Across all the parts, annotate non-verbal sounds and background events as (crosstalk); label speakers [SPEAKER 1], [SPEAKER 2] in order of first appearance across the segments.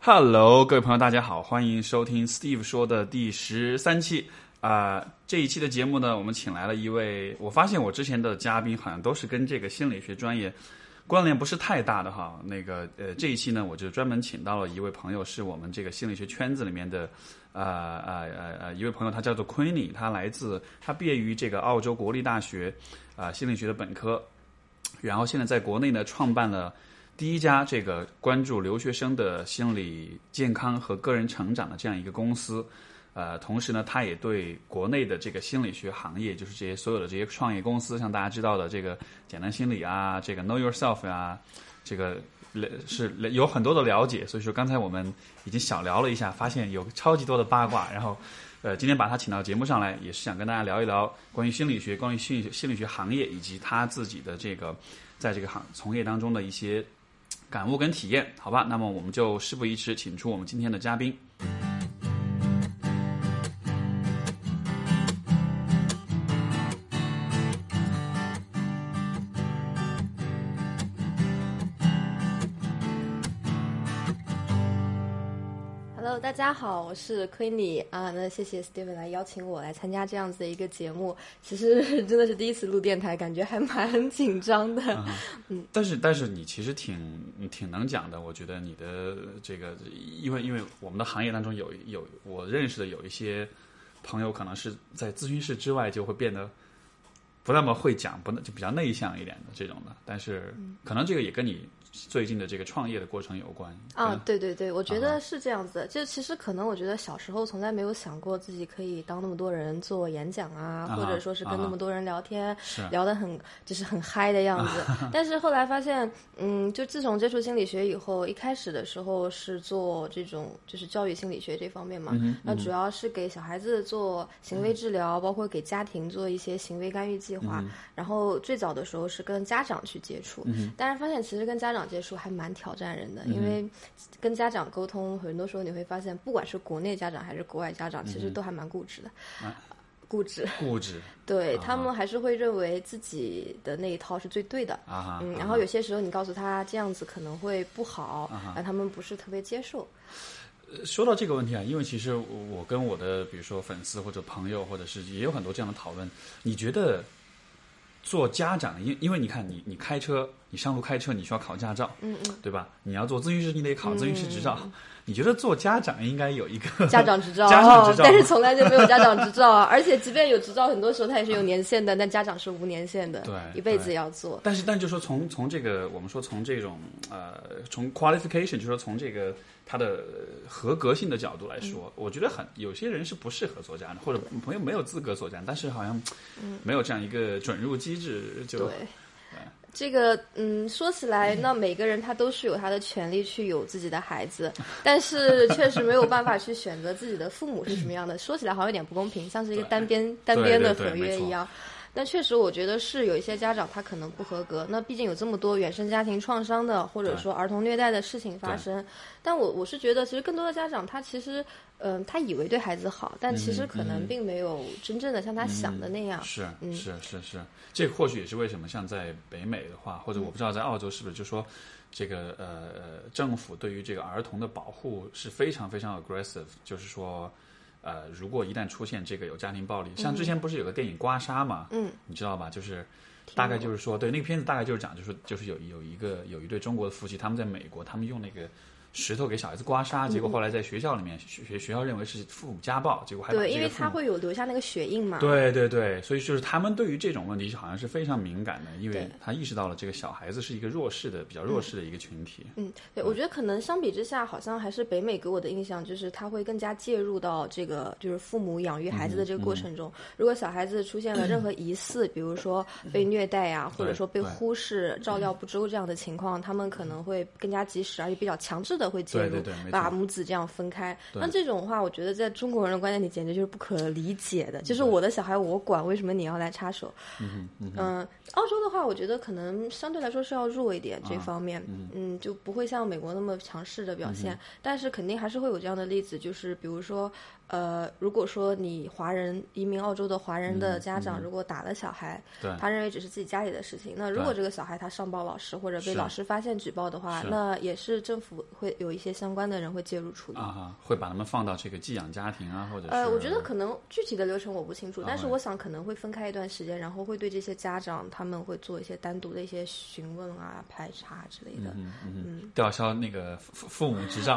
[SPEAKER 1] Hello，各位朋友，大家好，欢迎收听 Steve 说的第十三期。啊、这一期的节目呢，我们请来了一位，我发现我之前的嘉宾好像都是跟这个心理学专业关联不是太大的哈。那个呃，这一期呢，我就专门请到了一位朋友，是我们这个心理学圈子里面的。呃呃呃呃，一位朋友，他叫做 Queenie，他来自他毕业于这个澳洲国立大学啊、心理学的本科，然后现在在国内呢创办了第一家这个关注留学生的心理健康和个人成长的这样一个公司。呃，同时呢，他也对国内的这个心理学行业，就是这些所有的这些创业公司，像大家知道的这个简单心理啊，这个 Know Yourself 啊，这个了是了有很多的了解。所以说，刚才我们已经小聊了一下，发现有超级多的八卦。然后，呃，今天把他请到节目上来，也是想跟大家聊一聊关于心理学、关于心理心理学行业以及他自己的这个在这个行从业当中的一些感悟跟体验，好吧？那么我们就事不宜迟，请出我们今天的嘉宾。
[SPEAKER 2] Hello，大家好，我是 Queenie 啊。那谢谢 Steven 来邀请我来参加这样子的一个节目。 (laughs) 其实真的是第一次录电台，感觉还蛮紧张的。
[SPEAKER 1] 但是但是你其实挺挺能讲的，我觉得你的这个，因为因为我们的行业当中有有我认识的有一些朋友，可能是在咨询室之外就会变得不那么会讲，不那就比较内向一点的这种的。但是
[SPEAKER 2] 嗯
[SPEAKER 1] 可能这个也跟你最近的这个创业的过程有关
[SPEAKER 2] 啊，对对对，我觉得是这样子的。就其实可能我觉得小时候从来没有想过自己可以当那么多人做演讲啊，
[SPEAKER 1] 啊
[SPEAKER 2] 或者说是跟那么多人聊天，
[SPEAKER 1] 是
[SPEAKER 2] 聊得很就是很嗨
[SPEAKER 1] (laughs)
[SPEAKER 2] 的样子。但是后来发现，嗯，就自从接触心理学以后，一开始的时候是做这种就是教育心理学这方面嘛，
[SPEAKER 1] 嗯
[SPEAKER 2] 那、主要是给小孩子做行为治疗，包括给家庭做一些行为干预计
[SPEAKER 1] 嗯
[SPEAKER 2] 划。然后最早的时候是跟家长去接触，
[SPEAKER 1] 嗯
[SPEAKER 2] 但是发现其实跟家长接触还蛮挑战人的，因为跟家长沟通，很多时候你会发现，不管是国内家长还是国外家长，其
[SPEAKER 1] 嗯
[SPEAKER 2] 实都还蛮固执的，
[SPEAKER 1] 啊
[SPEAKER 2] 固执。
[SPEAKER 1] 固执啊
[SPEAKER 2] 对他们还是会认为自己的那一套是最对的。
[SPEAKER 1] 啊啊哈。
[SPEAKER 2] 嗯，然后有些时候你告诉他这样子可能会不好，然后他们不是特别接受。
[SPEAKER 1] 说到这个问题啊，因为其实我跟我的比如说粉丝或者朋友，或者是也有很多这样的讨论。你觉得做家长，因因为你看你你开车，你上路开车，你需要考驾照，嗯嗯，对吧？你要做咨询师，你得考咨询师执照。你觉得做家长应该有一个
[SPEAKER 2] 嗯家长执
[SPEAKER 1] (laughs)
[SPEAKER 2] 照，哦
[SPEAKER 1] 家长执照吗，
[SPEAKER 2] 但是从来就没有家长执照啊！而且即便有执照，很多时候它也是有年限的，但家长是无年限的，
[SPEAKER 1] 对
[SPEAKER 2] 一辈子
[SPEAKER 1] 对
[SPEAKER 2] 要做。
[SPEAKER 1] 但是，但就说从从这个，我们说从这种呃，从 qualification，就说从这个它的呃合格性的角度来说，我觉得很有些人是不适合做家长，或者朋友没有资格做家长，但是好像没有这样一个准入机制，就
[SPEAKER 2] 对，
[SPEAKER 1] (laughs)
[SPEAKER 2] 这个嗯，说起来，那每个人他都是有他的权利去有自己的
[SPEAKER 1] (laughs)
[SPEAKER 2] 孩子，但是确实没有办法去选择自己的父母是什么样的。说起来好像有点不公平，像是一个
[SPEAKER 1] 对
[SPEAKER 2] 单边单边的
[SPEAKER 1] 对
[SPEAKER 2] 合
[SPEAKER 1] 对没
[SPEAKER 2] 约
[SPEAKER 1] 错
[SPEAKER 2] 一样。但确实，我觉得是有一些家长他可能不合格。那毕竟有这么多原生家庭创伤的，或者
[SPEAKER 1] 对
[SPEAKER 2] 说儿童虐待的事情发
[SPEAKER 1] 对
[SPEAKER 2] 生。但我我是觉得，其实更多的家长他其实，嗯、他以为对孩子好，但
[SPEAKER 1] 嗯
[SPEAKER 2] 其实可能并没有真正的像他想的那样。嗯
[SPEAKER 1] 是是是是，这或许也是为什么像在北美的话，或者我不知道在澳洲是不是就说这个呃政府对于这个儿童的保护是非常非常 aggressive，就是说。呃，如果一旦出现这个有家庭暴力，像
[SPEAKER 2] 嗯
[SPEAKER 1] 之前不是有个电影《刮痧》嘛，嗯，你知道吧？就是大概就是说，对那个片子大概就是讲，就是就是有有一个有一对中国的夫妻，他们在美国，他们用那个石头给小孩子刮痧，
[SPEAKER 2] 嗯
[SPEAKER 1] 结果后来在学校里面学学学校认为是父母家暴，结果还把
[SPEAKER 2] 对，
[SPEAKER 1] 这
[SPEAKER 2] 因
[SPEAKER 1] 个
[SPEAKER 2] 为
[SPEAKER 1] 父
[SPEAKER 2] 他
[SPEAKER 1] 母
[SPEAKER 2] 会有留下那个血印嘛。
[SPEAKER 1] 对对对，所以就是他们对于这种问题好像是非常敏感的，因为
[SPEAKER 2] 对
[SPEAKER 1] 他意识到了这个小孩子是一个弱势的、比较弱势的一个群体。
[SPEAKER 2] 嗯，对，我觉得可能相比之下，好像还是北美给我的印象就是他会更加介入到这个就是父母养育
[SPEAKER 1] 嗯
[SPEAKER 2] 孩子的这个过程中。如果小孩子出现了任何疑似，比如说被虐待呀、或者说被
[SPEAKER 1] 对
[SPEAKER 2] 忽视、照料不周这样的情况，他们可能会更加及时，而且比较强制的会介
[SPEAKER 1] 对
[SPEAKER 2] 入
[SPEAKER 1] 对对没，错
[SPEAKER 2] 把母子这样分开。
[SPEAKER 1] 对
[SPEAKER 2] 那这种话，我觉得在中国人的观念里简直就是不可理解的，就是我的小孩我管，为什么你要来插手？嗯，澳洲的话，我觉得可能相对来说是要弱一
[SPEAKER 1] 啊
[SPEAKER 2] 点这方面，嗯就不会像美国那么强势的
[SPEAKER 1] 嗯
[SPEAKER 2] 表现，但是肯定还是会有这样的例子，就是比如说，呃，如果说你华人移民澳洲的华人的家长如果打了小孩，
[SPEAKER 1] 嗯对
[SPEAKER 2] 他认为只是自己家里的事情，那如果这个小孩他上报老师或者被
[SPEAKER 1] 是
[SPEAKER 2] 老师发现举报的话，
[SPEAKER 1] 是
[SPEAKER 2] 那也是政府会有一些相关的人会介入处理。
[SPEAKER 1] 啊哈，会把他们放到这个寄养家庭啊，或者是
[SPEAKER 2] 嗯
[SPEAKER 1] 啊
[SPEAKER 2] 呃，我觉得可能具体的流程我不清楚，但是我想可能会分开一段时间，然后会对这些家长他们会做一些单独的一些询问啊、排查之类的，
[SPEAKER 1] 嗯嗯吊销那个父父母执
[SPEAKER 2] (laughs)
[SPEAKER 1] 照。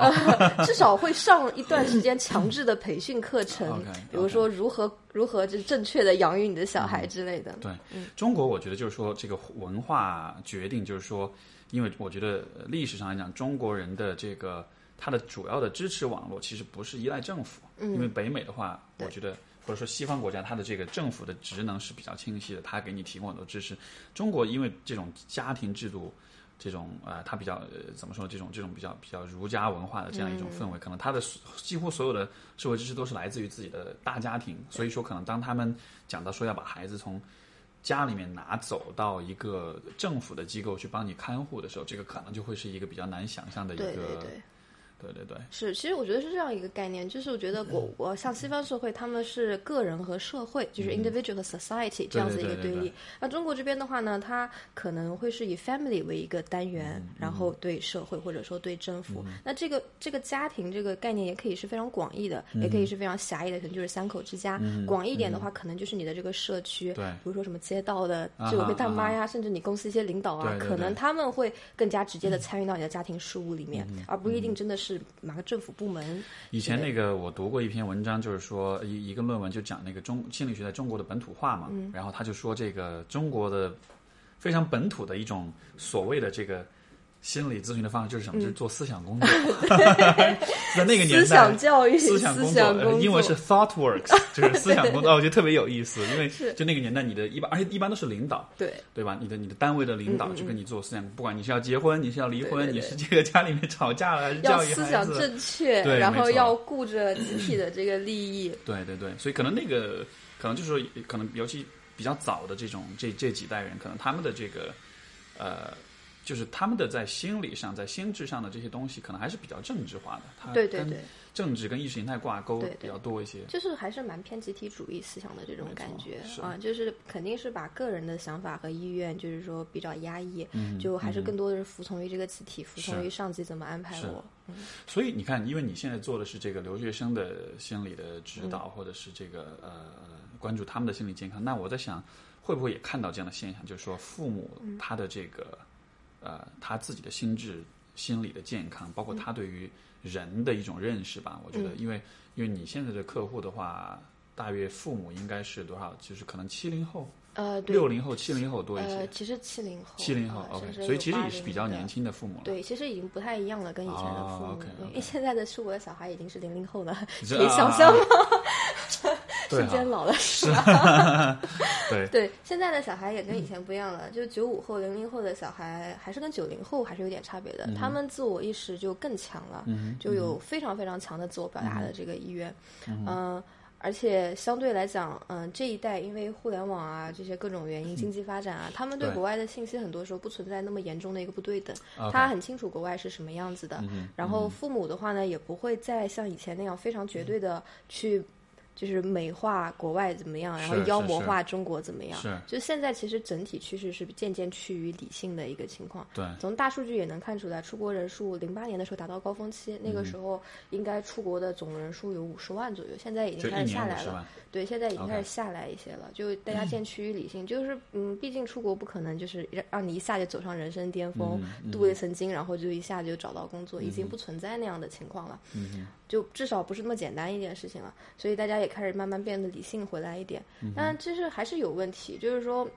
[SPEAKER 2] 至少会上一段时间强制的培训课
[SPEAKER 1] (laughs)
[SPEAKER 2] 程
[SPEAKER 1] OK，OK，
[SPEAKER 2] 比如说如何如何就正确的养育你的小孩之类的。
[SPEAKER 1] 嗯对，中国我觉得就是说这个文化决定，就是说，因为我觉得呃历史上来讲，中国人的这个他的主要的支持网络其实不是依赖政府，
[SPEAKER 2] 嗯
[SPEAKER 1] 因为北美的话，我觉得或者说西方国家，它的这个政府的职能是比较清晰的，它给你提供很多支持。中国因为这种家庭制度。这种呃，它比较、呃、怎么说？这种这种比较比较儒家文化的这样一种氛围，可能它的所几乎所有的社会支持都是来自于自己的大家庭，所以说可能当他们讲到说要把孩子从家里面拿走到一个政府的机构去帮你看护的时候，这个可能就会是一个比较难想象的一个，
[SPEAKER 2] 对对对。
[SPEAKER 1] 对对对
[SPEAKER 2] 是，其实我觉得是这样一个概念，就是我觉
[SPEAKER 1] 嗯
[SPEAKER 2] 得我我像西方社会，他们是个人和社会，就是 individual 和 society 这样子一个
[SPEAKER 1] 嗯对
[SPEAKER 2] 对
[SPEAKER 1] 对
[SPEAKER 2] 立。那中国这边的话呢，它可能会是以 family 为一个单元，
[SPEAKER 1] 嗯
[SPEAKER 2] 然后对社会或者说对政府。那这个这个家庭这个概念也可以是非常广义的，也可
[SPEAKER 1] 嗯
[SPEAKER 2] 以是非常狭义的，可能就是三口之家。广义一点的话，可能就是你的这个社区，
[SPEAKER 1] 对
[SPEAKER 2] 比如说什么街道的
[SPEAKER 1] 啊哈
[SPEAKER 2] 居委会大
[SPEAKER 1] 啊
[SPEAKER 2] 妈
[SPEAKER 1] 哈
[SPEAKER 2] 呀，甚至你公司一些领导啊，
[SPEAKER 1] 对对
[SPEAKER 2] 可
[SPEAKER 1] 对嗯
[SPEAKER 2] 能他们会更加直接的参与到你的家庭事务里面，而不一定真的是哪个政府部门。
[SPEAKER 1] 以前那个我读过一篇文章，就是说一一个论文就讲那个中心理学在中国的本土化嘛，
[SPEAKER 2] 嗯
[SPEAKER 1] 然后他就说这个中国的非常本土的一种所谓的这个心理咨询的方式就是什么，就是做思想工作， (laughs) 在那个年代
[SPEAKER 2] 嗯思想教育、
[SPEAKER 1] 思
[SPEAKER 2] 思
[SPEAKER 1] 想工
[SPEAKER 2] 工
[SPEAKER 1] 作，呃英文是 thought
[SPEAKER 2] (laughs)
[SPEAKER 1] works，就是思想工作，啊我觉得特别有意思，因为
[SPEAKER 2] 是
[SPEAKER 1] 就那个年代，你的一般，而且一般都是领导，
[SPEAKER 2] 对
[SPEAKER 1] 对吧？你的你的单位的领导就跟你做思想，不管你是要结婚，你是要离婚，
[SPEAKER 2] 嗯对对对
[SPEAKER 1] 你是这个家里面吵架了还是
[SPEAKER 2] 要
[SPEAKER 1] 教育
[SPEAKER 2] 思
[SPEAKER 1] 孩
[SPEAKER 2] 想
[SPEAKER 1] 子，
[SPEAKER 2] 正确，
[SPEAKER 1] 对
[SPEAKER 2] 然
[SPEAKER 1] 没
[SPEAKER 2] 后
[SPEAKER 1] 错
[SPEAKER 2] 要顾着集体的这个利益。
[SPEAKER 1] 对对对，所以可能那个可能就是说可能尤其比较早的这种这这几代人，可能他们的这个呃。就是他们的在心理上、在心智上的这些东西，可能还是比较政治化的，它
[SPEAKER 2] 对对
[SPEAKER 1] 跟
[SPEAKER 2] 对，
[SPEAKER 1] 政治跟意识形态挂钩
[SPEAKER 2] 对对
[SPEAKER 1] 比较多一些。
[SPEAKER 2] 就是还是蛮偏集体主义思想的这种
[SPEAKER 1] 没错
[SPEAKER 2] 感觉
[SPEAKER 1] 是
[SPEAKER 2] 啊，就是肯定是把个人的想法和意愿，就是说比较压抑，
[SPEAKER 1] 嗯
[SPEAKER 2] 就还是更多的是服从于这个集体，服从
[SPEAKER 1] 是
[SPEAKER 2] 于上级怎么安排
[SPEAKER 1] 是
[SPEAKER 2] 我。
[SPEAKER 1] 所以你看，因为你现在做的是这个留学生的心理的指导，
[SPEAKER 2] 嗯
[SPEAKER 1] 或者是这个呃关注他们的心理健康，那我在想，会不会也看到这样的现象，就是说父母
[SPEAKER 2] 嗯
[SPEAKER 1] 他的这个、呃他自己的心智、心理的健康，
[SPEAKER 2] 嗯
[SPEAKER 1] 包括他对于人的一种认识吧？我觉得，因为因为你现在的客户的话，大约父母应该是多少？就是可能七零后、
[SPEAKER 2] 呃，对，
[SPEAKER 1] 六零后、七零后多一
[SPEAKER 2] 呃，
[SPEAKER 1] 些，
[SPEAKER 2] 其实七零后，
[SPEAKER 1] 七零后
[SPEAKER 2] 呃
[SPEAKER 1] OK，
[SPEAKER 2] 甚至
[SPEAKER 1] 所以
[SPEAKER 2] 有
[SPEAKER 1] 其实也是
[SPEAKER 2] 80
[SPEAKER 1] 比较
[SPEAKER 2] 的
[SPEAKER 1] 年轻的父母了。
[SPEAKER 2] 对，其实已经不太一样了，跟以前的
[SPEAKER 1] 哦
[SPEAKER 2] 父母，
[SPEAKER 1] ，OK，OK
[SPEAKER 2] 因为现在的是我的小孩已经是零零后了，
[SPEAKER 1] 这
[SPEAKER 2] 可以想象
[SPEAKER 1] (laughs)
[SPEAKER 2] 吗？
[SPEAKER 1] 啊对
[SPEAKER 2] 瞬
[SPEAKER 1] 啊
[SPEAKER 2] 间老了是吧？
[SPEAKER 1] 对
[SPEAKER 2] (laughs) 对，现在的小孩也跟以前不一样了，就九五后、零零后的小孩还是跟九零后还是有点差别
[SPEAKER 1] 嗯
[SPEAKER 2] 的，他们自我意识就更强了，就有非常非常强的自我表达的这个意愿，嗯。而且相对来讲，嗯、这一代因为互联网啊这些各种原因、经济发展啊，他们对
[SPEAKER 1] 嗯对
[SPEAKER 2] 国外的信息很多时候不存在那么严重的一个不对等，
[SPEAKER 1] OK 嗯
[SPEAKER 2] 他很清楚国外是什么样子的。然后父母的话呢，也不会再像以前那样非常绝
[SPEAKER 1] 嗯
[SPEAKER 2] 对的去。就是美化国外怎么样，然后
[SPEAKER 1] 是是
[SPEAKER 2] 妖魔
[SPEAKER 1] 是
[SPEAKER 2] 化中国怎么样？
[SPEAKER 1] 是
[SPEAKER 2] 就现在其实整体趋势是渐渐趋于理性的一个情况。
[SPEAKER 1] 对
[SPEAKER 2] 从大数据也能看出来，出国人数零八年的时候达到高峰期，
[SPEAKER 1] 嗯
[SPEAKER 2] 那个时候应该出国的总人数有五十万左右，现在已
[SPEAKER 1] 就
[SPEAKER 2] 经
[SPEAKER 1] 一
[SPEAKER 2] 开始
[SPEAKER 1] 年
[SPEAKER 2] 下
[SPEAKER 1] 五
[SPEAKER 2] 来
[SPEAKER 1] 十
[SPEAKER 2] 了
[SPEAKER 1] 万。。
[SPEAKER 2] 对，现在已经
[SPEAKER 1] OK
[SPEAKER 2] 开始下来一些了就大家渐趋于理性。就是嗯，毕竟出国不可能就是让让你一下就走上人生巅峰，镀一层金，然后就一下就找到工作，已经不存在那样的情况了。就至少不是那么简单一件事情了，所以大家也开始慢慢变得理性回来一点。但这是还是有问题，就是说。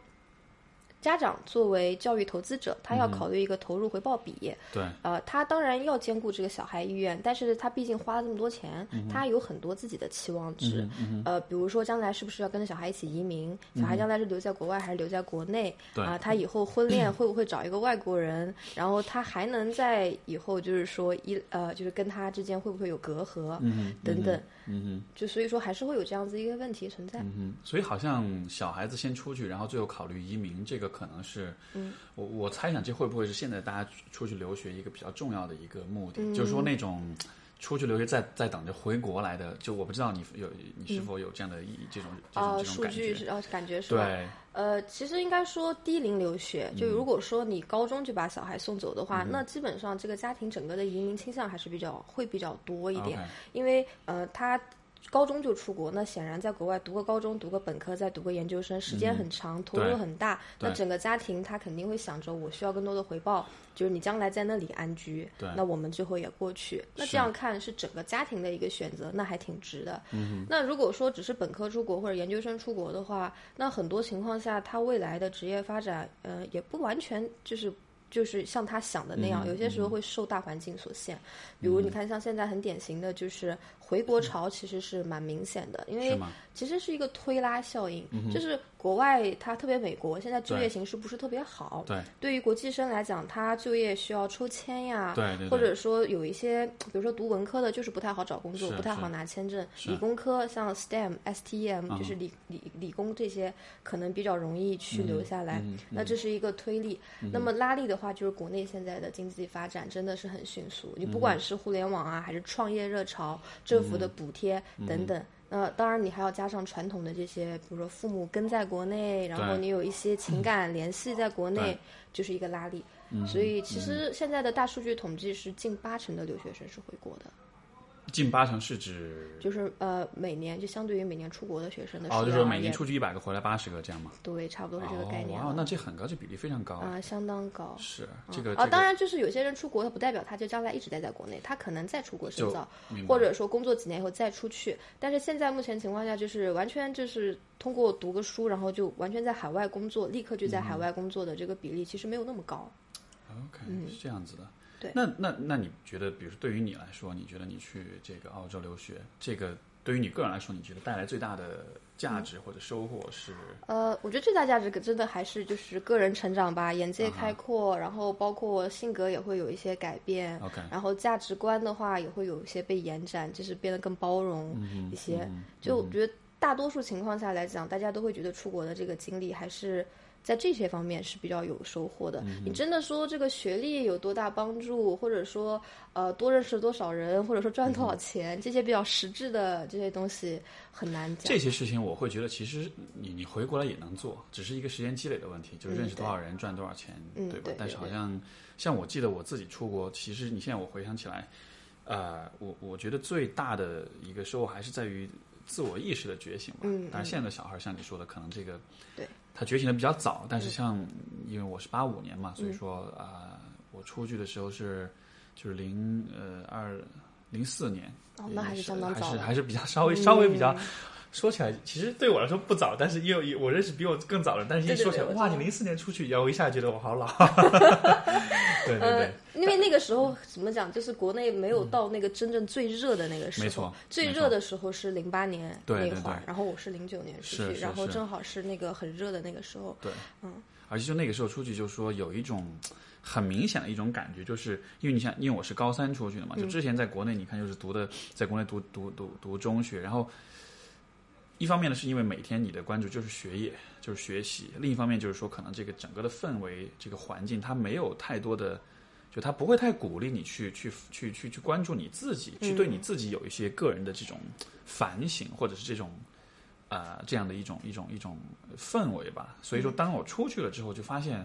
[SPEAKER 2] 家长作为教育投资者，他要考虑一个投入回报比，
[SPEAKER 1] 对
[SPEAKER 2] 呃，他当然要兼顾这个小孩意愿，但是他毕竟花了这么多钱，
[SPEAKER 1] 嗯
[SPEAKER 2] 他有很多自己的期望值。呃，比如说将来是不是要跟着小孩一起移民？小孩将来是留在国外还是留在国内？
[SPEAKER 1] 嗯对
[SPEAKER 2] 啊、他以后婚恋会不会找一个外国人？然后他还能在以后就是说一呃，就是跟他之间会不会有隔阂？
[SPEAKER 1] 嗯
[SPEAKER 2] 等等，
[SPEAKER 1] 嗯哼。
[SPEAKER 2] 就所以说还是会有这样子一个问题存在。
[SPEAKER 1] 嗯，所以好像小孩子先出去，然后最后考虑移民，这个可能是，嗯，我我
[SPEAKER 2] 嗯
[SPEAKER 1] 猜想这会不会是现在大家出去留学一个比较重要的一个目的，就是说那种出去留学再再等着回国来的，就我不知道你有你是否有这样的一这种这种
[SPEAKER 2] 啊，
[SPEAKER 1] 这种
[SPEAKER 2] 数
[SPEAKER 1] 感
[SPEAKER 2] 据
[SPEAKER 1] 觉？
[SPEAKER 2] 是哦，感觉是吧？
[SPEAKER 1] 对，
[SPEAKER 2] 呃，其实应该说低龄留学，
[SPEAKER 1] 嗯
[SPEAKER 2] 就如果说你高中就把小孩送走的话，那基本上这个家庭整个的移民倾向还是比较会比较多一点
[SPEAKER 1] OK
[SPEAKER 2] 因为呃他。高中就出国，那显然在国外读个高中、读个本科，再读个研究生，时间很长，投入
[SPEAKER 1] 嗯对
[SPEAKER 2] 很大。
[SPEAKER 1] 对
[SPEAKER 2] 那整个家庭他肯定会想着，我需要更多的回报，就是你将来在那里安居。
[SPEAKER 1] 对
[SPEAKER 2] 那我们最后也过去。那
[SPEAKER 1] 是
[SPEAKER 2] 这样看是整个家庭的一个选择，那还挺值的。嗯、那如果说只是本科出国或者研究生出国的话，那很多情况下他未来的职业发展，呃，也不完全就是。就是像他想的那
[SPEAKER 1] 嗯
[SPEAKER 2] 样，有些时候会受大环境所限。比如你看，像现在很典型的就是回国潮，其实是蛮明显的，因
[SPEAKER 1] 是
[SPEAKER 2] 为
[SPEAKER 1] 吗嗯
[SPEAKER 2] 其实是一个推拉效应，就是国外它特别美国现在就业形势不是特别好，
[SPEAKER 1] 对，
[SPEAKER 2] 对于国际生来讲，他就业需要抽签呀，
[SPEAKER 1] 对对对
[SPEAKER 2] 或者说有一些，比如说读文科的，就是不太好找工作，
[SPEAKER 1] 是
[SPEAKER 2] 不太好
[SPEAKER 1] 是
[SPEAKER 2] 拿签证；
[SPEAKER 1] 是嗯
[SPEAKER 2] 理工科像 STEM、STEM，就是 E 理理理工这些，可能比较容易
[SPEAKER 1] 嗯
[SPEAKER 2] 去留下来。那这是一个推力。那么拉力的话，就是国内现在的经济发展真的是很迅速，
[SPEAKER 1] 嗯
[SPEAKER 2] 你不管是互联网啊，还是创业热潮、政府的补贴
[SPEAKER 1] 嗯
[SPEAKER 2] 等等。那当然，你还要加上传统的这些，比如说父母跟在国内，然后
[SPEAKER 1] 对嗯
[SPEAKER 2] 你有一些情感联系在国内
[SPEAKER 1] 对，
[SPEAKER 2] 就是一个拉力。所
[SPEAKER 1] 嗯
[SPEAKER 2] 以其实现在的大数据统计是近八成的留学生是回国的，
[SPEAKER 1] 近八成是指
[SPEAKER 2] 就是呃每年就相对于每年出国的学生的
[SPEAKER 1] 哦，
[SPEAKER 2] 数
[SPEAKER 1] 就是说
[SPEAKER 2] 量
[SPEAKER 1] 每
[SPEAKER 2] 而
[SPEAKER 1] 年
[SPEAKER 2] 言，
[SPEAKER 1] 出去一百个，回来八十个这样吗？
[SPEAKER 2] 对，差不多是这个概念
[SPEAKER 1] 哦，哇，
[SPEAKER 2] 了
[SPEAKER 1] 那这很高，这比例非常高。
[SPEAKER 2] 啊，相当高。
[SPEAKER 1] 是这个
[SPEAKER 2] 啊，
[SPEAKER 1] 这
[SPEAKER 2] 当
[SPEAKER 1] 个
[SPEAKER 2] 然，就是有些人出国，他不代表他就将来一直待在国内，他可能再出国深造
[SPEAKER 1] 明，白
[SPEAKER 2] 或者说工作几年以后再出去。但是现在目前情况下，就是完全就是通过读个书，然后就完全在海外工作，立刻就在
[SPEAKER 1] 嗯
[SPEAKER 2] 海外工作的这个比例其实没有那么高。
[SPEAKER 1] OK 是这样子的。
[SPEAKER 2] 对
[SPEAKER 1] 那那那你觉得，比如说对于你来说，你觉得你去这个澳洲留学，这个对于你个人来说，你觉得带来最大的价值或者收获是？
[SPEAKER 2] 呃，我觉得最大价值可真的还是就是个人成长吧，眼界开阔，然后包括性格也会有一些改变
[SPEAKER 1] OK
[SPEAKER 2] 然后价值观的话也会有一些被延展，就是变得更包容一些。就我觉得大多数情况下来讲，大家都会觉得出国的这个经历还是。在这些方面是比较有收获的。你真的说这个学历有多大帮助，或者说呃多认识多少人，或者说赚多少钱，这些比较实质的这些东西很难讲。
[SPEAKER 1] 这些事情我会觉得，其实你你回国来也能做，只是一个时间积累的问题，就是认识多少人，赚多少钱，
[SPEAKER 2] 嗯
[SPEAKER 1] 对吧？
[SPEAKER 2] 对
[SPEAKER 1] 但是
[SPEAKER 2] 对
[SPEAKER 1] 好
[SPEAKER 2] 对
[SPEAKER 1] 像像我记得我自己出国，其实你现在我回想起来，呃，我我觉得最大的一个收获还是在于自我意识的觉醒吧。
[SPEAKER 2] 嗯
[SPEAKER 1] 但是现在的小孩儿像你说的，可能这个
[SPEAKER 2] 对嗯
[SPEAKER 1] 他觉醒的比较早，但是像因为我是八五年嘛，所以说啊、呃我出去的时候是就是零呃二零四年。
[SPEAKER 2] 哦，那还
[SPEAKER 1] 也
[SPEAKER 2] 是
[SPEAKER 1] 是
[SPEAKER 2] 相当早
[SPEAKER 1] 还是
[SPEAKER 2] 了。嗯
[SPEAKER 1] 还是比较稍微稍微比较。说起来，其实对我来说不早，但是也有也我认识比我更早的人，但是一
[SPEAKER 2] 对对
[SPEAKER 1] 说起来，
[SPEAKER 2] 对我
[SPEAKER 1] 哇，
[SPEAKER 2] 知
[SPEAKER 1] 你
[SPEAKER 2] 道
[SPEAKER 1] 零四年出去，然后我一下觉得我
[SPEAKER 2] (laughs)
[SPEAKER 1] 好老。对对对，
[SPEAKER 2] 呃
[SPEAKER 1] 嗯
[SPEAKER 2] 因为那个时候怎么讲，就是国内没有到那个真正最热的那个时候，
[SPEAKER 1] 没错
[SPEAKER 2] 最
[SPEAKER 1] 没
[SPEAKER 2] 热
[SPEAKER 1] 错
[SPEAKER 2] 的时候是零八年那
[SPEAKER 1] 对
[SPEAKER 2] 会儿，
[SPEAKER 1] 对对
[SPEAKER 2] 然后我是零九年出去，
[SPEAKER 1] 是是
[SPEAKER 2] 然后
[SPEAKER 1] 是
[SPEAKER 2] 正好是那个很热的那个时候，
[SPEAKER 1] 对，而且就那个时候出去，就说有一种很明显的一种感觉，就是因为你想，因为我是高三出去的
[SPEAKER 2] 嗯
[SPEAKER 1] 嘛，就之前在国内，你看就是读的，在国内读读读读中学，然后一方面呢是因为每天你的关注就是学业，就是学习；另一方面就是说，可能这个整个的氛围、这个环境，它没有太多的。就它不会太鼓励你去去去去去关注你自己，去对你
[SPEAKER 2] 嗯
[SPEAKER 1] 自己有一些个人的这种反省，或者是这种啊、这样的一种一种一种氛围吧。所
[SPEAKER 2] 嗯
[SPEAKER 1] 以说，当我出去了之后，就发现，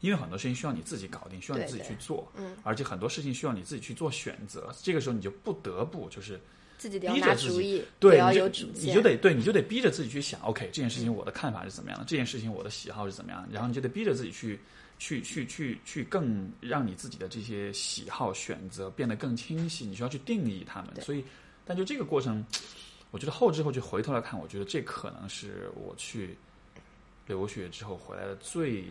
[SPEAKER 1] 因为很多事情需要你自己搞定，需要你
[SPEAKER 2] 对
[SPEAKER 1] 自己
[SPEAKER 2] 对
[SPEAKER 1] 去做，嗯，而且很多事情需要你自己去做选择。这个时候你就不得不就是
[SPEAKER 2] 自己得要
[SPEAKER 1] 逼着
[SPEAKER 2] 拿
[SPEAKER 1] 自
[SPEAKER 2] 主
[SPEAKER 1] 己
[SPEAKER 2] 意，
[SPEAKER 1] 对，
[SPEAKER 2] 得要
[SPEAKER 1] 你就
[SPEAKER 2] 有主见，
[SPEAKER 1] 你就得对，你就得逼着自己去想，OK，这件事情我的看法是怎么样的，这件事情我的喜好是怎么样的，然后你就得逼着自己去。去去去去，更让你自己的这些喜好选择变得更清晰，你需要去定义它们。所以，但就这个过程，我觉得后知后觉回头来看，我觉得这可能是我去留学之后回来的最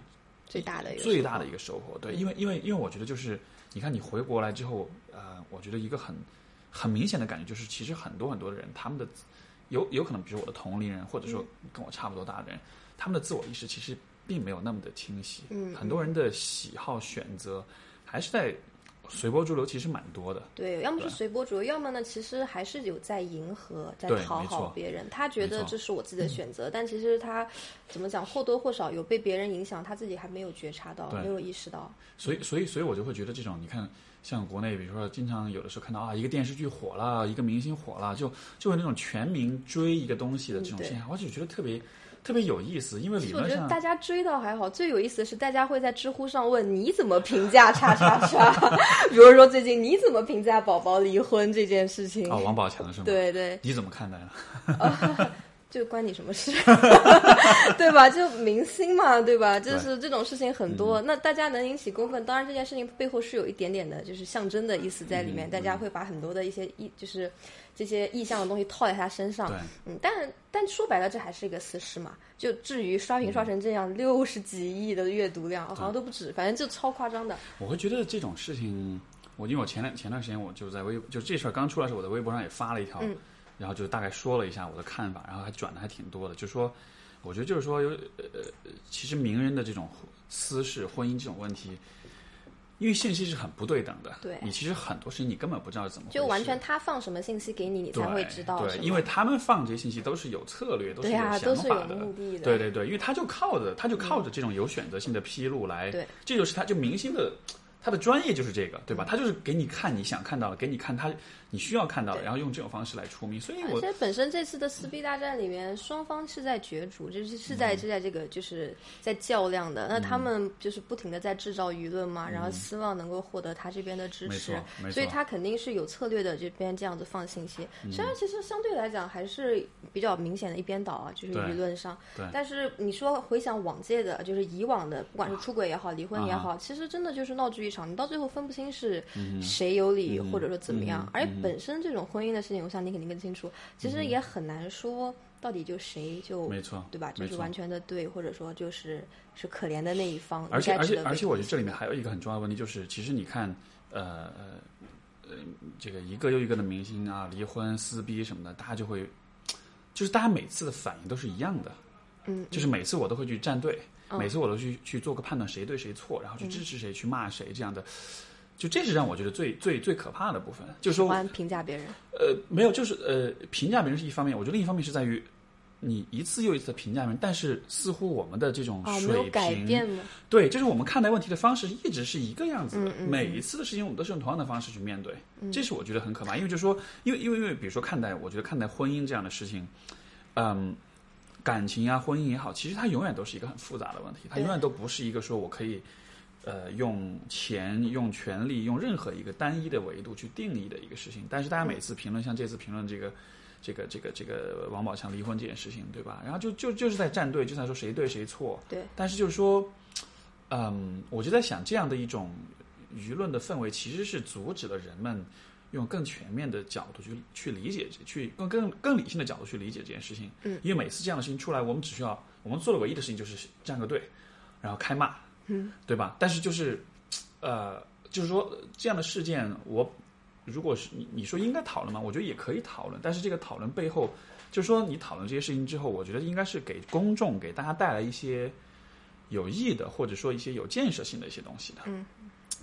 [SPEAKER 2] 最大的一个嗯
[SPEAKER 1] 最大的一个收获。对，因为因为因为我觉得就是，你看你回国来之后，呃，我觉得一个很很明显的感觉就是，其实很多很多的人，他们的有有可能，比如我的同龄人，或者说
[SPEAKER 2] 嗯
[SPEAKER 1] 跟我差不多大的人，他们的自我意识其实并没有那么的清晰。
[SPEAKER 2] 嗯
[SPEAKER 1] 很多人的喜好选择还是在随波逐流，其实蛮多的。
[SPEAKER 2] 对，要么
[SPEAKER 1] 对
[SPEAKER 2] 是随波逐流，要么呢，其实还是有在迎合，在
[SPEAKER 1] 对
[SPEAKER 2] 讨
[SPEAKER 1] 没
[SPEAKER 2] 好
[SPEAKER 1] 错
[SPEAKER 2] 别人。他觉
[SPEAKER 1] 没
[SPEAKER 2] 得
[SPEAKER 1] 错嗯
[SPEAKER 2] 这是我自己的选择，但其实他怎么讲，或多或少有被别人影响，他自己还没有觉察到，
[SPEAKER 1] 对
[SPEAKER 2] 没有意识到。
[SPEAKER 1] 所以，所以，所以我就会觉得这种，你看，像国内，比如说经常有的时候看到啊，一个电视剧火了，一个明星火了，就就有那种全民追一个东西的这种
[SPEAKER 2] 嗯对
[SPEAKER 1] 现象，我就觉得特别特别有意思，因为
[SPEAKER 2] 其
[SPEAKER 1] 理
[SPEAKER 2] 实我
[SPEAKER 1] 论
[SPEAKER 2] 觉得
[SPEAKER 1] 上
[SPEAKER 2] 大家追到还好，最有意思的是大家会在知乎上问你怎么评价叉叉
[SPEAKER 1] (laughs)
[SPEAKER 2] 叉，比如说最近你怎么评价宝宝离婚这件事情？
[SPEAKER 1] 啊，王宝强是吗？，
[SPEAKER 2] 对对，
[SPEAKER 1] 你怎么看待呢？
[SPEAKER 2] 就关你什么事， (laughs) 对吧？就明星嘛，对吧？就是这种事情很
[SPEAKER 1] 嗯
[SPEAKER 2] 多，那大家能引起公愤，当然这件事情背后是有一点点的，就是象征的意思在里面，
[SPEAKER 1] 嗯
[SPEAKER 2] 大家会把很多的一些意，就是这些意象的东西套在他身上
[SPEAKER 1] 对。
[SPEAKER 2] 嗯，但但说白了，这还是一个私事嘛。就至于刷
[SPEAKER 1] 嗯
[SPEAKER 2] 屏刷成这样，六十几亿的阅读量，好像都不止，反正就超夸张的。
[SPEAKER 1] 我会觉得这种事情，我因为我前两前段时间我就在微，就这事儿刚出来的时候，我在微博上也发了一条，
[SPEAKER 2] 嗯
[SPEAKER 1] 然后就大概说了一下我的看法，然后还转的还挺多的，就说我觉得就是说有呃，其实名人的这种私事、婚姻这种问题。因为信息是很不对等的，
[SPEAKER 2] 对
[SPEAKER 1] 你其实很多事情你根本不知道是怎么回事，
[SPEAKER 2] 就完全他放什么信息给你，你
[SPEAKER 1] 对
[SPEAKER 2] 才会知道。
[SPEAKER 1] 对
[SPEAKER 2] 是，吗
[SPEAKER 1] 因为他们放这些信息都是有策略，都是
[SPEAKER 2] 对呀
[SPEAKER 1] 想
[SPEAKER 2] 都是
[SPEAKER 1] 法
[SPEAKER 2] 有目的的
[SPEAKER 1] 对对对，因为他就靠着他就靠着这种有选择性的披露来，
[SPEAKER 2] 对，嗯
[SPEAKER 1] 这就是他就明星的。他的专业就是这个，对吧？他就是给你看你想看到的，给你看他你需要看到的，
[SPEAKER 2] 对
[SPEAKER 1] 然后用这种方式来出名。所以
[SPEAKER 2] 而
[SPEAKER 1] 我
[SPEAKER 2] 且本身这次的撕逼大战里面，双方是在角逐，就是
[SPEAKER 1] 嗯
[SPEAKER 2] 是在是在这个就是在较量的。那他们就是不停的在制造舆论嘛，然后希望能够获得他这边的
[SPEAKER 1] 嗯
[SPEAKER 2] 支持
[SPEAKER 1] 没错没，错嗯
[SPEAKER 2] 所以他肯定是有策略的这边这样子放信息。虽然其实相对来讲还是比较明显的一边倒啊，就是
[SPEAKER 1] 对
[SPEAKER 2] 舆论上
[SPEAKER 1] 对。
[SPEAKER 2] 但是你说回想往届的，就是以往的，不管是出轨也好，离婚也
[SPEAKER 1] 啊
[SPEAKER 2] 好，其实真的就是闹剧一场，你到最后分不清是
[SPEAKER 1] 嗯
[SPEAKER 2] 谁有理，或者说怎么样。而且本身这种婚姻的事情，我想你肯定更清楚，其实也很难说到底就谁就
[SPEAKER 1] 没错
[SPEAKER 2] 对吧？就
[SPEAKER 1] 没
[SPEAKER 2] 是
[SPEAKER 1] 错
[SPEAKER 2] 完全的对，或者说就是是可怜的那一方，
[SPEAKER 1] 而且
[SPEAKER 2] 应该
[SPEAKER 1] 而
[SPEAKER 2] 值
[SPEAKER 1] 且
[SPEAKER 2] 得被
[SPEAKER 1] 而且，我觉得这里面还有一个很重要的问题，就是其实你看，呃呃呃，这个一个又一个的明星啊，离婚、撕逼什么的，大家就会，就是大家每次的反应都是一样的，
[SPEAKER 2] 嗯，
[SPEAKER 1] 就是每次我都会去站队，每次我都去去做个判断谁对谁错，然后去
[SPEAKER 2] 嗯
[SPEAKER 1] 支持谁、去骂谁这样的，就这是让我觉得最最最可怕的部分，就是
[SPEAKER 2] 喜
[SPEAKER 1] 说
[SPEAKER 2] 欢评价别人，
[SPEAKER 1] 呃，没有，就是呃，评价别人是一方面，我觉得另一方面是在于。你一次又一次的评价别人，但是似乎我们的这种
[SPEAKER 2] 哦，
[SPEAKER 1] 水
[SPEAKER 2] 没有
[SPEAKER 1] 平、
[SPEAKER 2] 改变吗？
[SPEAKER 1] 对，就是我们看待问题的方式一直是一个样子的，
[SPEAKER 2] 嗯嗯
[SPEAKER 1] 每一次的事情我们都是用同样的方式去面对，这是我觉得很可怕。因为就是说，因为因为因为比如说看待，我觉得看待婚姻这样的事情，嗯，感情啊，婚姻也好，其实它永远都是一个很复杂的问题，它
[SPEAKER 2] 对
[SPEAKER 1] 永远都不是一个说我可以。呃，用钱、用权力、用任何一个单一的维度去定义的一个事情，但是大
[SPEAKER 2] 嗯
[SPEAKER 1] 家每次评论，像这次评论这个、这个、这个、这个王宝强离婚这件事情，对吧？然后就就就是在站队，就在说谁对谁错，
[SPEAKER 2] 对，
[SPEAKER 1] 但是就是说，嗯，我就在想，这样的一种舆论的氛围，其实是阻止了人们用更全面的角度去去理解这，去更更更理性的角度去理解这件事情。
[SPEAKER 2] 嗯，
[SPEAKER 1] 因为每次这样的事情出来，我们只需要我们做的唯一的事情就是站个队，然后开骂，嗯，对吧？但是就是，呃，就是说呃这样的事件，我如果是你你说应该讨论吗？我觉得也可以讨论，但是这个讨论背后。就是说，你讨论这些事情之后，我觉得应该是给公众、给大家带来一些有益的，或者说一些有建设性的一些东西的。
[SPEAKER 2] 嗯。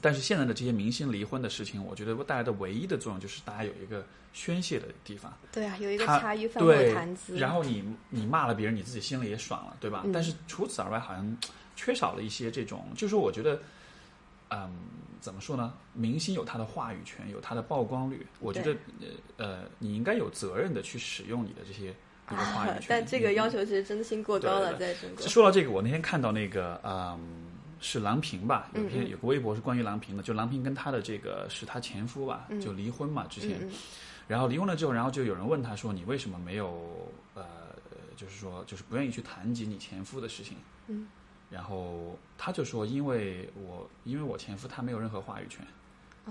[SPEAKER 1] 但是现在的这些明星离婚的事情，我觉得带来的唯一的作用就是大家有一个宣泄的地方，
[SPEAKER 2] 对啊，有一个
[SPEAKER 1] 他
[SPEAKER 2] 茶余饭后
[SPEAKER 1] 对
[SPEAKER 2] 谈资，，
[SPEAKER 1] 然后你你骂了别人，你自己心里也爽了，对吧？
[SPEAKER 2] 嗯。
[SPEAKER 1] 但是除此而外，好像缺少了一些这种，就是我觉得，嗯，怎么说呢？明星有他的话语权，有他的曝光率，我觉得呃呃，你应该有责任的去使用你的这些你的话语权
[SPEAKER 2] (laughs) 但这个
[SPEAKER 1] 你
[SPEAKER 2] 要求其实真心过高了，
[SPEAKER 1] 嗯对
[SPEAKER 2] 在中国。
[SPEAKER 1] 说到这个，我那天看到那个，嗯，是郎平吧？有篇
[SPEAKER 2] 嗯嗯
[SPEAKER 1] 有个微博是关于郎平的，就郎平跟她的这个是她前夫吧，就离婚嘛之前，
[SPEAKER 2] 嗯嗯嗯
[SPEAKER 1] 然后离婚了之后，然后就有人问她说：“你为什么没有呃，就是说就是不愿意去谈及你前夫的事情？”
[SPEAKER 2] 嗯，
[SPEAKER 1] 然后她就说：“因为我因为我前夫他没有任何话语权，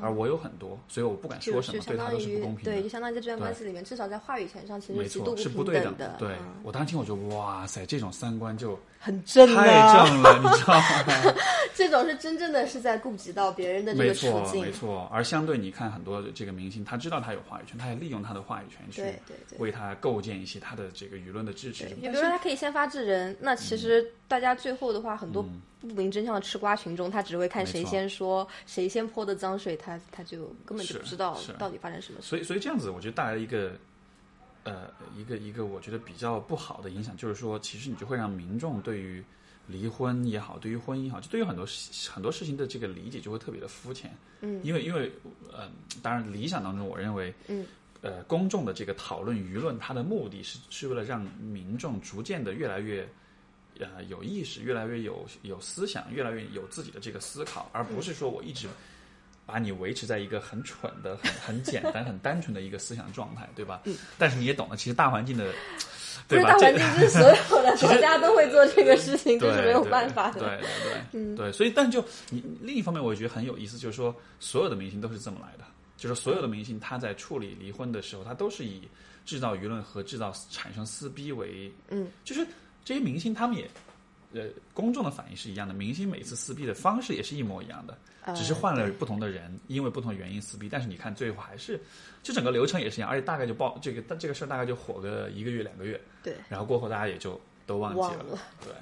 [SPEAKER 1] 而我有很多，所以我不敢
[SPEAKER 2] 就
[SPEAKER 1] 说什
[SPEAKER 2] 哦就
[SPEAKER 1] 么，
[SPEAKER 2] 相
[SPEAKER 1] 对他
[SPEAKER 2] 当
[SPEAKER 1] 都是不
[SPEAKER 2] 于
[SPEAKER 1] 公平的。”
[SPEAKER 2] 对，就相当于在这段
[SPEAKER 1] 对
[SPEAKER 2] 关系里面，至少在话语权上其实
[SPEAKER 1] 没
[SPEAKER 2] 极
[SPEAKER 1] 错，
[SPEAKER 2] 度
[SPEAKER 1] 是
[SPEAKER 2] 平
[SPEAKER 1] 不对等
[SPEAKER 2] 的。
[SPEAKER 1] 对、
[SPEAKER 2] 嗯
[SPEAKER 1] 我当时听，我就哇塞，这种三观就
[SPEAKER 2] 很正
[SPEAKER 1] 太
[SPEAKER 2] 啊！
[SPEAKER 1] 正了，你知道吗？
[SPEAKER 2] (laughs) 这种是真正的是在顾及到别人的这
[SPEAKER 1] 没
[SPEAKER 2] 个处
[SPEAKER 1] 错，
[SPEAKER 2] 境
[SPEAKER 1] 没。错。而相对，你看很多这个明星，他知道他有话语权，他也利用他的话语权
[SPEAKER 2] 对
[SPEAKER 1] 去
[SPEAKER 2] 对对。
[SPEAKER 1] 为他构建一些他的这个舆论的支持嗯
[SPEAKER 2] 对，
[SPEAKER 1] 什么
[SPEAKER 2] 比
[SPEAKER 1] 的。
[SPEAKER 2] 如说他可以先发制人，那其实大家最后的话，很多不明真相的吃瓜群众，他只会看
[SPEAKER 1] 嗯没
[SPEAKER 2] 谁
[SPEAKER 1] 错
[SPEAKER 2] 先说，谁先泼的脏水，他他就根本就是不知道
[SPEAKER 1] 是
[SPEAKER 2] 到底发生什么事。
[SPEAKER 1] 所以，所以这样子，我觉得带来一个，呃，一个一个我觉得比较不好的影响，就是说，其实你就会让民众对于离婚也好，对于婚姻也好，就对于很多事很多事情的这个理解就会特别的肤浅。
[SPEAKER 2] 嗯，
[SPEAKER 1] 因为因为呃，当然理想当中，我认为
[SPEAKER 2] 嗯
[SPEAKER 1] 呃，公众的这个讨论舆论，它的目的是是为了让民众逐渐的越来越呃有意识，越来越有有思想，越来越有自己的这个思考，而不是说我一直把你维持在一个很蠢的、很很 (laughs) 简单、很单纯的一个思想状态，对吧？嗯、但是你也懂得，其实大环境的，
[SPEAKER 2] 不
[SPEAKER 1] 对
[SPEAKER 2] 是
[SPEAKER 1] 吧？
[SPEAKER 2] 大
[SPEAKER 1] 这
[SPEAKER 2] 环境，就是所
[SPEAKER 1] (laughs)
[SPEAKER 2] 有的国家都会做这个事情，这
[SPEAKER 1] 对，
[SPEAKER 2] 是没有办法
[SPEAKER 1] 对
[SPEAKER 2] 的。
[SPEAKER 1] 对
[SPEAKER 2] 嗯
[SPEAKER 1] 对，对，所以但就你另一方面，我也觉得很有意思，就是说所有的明星都是这么来的，就是所有的明星他在处理离婚的时候，他都是以制造舆论和制造产生撕逼为，
[SPEAKER 2] 嗯，
[SPEAKER 1] 就是这些明星他们也。呃，公众的反应是一样的，明星每次撕逼的方式也是一模一样的，
[SPEAKER 2] 呃
[SPEAKER 1] 只是换了不同的人，因为不同的原因撕逼。但是你看，最后还是，就整个流程也是一样，而且大概就爆这个这个事儿大概就火个一个月两个月，
[SPEAKER 2] 对，
[SPEAKER 1] 然后过后大家也就都忘记
[SPEAKER 2] 忘
[SPEAKER 1] 了
[SPEAKER 2] 了
[SPEAKER 1] 对，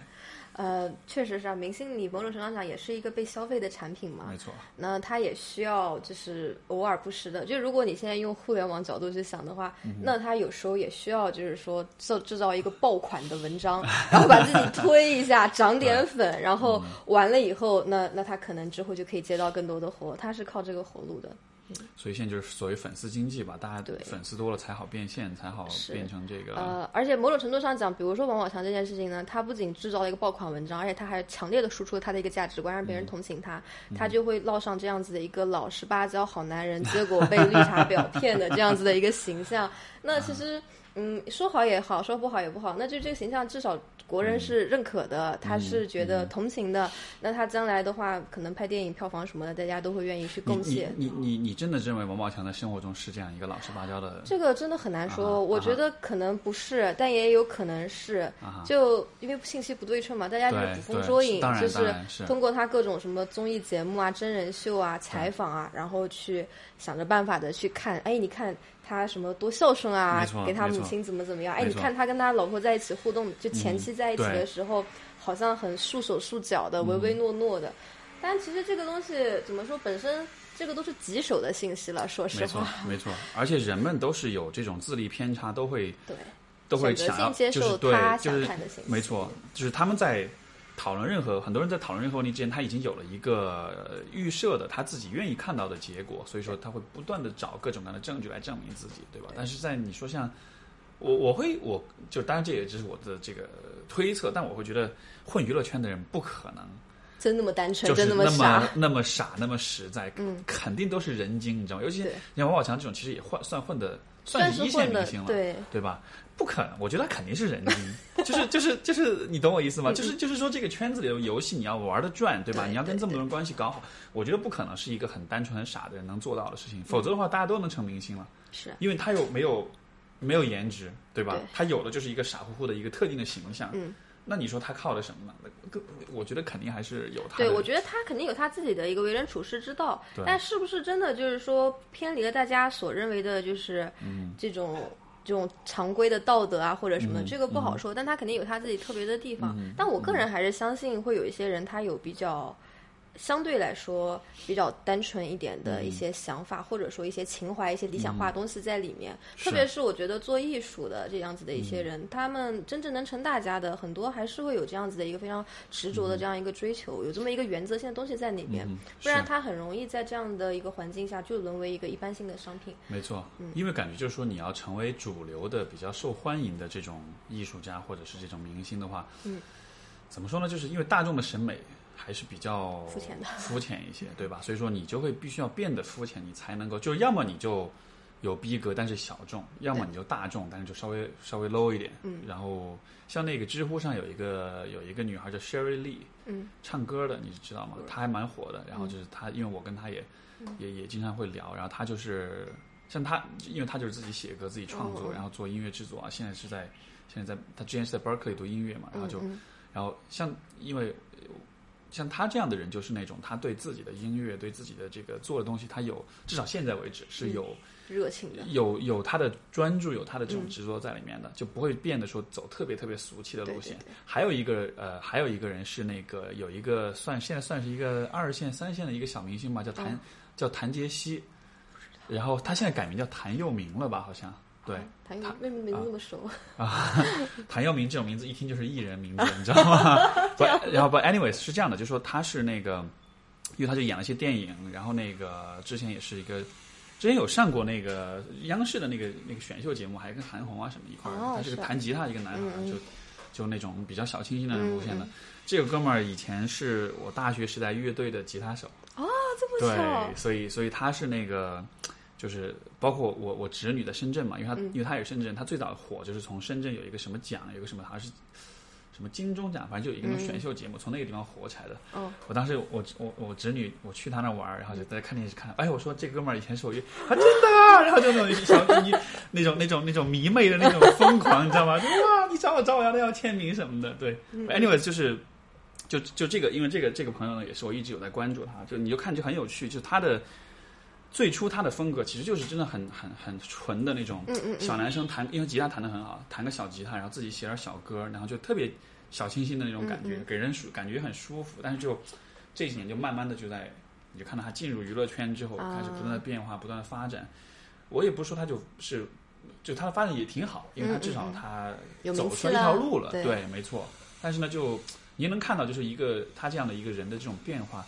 [SPEAKER 2] 呃，确实是啊，明星你某种程度上讲也是一个被消费的产品嘛
[SPEAKER 1] 没，错。
[SPEAKER 2] 那它也需要就是偶尔不时的，就如果你现在用互联网角度去想的话，那它有时候也需要就是说制制造一个爆款的文章，然后把自己推一下，涨点粉，然后完了以后，那那他可能之后就可以接到更多的活，他是靠这个活路的。
[SPEAKER 1] 所以现在就是所谓粉丝经济吧，大家
[SPEAKER 2] 对
[SPEAKER 1] 粉丝多了才好变现，才好
[SPEAKER 2] 是
[SPEAKER 1] 变成这个。
[SPEAKER 2] 呃，而且某种程度上讲，比如说王宝强这件事情呢，他不仅制造了一个爆款文章，而且他还强烈的输出了他的一个价值观，让别人同情他，
[SPEAKER 1] 嗯
[SPEAKER 2] 他就会烙上这样子的一个老实巴交好
[SPEAKER 1] (laughs)
[SPEAKER 2] 男人，结果被绿茶婊骗的这样子的一个形象。那其实，嗯，说好也好，说不好也不好，那就这个形象至少国人
[SPEAKER 1] 嗯
[SPEAKER 2] 是认可的，他是觉得同情的。那他将来的话，可能拍电影票房什么的，大家都会愿意去
[SPEAKER 1] 你
[SPEAKER 2] 贡献。
[SPEAKER 1] 你你你你真的认为王宝强在生活中是这样一个老实巴交的？
[SPEAKER 2] 这个真的很难
[SPEAKER 1] 啊哈
[SPEAKER 2] 说，我觉得可能不是，但也有可能是
[SPEAKER 1] 啊哈，
[SPEAKER 2] 就因为信息不对称嘛，大家就是
[SPEAKER 1] 对
[SPEAKER 2] 捕风
[SPEAKER 1] 对
[SPEAKER 2] 捉
[SPEAKER 1] 是
[SPEAKER 2] 影
[SPEAKER 1] 当，然
[SPEAKER 2] 就
[SPEAKER 1] 当然是
[SPEAKER 2] 通过他各种什么综艺节目啊、真人秀啊、采访啊，然后去想着办法的去看，哎，你看他什么多孝顺啊
[SPEAKER 1] 没错，
[SPEAKER 2] 给他
[SPEAKER 1] 没
[SPEAKER 2] 母
[SPEAKER 1] 错
[SPEAKER 2] 亲怎么怎么样，哎，
[SPEAKER 1] 没
[SPEAKER 2] 你
[SPEAKER 1] 错嗯
[SPEAKER 2] 看他跟他老婆在一起互动，就前期在一起
[SPEAKER 1] 对嗯
[SPEAKER 2] 的时候，好像很束手束脚的、唯唯诺诺的，但其实这个东西怎么说，本身这个都是棘手的信息了，说实
[SPEAKER 1] 没错
[SPEAKER 2] 话，，
[SPEAKER 1] 没错。而且人们都是有这种自力偏差，都会
[SPEAKER 2] 对。
[SPEAKER 1] 都会
[SPEAKER 2] 选择
[SPEAKER 1] 想要
[SPEAKER 2] 性接
[SPEAKER 1] 就
[SPEAKER 2] 受
[SPEAKER 1] 是对
[SPEAKER 2] 他，
[SPEAKER 1] 就
[SPEAKER 2] 想
[SPEAKER 1] 是
[SPEAKER 2] 看的信息
[SPEAKER 1] 没错，就是他们在讨论任何很多人在讨论任何问题之前，他已经有了一个呃预设的他自己愿意看到的结果，所以说他会不断的找各种各样的证据来证明自己，对吧？但是在你说像我，我会我就当然这也只是我的这个推测，但我会觉得混娱乐圈的人不可能
[SPEAKER 2] 真那么单纯，
[SPEAKER 1] 就是
[SPEAKER 2] 真那
[SPEAKER 1] 么
[SPEAKER 2] 傻。嗯
[SPEAKER 1] 那么傻，那么实在，肯定都是人精，你知道吗？尤其
[SPEAKER 2] 对
[SPEAKER 1] 像王宝强这种，其实也混算混的，
[SPEAKER 2] 算
[SPEAKER 1] 是
[SPEAKER 2] 是
[SPEAKER 1] 一线
[SPEAKER 2] 混的
[SPEAKER 1] 明星了，
[SPEAKER 2] 对
[SPEAKER 1] 吧？不可能，我觉得他肯定是人精， (laughs) 就是就是就是，你懂我意思吗？就是就是说，这个圈子里的游戏你要玩的转，对吧？
[SPEAKER 2] 嗯对
[SPEAKER 1] 你要跟
[SPEAKER 2] 对
[SPEAKER 1] 这么多人关系搞好，我觉得不可能是一个很单纯、很傻的人能做到的事情，否则的话，大家都能成明星了，
[SPEAKER 2] 是
[SPEAKER 1] 因为他又没有没有颜值，对吧
[SPEAKER 2] 对？
[SPEAKER 1] 他有的就是一个傻乎乎的一个特定的形象，
[SPEAKER 2] 嗯
[SPEAKER 1] 那你说他靠的什么呢？那个我觉得肯定还是有他的
[SPEAKER 2] 对，我觉得他肯定有他自己的一个为人处事之道
[SPEAKER 1] 对，
[SPEAKER 2] 但是不是真的就是说偏离了大家所认为的，就是这种、这种常规的道德啊或者什么的，
[SPEAKER 1] 嗯
[SPEAKER 2] 这个不好说。但他肯定有他自己特别的地方。但我个人还是相信会有一些人他有比较。相对来说比较单纯一点的一些想法，或者说一些情怀、一些理想化的东西在里面。
[SPEAKER 1] 嗯是啊
[SPEAKER 2] 特别是我觉得做艺术的这样子的一些人，他们真正能成大家的，很多还是会有这样子的一个非常执着的这样一个追求，有这么一个原则性的东西在里面，
[SPEAKER 1] 嗯
[SPEAKER 2] 不然
[SPEAKER 1] 是
[SPEAKER 2] 他很容易在这样的一个环境下就沦为一个一般性的商品。
[SPEAKER 1] 没错，
[SPEAKER 2] 嗯
[SPEAKER 1] 因为感觉就是说，你要成为主流的、比较受欢迎的这种艺术家或者是这种明星的话，
[SPEAKER 2] 嗯，
[SPEAKER 1] 怎么说呢？就是因为大众的审美还是比较
[SPEAKER 2] 肤浅的
[SPEAKER 1] 肤浅一些，对吧？所以说你就会必须要变得肤浅，你才能够，就要么你就有逼格，但是小众；要么你就大众，但是就稍微稍微 low 一点。嗯，然后像那个知乎上有一个有一个女孩叫 Sherry Lee，
[SPEAKER 2] 嗯，
[SPEAKER 1] 唱歌的，你知道吗？她还蛮火的。然后就是她，因为我跟她也、
[SPEAKER 2] 嗯
[SPEAKER 1] 也也经常会聊，然后她就是像她，因为她就是自己写歌、自己创作，
[SPEAKER 2] 嗯嗯
[SPEAKER 1] 然后做音乐制作啊。现在是在现在在她之前是在 Berkeley 读音乐嘛，然后就、
[SPEAKER 2] 嗯
[SPEAKER 1] 然后像因为呃像她这样的人，就是那种她对自己的音乐、对自己的这个做的东西，她有至少现在为止
[SPEAKER 2] 嗯
[SPEAKER 1] 是有、
[SPEAKER 2] 热情的，嗯
[SPEAKER 1] 有有他的专注，有他的这种执着在里面的，就不会变得说走特别特别俗气的路线。
[SPEAKER 2] 对对
[SPEAKER 1] 还有一个呃，还有一个人是那个有一个算现在算是一个二线三线的一个小明
[SPEAKER 2] 嗯
[SPEAKER 1] 星吧，叫谭、叫谭杰希，然后他现在改名叫谭佑明了吧？好像对，
[SPEAKER 2] 谭咏为什么没那么熟？
[SPEAKER 1] 啊，
[SPEAKER 2] (laughs)
[SPEAKER 1] 谭耀明这种名字一听就是艺人名字，你知道吗？不，然后不，anyways 是这样的，就说他是那个，因为他就演了一些电影，然后那个之前也是一个，之前有上过那个央视的那个那个选秀节目，还跟韩红啊什么一块儿，
[SPEAKER 2] 哦
[SPEAKER 1] 他是个
[SPEAKER 2] 是
[SPEAKER 1] 弹吉他的一个男孩，
[SPEAKER 2] 嗯嗯
[SPEAKER 1] 就就那种比较小清新的路线的。
[SPEAKER 2] 嗯
[SPEAKER 1] 这个哥们儿以前是我大学时代乐队的吉他手，
[SPEAKER 2] 这么巧
[SPEAKER 1] 对，，所以所以他是那个，就是包括我我侄女的深圳嘛，因为他、
[SPEAKER 2] 嗯
[SPEAKER 1] 因为他也是深圳，他最早火就是从深圳有一个什么奖，有一个什么好像是什么金钟奖，反正就有一个那种选秀节目，从那个地方火起来的。
[SPEAKER 2] 嗯哦，嗯
[SPEAKER 1] 我当时我我我侄女我去他那玩儿，然后就在看电视看，哎，我说这哥们儿以前是我乐，他真的啊，然后就那种小一那种那种那种迷妹的那种疯狂，你知道吗？就哇，你找我找我要要签名什么的，对。Anyway，就是
[SPEAKER 2] 嗯
[SPEAKER 1] 就就这个，因为这个这个朋友呢，也是我一直有在关注他，就你就看就很有趣，就他的最初他的风格其实就是真的很很很纯的那种
[SPEAKER 2] 嗯嗯
[SPEAKER 1] 小男生弹，因为吉他弹得很好，弹个小吉他，然后自己写点小歌，然后就特别小清新的那种感
[SPEAKER 2] 嗯
[SPEAKER 1] 觉，给人舒感觉很舒服，但是就这几年就慢慢的就在。你就看到他进入娱乐圈之后，
[SPEAKER 2] 啊
[SPEAKER 1] 开始不断的变化，不断的发展。我也不是说他就是，就他的发展也挺好，因为他
[SPEAKER 2] 嗯
[SPEAKER 1] 至少
[SPEAKER 2] 嗯嗯
[SPEAKER 1] 他
[SPEAKER 2] 有
[SPEAKER 1] 走
[SPEAKER 2] 名
[SPEAKER 1] 出
[SPEAKER 2] 气
[SPEAKER 1] 来一条路
[SPEAKER 2] 了
[SPEAKER 1] 了，
[SPEAKER 2] 对
[SPEAKER 1] 没错。但是呢，就你也能看到，就是一个他这样的一个人的这种变化，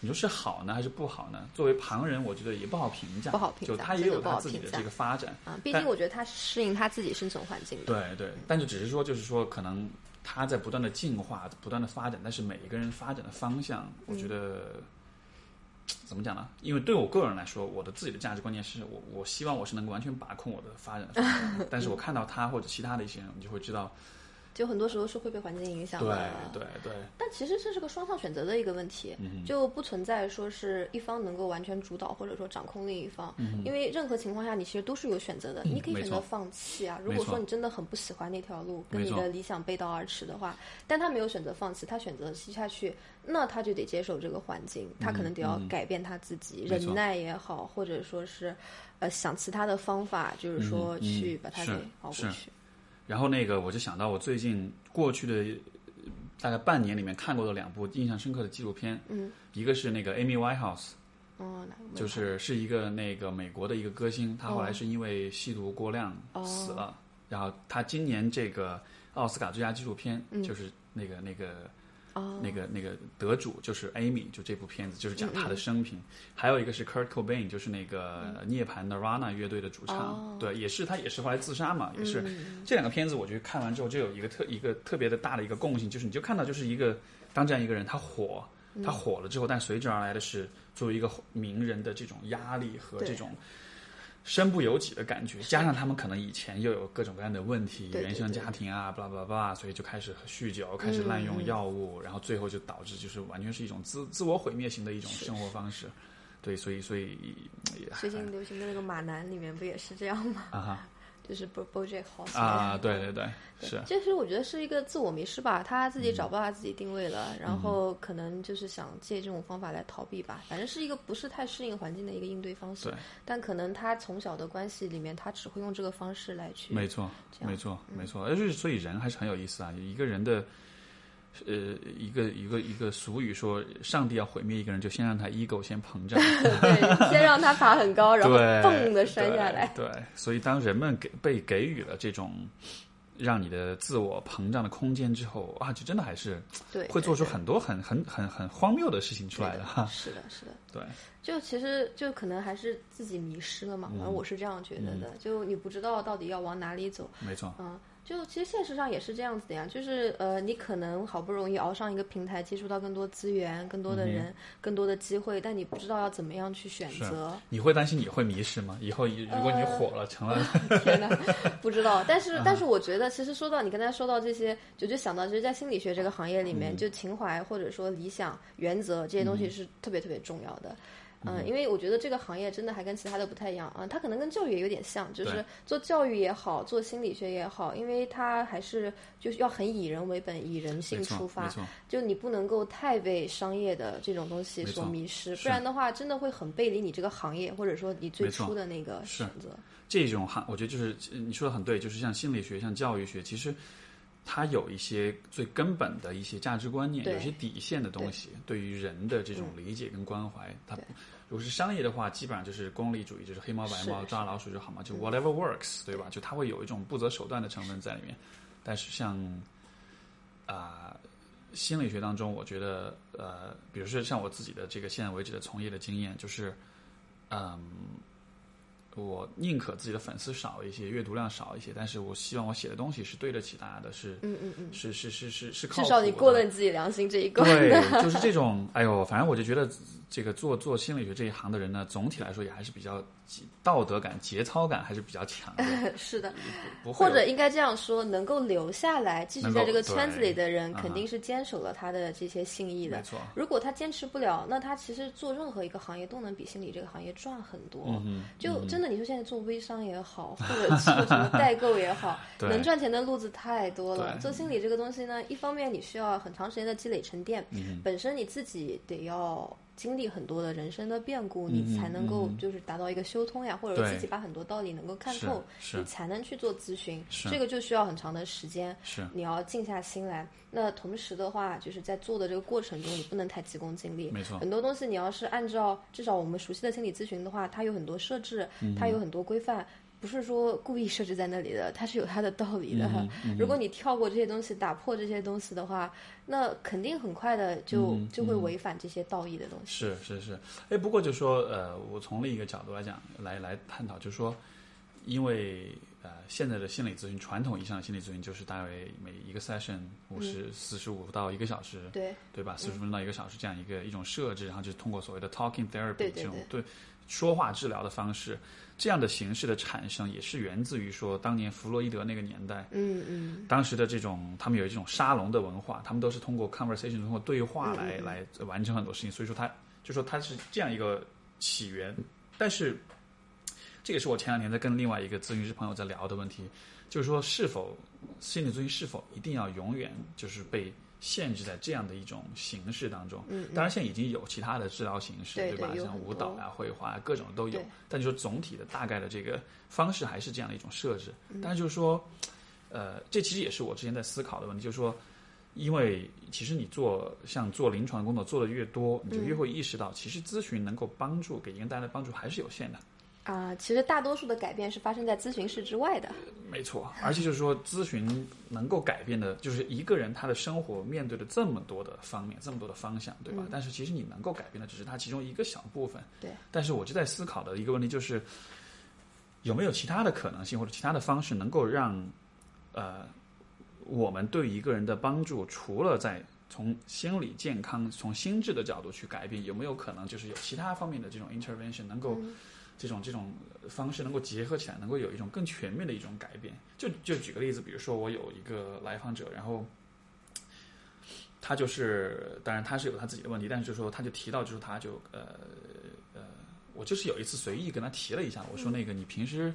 [SPEAKER 1] 你说是好呢还是不好呢？作为旁人，我觉得也不好评价，
[SPEAKER 2] 不好评价
[SPEAKER 1] 就他也有
[SPEAKER 2] 真的不好
[SPEAKER 1] 他自己的
[SPEAKER 2] 评价
[SPEAKER 1] 这个发展，
[SPEAKER 2] 啊，毕
[SPEAKER 1] 但
[SPEAKER 2] 竟我觉得他是适应他自己生存环境的。
[SPEAKER 1] 对对。但就只是说，就是说，可能他在不断的进化，不断的发展，但是每一个人发展的方向，我觉得。
[SPEAKER 2] 嗯
[SPEAKER 1] 怎么讲呢？因为对我个人来说，我的自己的价值观念是我，我希望我是能够完全把控我的发展的方向的。
[SPEAKER 2] (laughs)
[SPEAKER 1] 但是我看到他或者其他的一些人，你就会知道，
[SPEAKER 2] 就很多时候是会被环境影响
[SPEAKER 1] 对
[SPEAKER 2] 的。
[SPEAKER 1] 对对，
[SPEAKER 2] 但其实这是个双向选择的一个问题，
[SPEAKER 1] 嗯
[SPEAKER 2] 就不存在说是一方能够完全主导或者说掌控另一方，因为任何情况下你其实都是有选择的，
[SPEAKER 1] 嗯
[SPEAKER 2] 你可以
[SPEAKER 1] 没
[SPEAKER 2] 选
[SPEAKER 1] 错
[SPEAKER 2] 择放弃啊。如
[SPEAKER 1] 没
[SPEAKER 2] 果
[SPEAKER 1] 错
[SPEAKER 2] 说你真的很不喜欢那条路，跟
[SPEAKER 1] 没
[SPEAKER 2] 你
[SPEAKER 1] 错
[SPEAKER 2] 的理想背道而驰的话，但他没有选择放弃，他选择吸下去，那他就得接受这个环境，他
[SPEAKER 1] 嗯
[SPEAKER 2] 可能得要改变他自己，
[SPEAKER 1] 没错
[SPEAKER 2] 忍耐也好，或者说是呃想其他的方法，就是说
[SPEAKER 1] 嗯嗯
[SPEAKER 2] 去把它给
[SPEAKER 1] 是
[SPEAKER 2] 熬过
[SPEAKER 1] 是
[SPEAKER 2] 去。
[SPEAKER 1] 然后那个我就想到我最近过去的呃大概半年里面看过的两部印象深刻的纪录片，
[SPEAKER 2] 嗯，
[SPEAKER 1] 一个是那个 Amy Winehouse，
[SPEAKER 2] 哦，那我们
[SPEAKER 1] 就是是一个那个美国的一个歌星，她后来是因为吸毒过量
[SPEAKER 2] 哦
[SPEAKER 1] 死了，然后她今年这个奥斯卡最佳纪录片、
[SPEAKER 2] 嗯
[SPEAKER 1] 就是那个那个
[SPEAKER 2] 哦
[SPEAKER 1] 那个那个得主就是 Amy，就这部片子就是讲
[SPEAKER 2] 嗯
[SPEAKER 1] 她的生平。还有一个是 Kurt Cobain，就是那个涅槃 Nirvana 乐队的主唱，
[SPEAKER 2] 哦嗯
[SPEAKER 1] 对，也是他也是后来自杀嘛，也是、这两个片子，我觉得看完之后就有一个特一个特别的大的一个共性，就是你就看到就是一个当这样一个人他火。
[SPEAKER 2] 嗯
[SPEAKER 1] 他火了之后，但随之而来的是作为一个名人的这种压力和
[SPEAKER 2] 对
[SPEAKER 1] 这种身不由己的感觉，加上他们可能以前又有各种各样的问题，
[SPEAKER 2] 对对
[SPEAKER 1] 原生
[SPEAKER 2] 对
[SPEAKER 1] 家庭啊，巴拉巴拉巴拉，所以就开始酗酒，开始滥
[SPEAKER 2] 嗯
[SPEAKER 1] 用药物，然后最后就导致就是完全是一种自自我毁灭型的一种生活方式。对，所以所以也
[SPEAKER 2] 最近流行的那个马男里面不也是这样吗？
[SPEAKER 1] 啊哈
[SPEAKER 2] 就是 Bo BoJack Horseman
[SPEAKER 1] 啊，对对对，是
[SPEAKER 2] 其实我觉得是一个自我迷失吧，他自己找不到他自己定位了，
[SPEAKER 1] 嗯
[SPEAKER 2] 然后可能就是想借这种方法来逃避吧，反正是一个不是太适应环境的一个应对方式
[SPEAKER 1] 对。
[SPEAKER 2] 但可能他从小的关系里面，他只会用这个方式来
[SPEAKER 1] (laughs)
[SPEAKER 2] 去。嗯
[SPEAKER 1] 没错，没错，没错。而且，所以人还是很有意思啊。一个人的，呃，一个一个一个俗语说，上帝要毁灭一个人，就先让他 ego 先膨胀，
[SPEAKER 2] 对，先让他爬很高， (laughs) 然后
[SPEAKER 1] 对，
[SPEAKER 2] 蹦的摔下来。
[SPEAKER 1] 对。对，所以当人们给被给予了这种让你的自我膨胀的空间之后，啊，就真的还是
[SPEAKER 2] 对，
[SPEAKER 1] 会做出
[SPEAKER 2] 对
[SPEAKER 1] 很多很很很很荒谬的事情出来
[SPEAKER 2] 对
[SPEAKER 1] 的
[SPEAKER 2] 的
[SPEAKER 1] 哈。
[SPEAKER 2] 是的，是的。
[SPEAKER 1] 对，
[SPEAKER 2] 就其实就可能还是自己迷失了嘛，反
[SPEAKER 1] 嗯
[SPEAKER 2] 正我是这样觉得的。就你不知道到底要往哪里走，
[SPEAKER 1] 没错，
[SPEAKER 2] 嗯，就其实现实上也是这样子的呀，就是呃，你可能好不容易熬上一个平台，接触到更多资源、更多的人、更多的机会，但你不知道要怎么样去选
[SPEAKER 1] 嗯是
[SPEAKER 2] 择。
[SPEAKER 1] 你会担心你会迷失吗？以后一如果你
[SPEAKER 2] 呃
[SPEAKER 1] 火了，成了
[SPEAKER 2] 天哪， (laughs) 不知道。但
[SPEAKER 1] 嗯
[SPEAKER 2] 是，但是我觉得，其实说到你刚才说到这些，就就想到，其实，在心理学这个行业里
[SPEAKER 1] 嗯
[SPEAKER 2] 面，就情怀或者说理想、原则这些东西是特别特别重要的。嗯，因为我觉得这个行业真的还跟其他的不太一样啊，它可能跟教育也有点像，就是
[SPEAKER 1] 对
[SPEAKER 2] 做教育也好，做心理学也好，因为它还是就是要很以人为本，以人性
[SPEAKER 1] 没
[SPEAKER 2] 出
[SPEAKER 1] 错，没
[SPEAKER 2] 发，
[SPEAKER 1] 错，
[SPEAKER 2] 就你不能够太被商业的这种东西
[SPEAKER 1] 没
[SPEAKER 2] 所
[SPEAKER 1] 错
[SPEAKER 2] 迷失，
[SPEAKER 1] 是
[SPEAKER 2] 不然的话，真的会很背离你这个行业，或者说你最
[SPEAKER 1] 没错
[SPEAKER 2] 初的那个
[SPEAKER 1] 是
[SPEAKER 2] 选择。
[SPEAKER 1] 这种哈，我觉得就是呃你说的很对，就是像心理学、像教育学，其实它有一些最根本的一些价值观念，
[SPEAKER 2] 对嗯
[SPEAKER 1] 有一些底线的东西，对于人的这种理解跟关怀，它
[SPEAKER 2] 对
[SPEAKER 1] 如果是商业的话，基本上就是功利主义，就是黑猫白猫
[SPEAKER 2] 是
[SPEAKER 1] 抓老鼠就好嘛，就 whatever works，对吧？就它会有一种不择手段的成分在里面。但是像啊、心理学当中，我觉得呃，比如说像我自己的这个现在为止的从业的经验，就是嗯，我宁可自己的粉丝少一些，阅读量少一些，但是我希望我写的东西是对得起大家的，是
[SPEAKER 2] 嗯嗯嗯，
[SPEAKER 1] 是是是是是靠
[SPEAKER 2] 至少你
[SPEAKER 1] 谱的
[SPEAKER 2] 过了你自己良心这一关。
[SPEAKER 1] 对，就是这种，哎呦，反正我就觉得这个做做心理学这一行的人呢，总体来说也还是比较道德感、节操感还是比较强的，
[SPEAKER 2] 是的，
[SPEAKER 1] (laughs) 不不会
[SPEAKER 2] 或
[SPEAKER 1] 有
[SPEAKER 2] 者应该这样说，能够留下来继续
[SPEAKER 1] 能
[SPEAKER 2] 在
[SPEAKER 1] 够
[SPEAKER 2] 这个圈子里的人，
[SPEAKER 1] 对嗯
[SPEAKER 2] 肯定是坚守了他的这些信义的
[SPEAKER 1] 没。错，
[SPEAKER 2] 如果他坚持不了，那他其实做任何一个行业都能比心理这个行业赚很多。
[SPEAKER 1] 嗯
[SPEAKER 2] 就真的，你说现在做微商也好，或者做什么代购也好，
[SPEAKER 1] (laughs) 对
[SPEAKER 2] 能赚钱的路子太多了。
[SPEAKER 1] 对
[SPEAKER 2] 做心理这个东西呢，一方面你需要很长时间的积累沉淀，
[SPEAKER 1] 嗯
[SPEAKER 2] 本身你自己得要经历很多的人生的变故，
[SPEAKER 1] 嗯
[SPEAKER 2] 你才能够
[SPEAKER 1] 嗯
[SPEAKER 2] 就是达到一个修通呀，或者
[SPEAKER 1] 对
[SPEAKER 2] 自己把很多道理能够看
[SPEAKER 1] 是
[SPEAKER 2] 透，
[SPEAKER 1] 是
[SPEAKER 2] 你才能去做咨询。
[SPEAKER 1] 是
[SPEAKER 2] 这个就需要很长的时间。
[SPEAKER 1] 是
[SPEAKER 2] 你要静下心来。那同时的话，就是在做的这个过程中，你不能太急功近利。
[SPEAKER 1] 没错
[SPEAKER 2] 很多东西你要是按照至少我们熟悉的心理咨询的话，它有很多设置，
[SPEAKER 1] 嗯
[SPEAKER 2] 它有很多规范。不是说故意设置在那里的，它是有它的道理
[SPEAKER 1] 嗯
[SPEAKER 2] 的。如果你跳过这些东西，打破这些东西的话，那肯定很快的就、
[SPEAKER 1] 嗯
[SPEAKER 2] 就会违反这些道义的东西。
[SPEAKER 1] 是是是，哎，不过就说呃，我从另一个角度来讲，来来探讨，就说因为呃，现在的心理咨询，传统意义上的心理咨询就是大约每一个 session 五十四十五到一个小时，
[SPEAKER 2] 嗯对，
[SPEAKER 1] 对吧？四十分到一个小时这样一个一种设置，然后就是通过所谓的 talking therapy
[SPEAKER 2] 对
[SPEAKER 1] 这
[SPEAKER 2] 对
[SPEAKER 1] 种对说话治疗的方式，这样的形式的产生也是源自于说当年弗洛伊德那个年代，
[SPEAKER 2] 嗯嗯，
[SPEAKER 1] 当时的这种他们有这种沙龙的文化，他们都是通过 conversation 通过对话
[SPEAKER 2] 嗯嗯
[SPEAKER 1] 来、
[SPEAKER 2] 嗯
[SPEAKER 1] 来完成很多事情，所以说它就说它是这样一个起源，但是。这也是我前两天在跟另外一个咨询师朋友在聊的问题，就是说是否心理咨询是否一定要永远就是被限制在这样的一种形式当中？
[SPEAKER 2] 嗯，
[SPEAKER 1] 当然现在已经有其他的治疗形式，
[SPEAKER 2] 对
[SPEAKER 1] 吧？
[SPEAKER 2] 对有
[SPEAKER 1] 像
[SPEAKER 2] 很
[SPEAKER 1] 舞蹈
[SPEAKER 2] 多
[SPEAKER 1] 啊、绘画啊，各种都有
[SPEAKER 2] 对。
[SPEAKER 1] 但就说总体的大概的这个方式还是这样的一种设置。
[SPEAKER 2] 嗯
[SPEAKER 1] 但是就是说，呃，这其实也是我之前在思考的问题，就是说，因为其实你做像做临床工作做的越多，你就越会意识到，其实咨询能够帮助给一个人带来的帮助还是有限的。
[SPEAKER 2] 啊、其实大多数的改变是发生在咨询室之外的。
[SPEAKER 1] 没错，而且就是说，咨询能够改变的，就是一个人他的生活面对的这么多的方面，这么多的方向，对吧？但是其实你能够改变的只是他其中一个小部分。
[SPEAKER 2] 对。
[SPEAKER 1] 但是我就在思考的一个问题就是，有没有其他的可能性或者其他的方式能够让，呃，我们对一个人的帮助，除了在从心理健康、从心智的角度去改变，有没有可能就是有其他方面的这种 intervention 能够、这种这种方式能够结合起来，能够有一种更全面的一种改变？就就举个例子，比如说我有一个来访者，然后。他就是，当然他是有他自己的问题，但是就说他就提到，就是他就呃呃，我就是有一次随意跟他提了一下，我
[SPEAKER 2] 嗯
[SPEAKER 1] 说那个你平时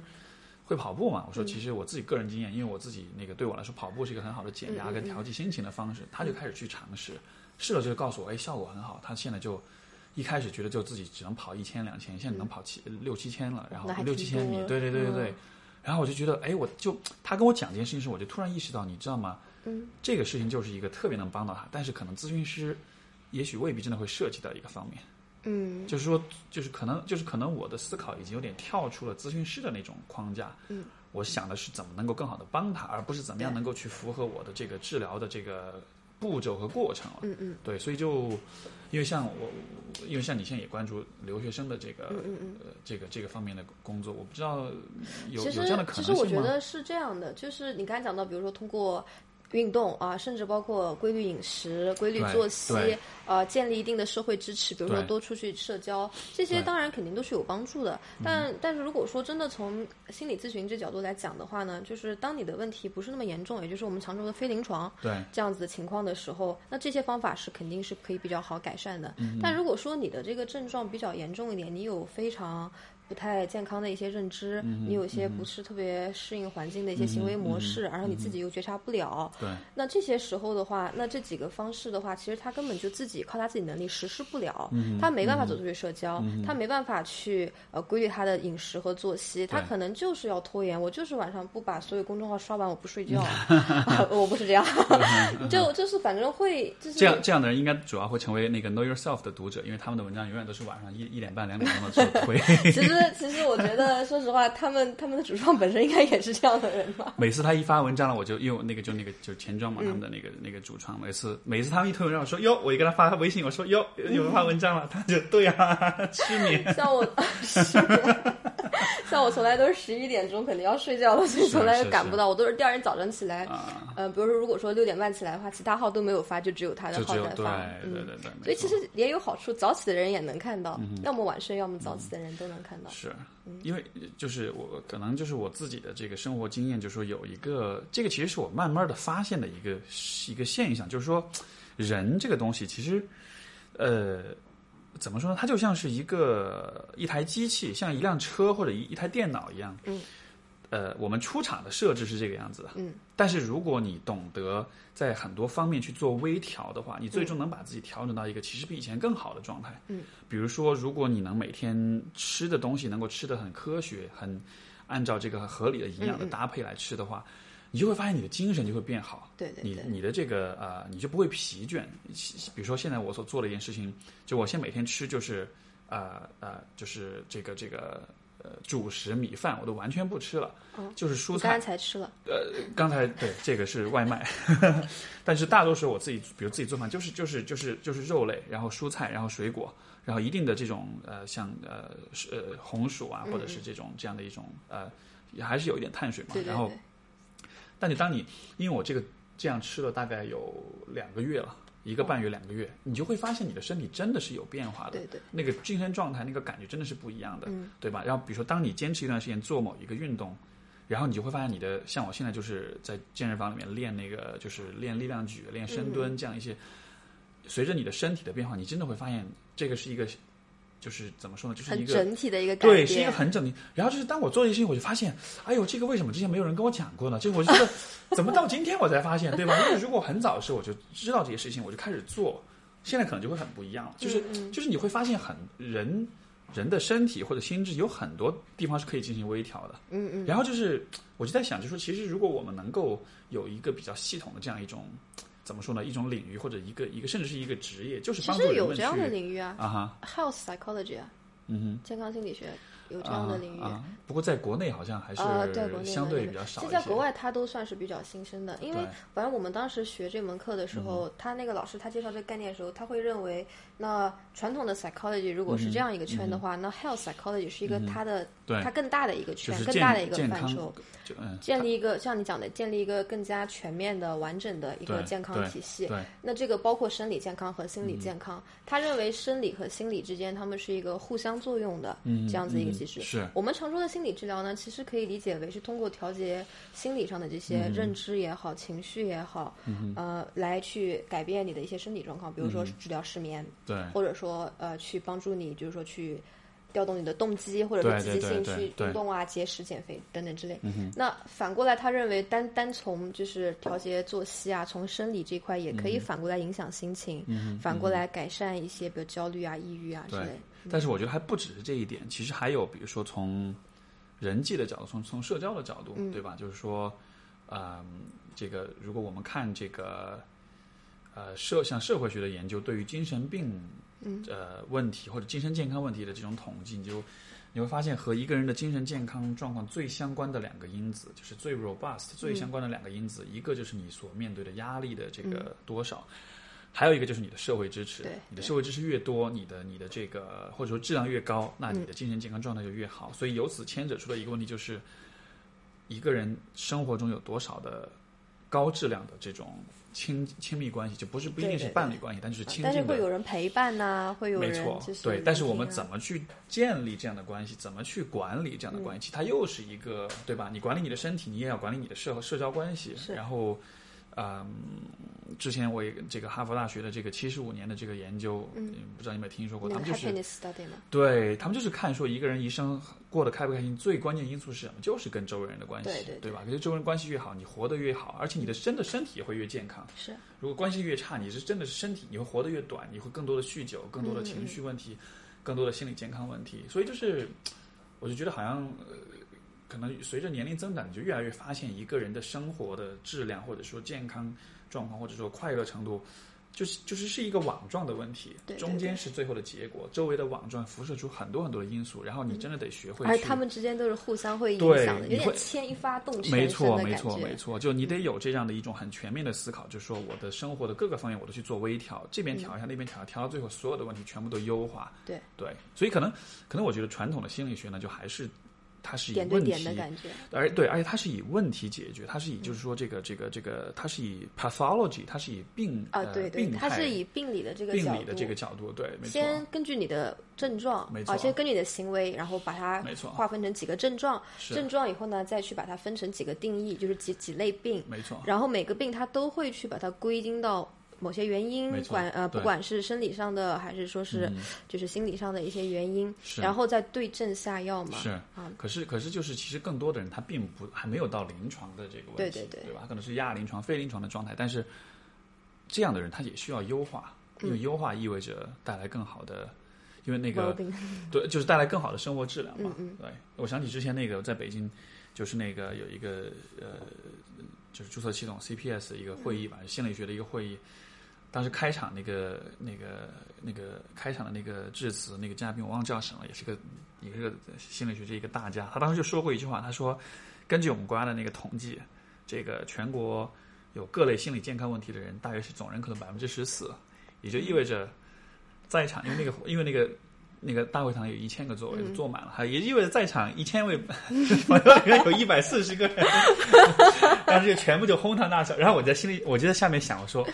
[SPEAKER 1] 会跑步吗？我说其实我自己个人经验，因为我自己那个对我来说跑步是一个很好的减压
[SPEAKER 2] 嗯嗯嗯
[SPEAKER 1] 跟调剂心情的方式，他就开始去尝试，试了就告诉我，哎，效果很好，他现在就。一开始觉得就自己只能跑一千两千，现在能跑七六七千了，然后
[SPEAKER 2] 那还
[SPEAKER 1] 六
[SPEAKER 2] 挺
[SPEAKER 1] 七千米
[SPEAKER 2] 多，了
[SPEAKER 1] 对对对对对。
[SPEAKER 2] 嗯
[SPEAKER 1] 然后我就觉得，哎，我就他跟我讲这件事情时，我就突然意识到，你知道吗？
[SPEAKER 2] 嗯，
[SPEAKER 1] 这个事情就是一个特别能帮到他，但是可能咨询师也许未必真的会涉及到一个方面，
[SPEAKER 2] 嗯
[SPEAKER 1] 就是说，就是可能就是可能我的思考已经有点跳出了咨询师的那种框架，
[SPEAKER 2] 嗯，
[SPEAKER 1] 我想的是怎么能够更好的帮他，而不是怎么样
[SPEAKER 2] 对
[SPEAKER 1] 能够去符合我的这个治疗的这个步骤和过程了。
[SPEAKER 2] 嗯嗯
[SPEAKER 1] 对，所以就因为像我，我因为像你现在也关注留学生的这个、
[SPEAKER 2] 嗯嗯嗯。
[SPEAKER 1] 呃这个这个方面的工作，我不知道有
[SPEAKER 2] 其
[SPEAKER 1] 有
[SPEAKER 2] 实
[SPEAKER 1] 这样的可
[SPEAKER 2] 其
[SPEAKER 1] 能
[SPEAKER 2] 实
[SPEAKER 1] 性吗？
[SPEAKER 2] 我觉得是这样的，就是你刚才讲到，比如说通过。运动啊，甚至包括规律饮食、规律
[SPEAKER 1] 对
[SPEAKER 2] 作息
[SPEAKER 1] 对，
[SPEAKER 2] 呃，建立一定的社会支持，比如说
[SPEAKER 1] 对嗯
[SPEAKER 2] 多出去社交，这些
[SPEAKER 1] 对
[SPEAKER 2] 当然肯定都是有帮助的。
[SPEAKER 1] 嗯
[SPEAKER 2] 但但是如果说真的从心理咨询这角度来讲的话呢，就是当你的问题不是那么严重，也就是我们常说的非临床，
[SPEAKER 1] 对，
[SPEAKER 2] 这样子的情况的时候，那这些方法是肯定
[SPEAKER 1] 嗯
[SPEAKER 2] 是可以比较好改善的。但如果说你的这个症状比较严重一点，你有非常不太健康的一些认知，
[SPEAKER 1] 嗯哼
[SPEAKER 2] 你有一些
[SPEAKER 1] 嗯哼
[SPEAKER 2] 不是特别适应环境的一些行为模
[SPEAKER 1] 嗯
[SPEAKER 2] 式，
[SPEAKER 1] 哼嗯哼
[SPEAKER 2] 然后你自己又觉察不了。
[SPEAKER 1] 对，
[SPEAKER 2] 那这些时候的话，那这几个方式的话，其实他根本就自己靠他自己能力实施不了，
[SPEAKER 1] 嗯
[SPEAKER 2] 他没办法走出去社交，他没办法去呃规律他的饮食和作息，他
[SPEAKER 1] 对
[SPEAKER 2] 可能就是要拖延。我就是晚上不把所有公众号刷完，我不睡觉，
[SPEAKER 1] 嗯
[SPEAKER 2] 啊我不是这
[SPEAKER 1] (laughs)
[SPEAKER 2] 样，就就是反正会就是
[SPEAKER 1] 这样这样的人应该主要会成为那个 Know Yourself 的读者，因为他们的文章永远都是晚上一一点半两点钟的时候推。
[SPEAKER 2] 其实，其实我觉得，说实话，他们他们的主创本身应该也是这样的人吧。
[SPEAKER 1] 每次他一发文章了，我就因为我那个就那个就钱庄嘛，他们的那
[SPEAKER 2] 嗯
[SPEAKER 1] 个那个主创，每次每次他们一推文章，我说哟，我一给他发微信，我说哟，有人发文章了，他就对
[SPEAKER 2] 嗯
[SPEAKER 1] 啊，失眠。
[SPEAKER 2] (laughs) 像我，是 (laughs) 像我从来都是十一点钟肯定要睡觉了，所以
[SPEAKER 1] 是
[SPEAKER 2] 从来
[SPEAKER 1] 是
[SPEAKER 2] 就赶
[SPEAKER 1] 是
[SPEAKER 2] 不到。我都是第二天早晨起来，
[SPEAKER 1] 啊，
[SPEAKER 2] 呃，比如说如果说六点半起来的话，其他号都没有发，就只有他的
[SPEAKER 1] 就
[SPEAKER 2] 号
[SPEAKER 1] 只有
[SPEAKER 2] 在
[SPEAKER 1] 对
[SPEAKER 2] 发。
[SPEAKER 1] 对
[SPEAKER 2] 嗯，
[SPEAKER 1] 对对，
[SPEAKER 2] 所以
[SPEAKER 1] 没
[SPEAKER 2] 其
[SPEAKER 1] 错嗯
[SPEAKER 2] 实也有好处，早起的人也能看到，要么晚睡，要么早起的嗯人都能看到。
[SPEAKER 1] 是因为就是我可能就是我自己的这个生活经验，就是说有一个这个其实是我慢慢的发现的一个一个现象，就是说人这个东西其实呃怎么说呢？它就像是一个一台机器，像一辆车或者一一台电脑一样。
[SPEAKER 2] 嗯。
[SPEAKER 1] 呃，我们出厂的设置是这个样子的。
[SPEAKER 2] 嗯。
[SPEAKER 1] 但是如果你懂得在很多方面去做微调的话，你最终能把自己调整到一个其实比以前更好的状态。
[SPEAKER 2] 嗯。
[SPEAKER 1] 比如说，如果你能每天吃的东西能够吃的很科学，很按照这个合理的营养的
[SPEAKER 2] 嗯嗯
[SPEAKER 1] 搭配来吃的话，你就会发现你的精神就会变好。
[SPEAKER 2] 对对
[SPEAKER 1] 你
[SPEAKER 2] 对，
[SPEAKER 1] 你的这个呃，你就不会疲倦。其比如说现在我所做的一件事情，就我现在每天吃就是呃呃，就是这个这个呃主食米饭我都完全不吃了，
[SPEAKER 2] 嗯
[SPEAKER 1] 就是蔬
[SPEAKER 2] 我刚才
[SPEAKER 1] 菜。
[SPEAKER 2] 才吃了，
[SPEAKER 1] 呃，刚才对这个是外卖，但是大多数我自己，比如自己做饭，就是就是就是就是肉类，然后蔬菜，然后水果，然后一定的这种呃像呃是呃红薯啊，或者是这种这样的一种呃，也还是有一点碳水嘛，
[SPEAKER 2] 对对
[SPEAKER 1] 然后
[SPEAKER 2] 对，
[SPEAKER 1] 但你当你因为我这个这样吃了大概有两个月了，一个半月、两个月，你就会发现你的身体真的是有变化的，
[SPEAKER 2] 对对
[SPEAKER 1] 那个精神状态、那个感觉真的是不一样的，
[SPEAKER 2] 嗯
[SPEAKER 1] 对吧？然后比如说，当你坚持一段时间做某一个运动，然后你就会发现你的，像我现在就是在健身房里面练那个，就是练力量举、练深
[SPEAKER 2] 嗯
[SPEAKER 1] 蹲这样一些，随着你的身体的变化，你真的会发现这个是一个，就是怎么说呢，就是一
[SPEAKER 2] 很
[SPEAKER 1] 个
[SPEAKER 2] 整体的一个改变，
[SPEAKER 1] 对，是一个很整体。然后就是当我做这些事情，我就发现，哎呦，这个为什么之前没有人跟我讲过呢？这个我就觉得，怎么到今天我才发现，对吧？因为如果很早的时候我就知道这些事情，我就开始做，现在可能就会很不一样了。就是
[SPEAKER 2] 嗯嗯
[SPEAKER 1] 就是你会发现很，人人的身体或者心智有很多地方是可以进行微调的。
[SPEAKER 2] 嗯嗯。
[SPEAKER 1] 然后就是我就在想，就说其实如果我们能够有一个比较系统的这样一种。怎么说呢？一种领域或者一个一个，甚至是一个职业，就是
[SPEAKER 2] 其
[SPEAKER 1] 帮助
[SPEAKER 2] 实
[SPEAKER 1] 人
[SPEAKER 2] 有
[SPEAKER 1] 们
[SPEAKER 2] 这样的
[SPEAKER 1] 去
[SPEAKER 2] 领域啊
[SPEAKER 1] 啊哈，
[SPEAKER 2] ，health psychology 啊，
[SPEAKER 1] 嗯哼。
[SPEAKER 2] 健康心理学有这样的领域。
[SPEAKER 1] 啊啊。不过在国内好像还是
[SPEAKER 2] 呃，对，国内
[SPEAKER 1] 相对
[SPEAKER 2] 的
[SPEAKER 1] 比较少一
[SPEAKER 2] 这
[SPEAKER 1] 些。
[SPEAKER 2] 在国外它都算是比较新生的，因为
[SPEAKER 1] 对嗯
[SPEAKER 2] 反正我们当时学这门课的时候，他那个老师他介绍这个概念的时候，他会认为，那传统的 psychology 如果
[SPEAKER 1] 嗯
[SPEAKER 2] 是这样一个圈的话，那 health psychology 是一个它的、
[SPEAKER 1] 对
[SPEAKER 2] 它更大的一个
[SPEAKER 1] 就
[SPEAKER 2] 圈，
[SPEAKER 1] 是
[SPEAKER 2] 更
[SPEAKER 1] 健
[SPEAKER 2] 大的一个
[SPEAKER 1] 健
[SPEAKER 2] 范
[SPEAKER 1] 康
[SPEAKER 2] 畴，，
[SPEAKER 1] 就嗯，
[SPEAKER 2] 建立一个像你讲的，建立一个更加全面的、完整的一个
[SPEAKER 1] 对
[SPEAKER 2] 健康
[SPEAKER 1] 对
[SPEAKER 2] 体系。
[SPEAKER 1] 对，
[SPEAKER 2] 那这个包括生理健康和心
[SPEAKER 1] 嗯
[SPEAKER 2] 理健康，他认为生理和心理之间他们是一个互相作用的
[SPEAKER 1] 嗯，
[SPEAKER 2] 这样子一个
[SPEAKER 1] 嗯
[SPEAKER 2] 机制。
[SPEAKER 1] 是
[SPEAKER 2] 我们常说的心理治疗呢，其实可以理解为是通过调节心理上的这
[SPEAKER 1] 嗯
[SPEAKER 2] 些认知也好、情绪也好，呃，来去改变你的一些身体状况，比如
[SPEAKER 1] 嗯
[SPEAKER 2] 说治疗失眠，
[SPEAKER 1] 对，
[SPEAKER 2] 或者说呃去帮助你，比如说去调动你的动机，或者说
[SPEAKER 1] 对
[SPEAKER 2] 积极
[SPEAKER 1] 对
[SPEAKER 2] 性
[SPEAKER 1] 对
[SPEAKER 2] 去
[SPEAKER 1] 对嗯
[SPEAKER 2] 运动啊、节食、减肥等等之类。那反过来，他认为单单从就是调节作息啊，从生理这块也可以反过来影响心情，
[SPEAKER 1] 嗯
[SPEAKER 2] 反过来改善一些比如焦虑啊、抑郁啊之
[SPEAKER 1] 对
[SPEAKER 2] 类。
[SPEAKER 1] 但是我觉得还不只是这一点，其实还有，比如说从人际的角度，从从社交的角度，对吧？就是说，嗯、这个如果我们看这个，呃，社像社会学的研究，对于精神病，
[SPEAKER 2] 嗯
[SPEAKER 1] 呃，问题或者精神健康问题的这种统计，你就你会发现和一个人的精神健康状况最相关的两个因子，就是最 robust
[SPEAKER 2] 嗯
[SPEAKER 1] 最相关的两个因子，一个就是你所面对的压力的这个多少。还有一个就是你的社会支持
[SPEAKER 2] 嗯对，
[SPEAKER 1] 你的社会支持越多，你的你的这个或者说质量越高，那
[SPEAKER 2] 嗯
[SPEAKER 1] 你的精神健康状态就越好。所以由此牵扯出的一个问题就是，一个人生活中有多少的高质量的这种亲亲密关系，就不是不一定是
[SPEAKER 2] 对对啊
[SPEAKER 1] 伴侣关系，但是亲
[SPEAKER 2] 但是
[SPEAKER 1] 近
[SPEAKER 2] 会
[SPEAKER 1] 的。
[SPEAKER 2] 有人陪伴呐、会有
[SPEAKER 1] 没
[SPEAKER 2] 人
[SPEAKER 1] 错
[SPEAKER 2] 就，是、
[SPEAKER 1] 对，但是我们
[SPEAKER 2] 啊
[SPEAKER 1] 怎么去建立这样的关系，怎么去管理这样的关
[SPEAKER 2] 嗯
[SPEAKER 1] 系，它又是一个，对吧？你管理你的身体，你也要管理你的社社交关系，
[SPEAKER 2] 是
[SPEAKER 1] 然后，呃，之前我也这个哈佛大学的这个七十五年的这个研究，嗯，不知道你有没有听说过？
[SPEAKER 2] 那
[SPEAKER 1] 他
[SPEAKER 2] 个
[SPEAKER 1] 们就是
[SPEAKER 2] happiness study 嘛，
[SPEAKER 1] 对他们就是看说一个人一生过得开不开心，最关键因素是什么？就是跟周围人的关系，
[SPEAKER 2] 对对对
[SPEAKER 1] 吧？跟周围人关系越好，你活得越好，而且你的真的身体也会越健康。
[SPEAKER 2] 是
[SPEAKER 1] 如果关系越差，你是真的是身体，你会活得越短，你会更多的酗酒，更多的情绪问题，更多的心理健康问题。所以就是，我就觉得好像、呃、可能随着年龄增长，你就越来越发现一个人的生活的质量，或者说健康状况，或者说快乐程度。就是就是是一个网状的问题，
[SPEAKER 2] 对对
[SPEAKER 1] 中间是最后的结果，周围的网状辐射出很多很多的因素，然后你真的得学会去。
[SPEAKER 2] 而他们之间都是互相会影
[SPEAKER 1] 对
[SPEAKER 2] 响的，
[SPEAKER 1] 你
[SPEAKER 2] 有
[SPEAKER 1] 会
[SPEAKER 2] 点牵一发动
[SPEAKER 1] 没
[SPEAKER 2] 全身
[SPEAKER 1] 错，
[SPEAKER 2] 的
[SPEAKER 1] 没
[SPEAKER 2] 感
[SPEAKER 1] 错，没
[SPEAKER 2] 觉。嗯
[SPEAKER 1] 错，就你得有这样的一种很全面的思考，就是说我的生活的各个方面我都去做微调，这边调一下，那边调一下，调到最后所有的问题全部都优化。
[SPEAKER 2] 嗯对
[SPEAKER 1] 对，所以可能可能我觉得传统的心理学呢，就还是它是以
[SPEAKER 2] 点对
[SPEAKER 1] 问题
[SPEAKER 2] 点的感觉，
[SPEAKER 1] 而对，而且它是以问题解决，它是以就是说这个这个这个，它是以 pathology，它是以病
[SPEAKER 2] 啊，
[SPEAKER 1] 呃
[SPEAKER 2] 对对，
[SPEAKER 1] 病
[SPEAKER 2] 它
[SPEAKER 1] 态
[SPEAKER 2] 是以病理的这个
[SPEAKER 1] 病
[SPEAKER 2] 角
[SPEAKER 1] 理的
[SPEAKER 2] 度
[SPEAKER 1] 这个角度，对，没错，
[SPEAKER 2] 先根据你的症状，
[SPEAKER 1] 没
[SPEAKER 2] 啊，
[SPEAKER 1] 错
[SPEAKER 2] 先根据你的行为，然后把它
[SPEAKER 1] 没错
[SPEAKER 2] 划分成几个症状，
[SPEAKER 1] 是
[SPEAKER 2] 症状以后呢，再去把它分成几个定义，就是几几类病，
[SPEAKER 1] 没错，
[SPEAKER 2] 然后每个病它都会去把它归因到某些原因
[SPEAKER 1] 没，错
[SPEAKER 2] 管呃不
[SPEAKER 1] 对嗯
[SPEAKER 2] 管是生理上的还是说是就是心理上的一些原因，
[SPEAKER 1] 是
[SPEAKER 2] 然后再对症下药嘛。啊
[SPEAKER 1] 是，可是可是就是，其实更多的人他并不还没有到临床的这个问
[SPEAKER 2] 对
[SPEAKER 1] 题，
[SPEAKER 2] 对对
[SPEAKER 1] 吧？他可能是亚临床、非临床的状态，但是这样的人他也需要优化，因
[SPEAKER 2] 嗯
[SPEAKER 1] 为优化意味着带来更好的，因为那个
[SPEAKER 2] Well-being
[SPEAKER 1] 对，就是带来更好的生活质量嘛。对，我想起之前那个在北京，就是那个有一个呃，就是注册系统 CPS 的一个会议吧，心理学的一个会议。当时开场那个那个那个开场的那个致辞，那个嘉宾我忘了叫什么，也是个也是个心理学界一个大家，他当时就说过一句话，他说，根据我们国家的那个统计，这个全国有各类心理健康问题的人，大约是总人口的百分之十四，也就意味着在场，因为那个因为那个那个大会堂有一千个座位
[SPEAKER 2] 嗯
[SPEAKER 1] 坐满了，还也意味着在场一千位朋友 (laughs) 里面有一百四十个人，当时就全部就哄堂大笑。然后我在心里，我就在下面想，我
[SPEAKER 2] (laughs)
[SPEAKER 1] 说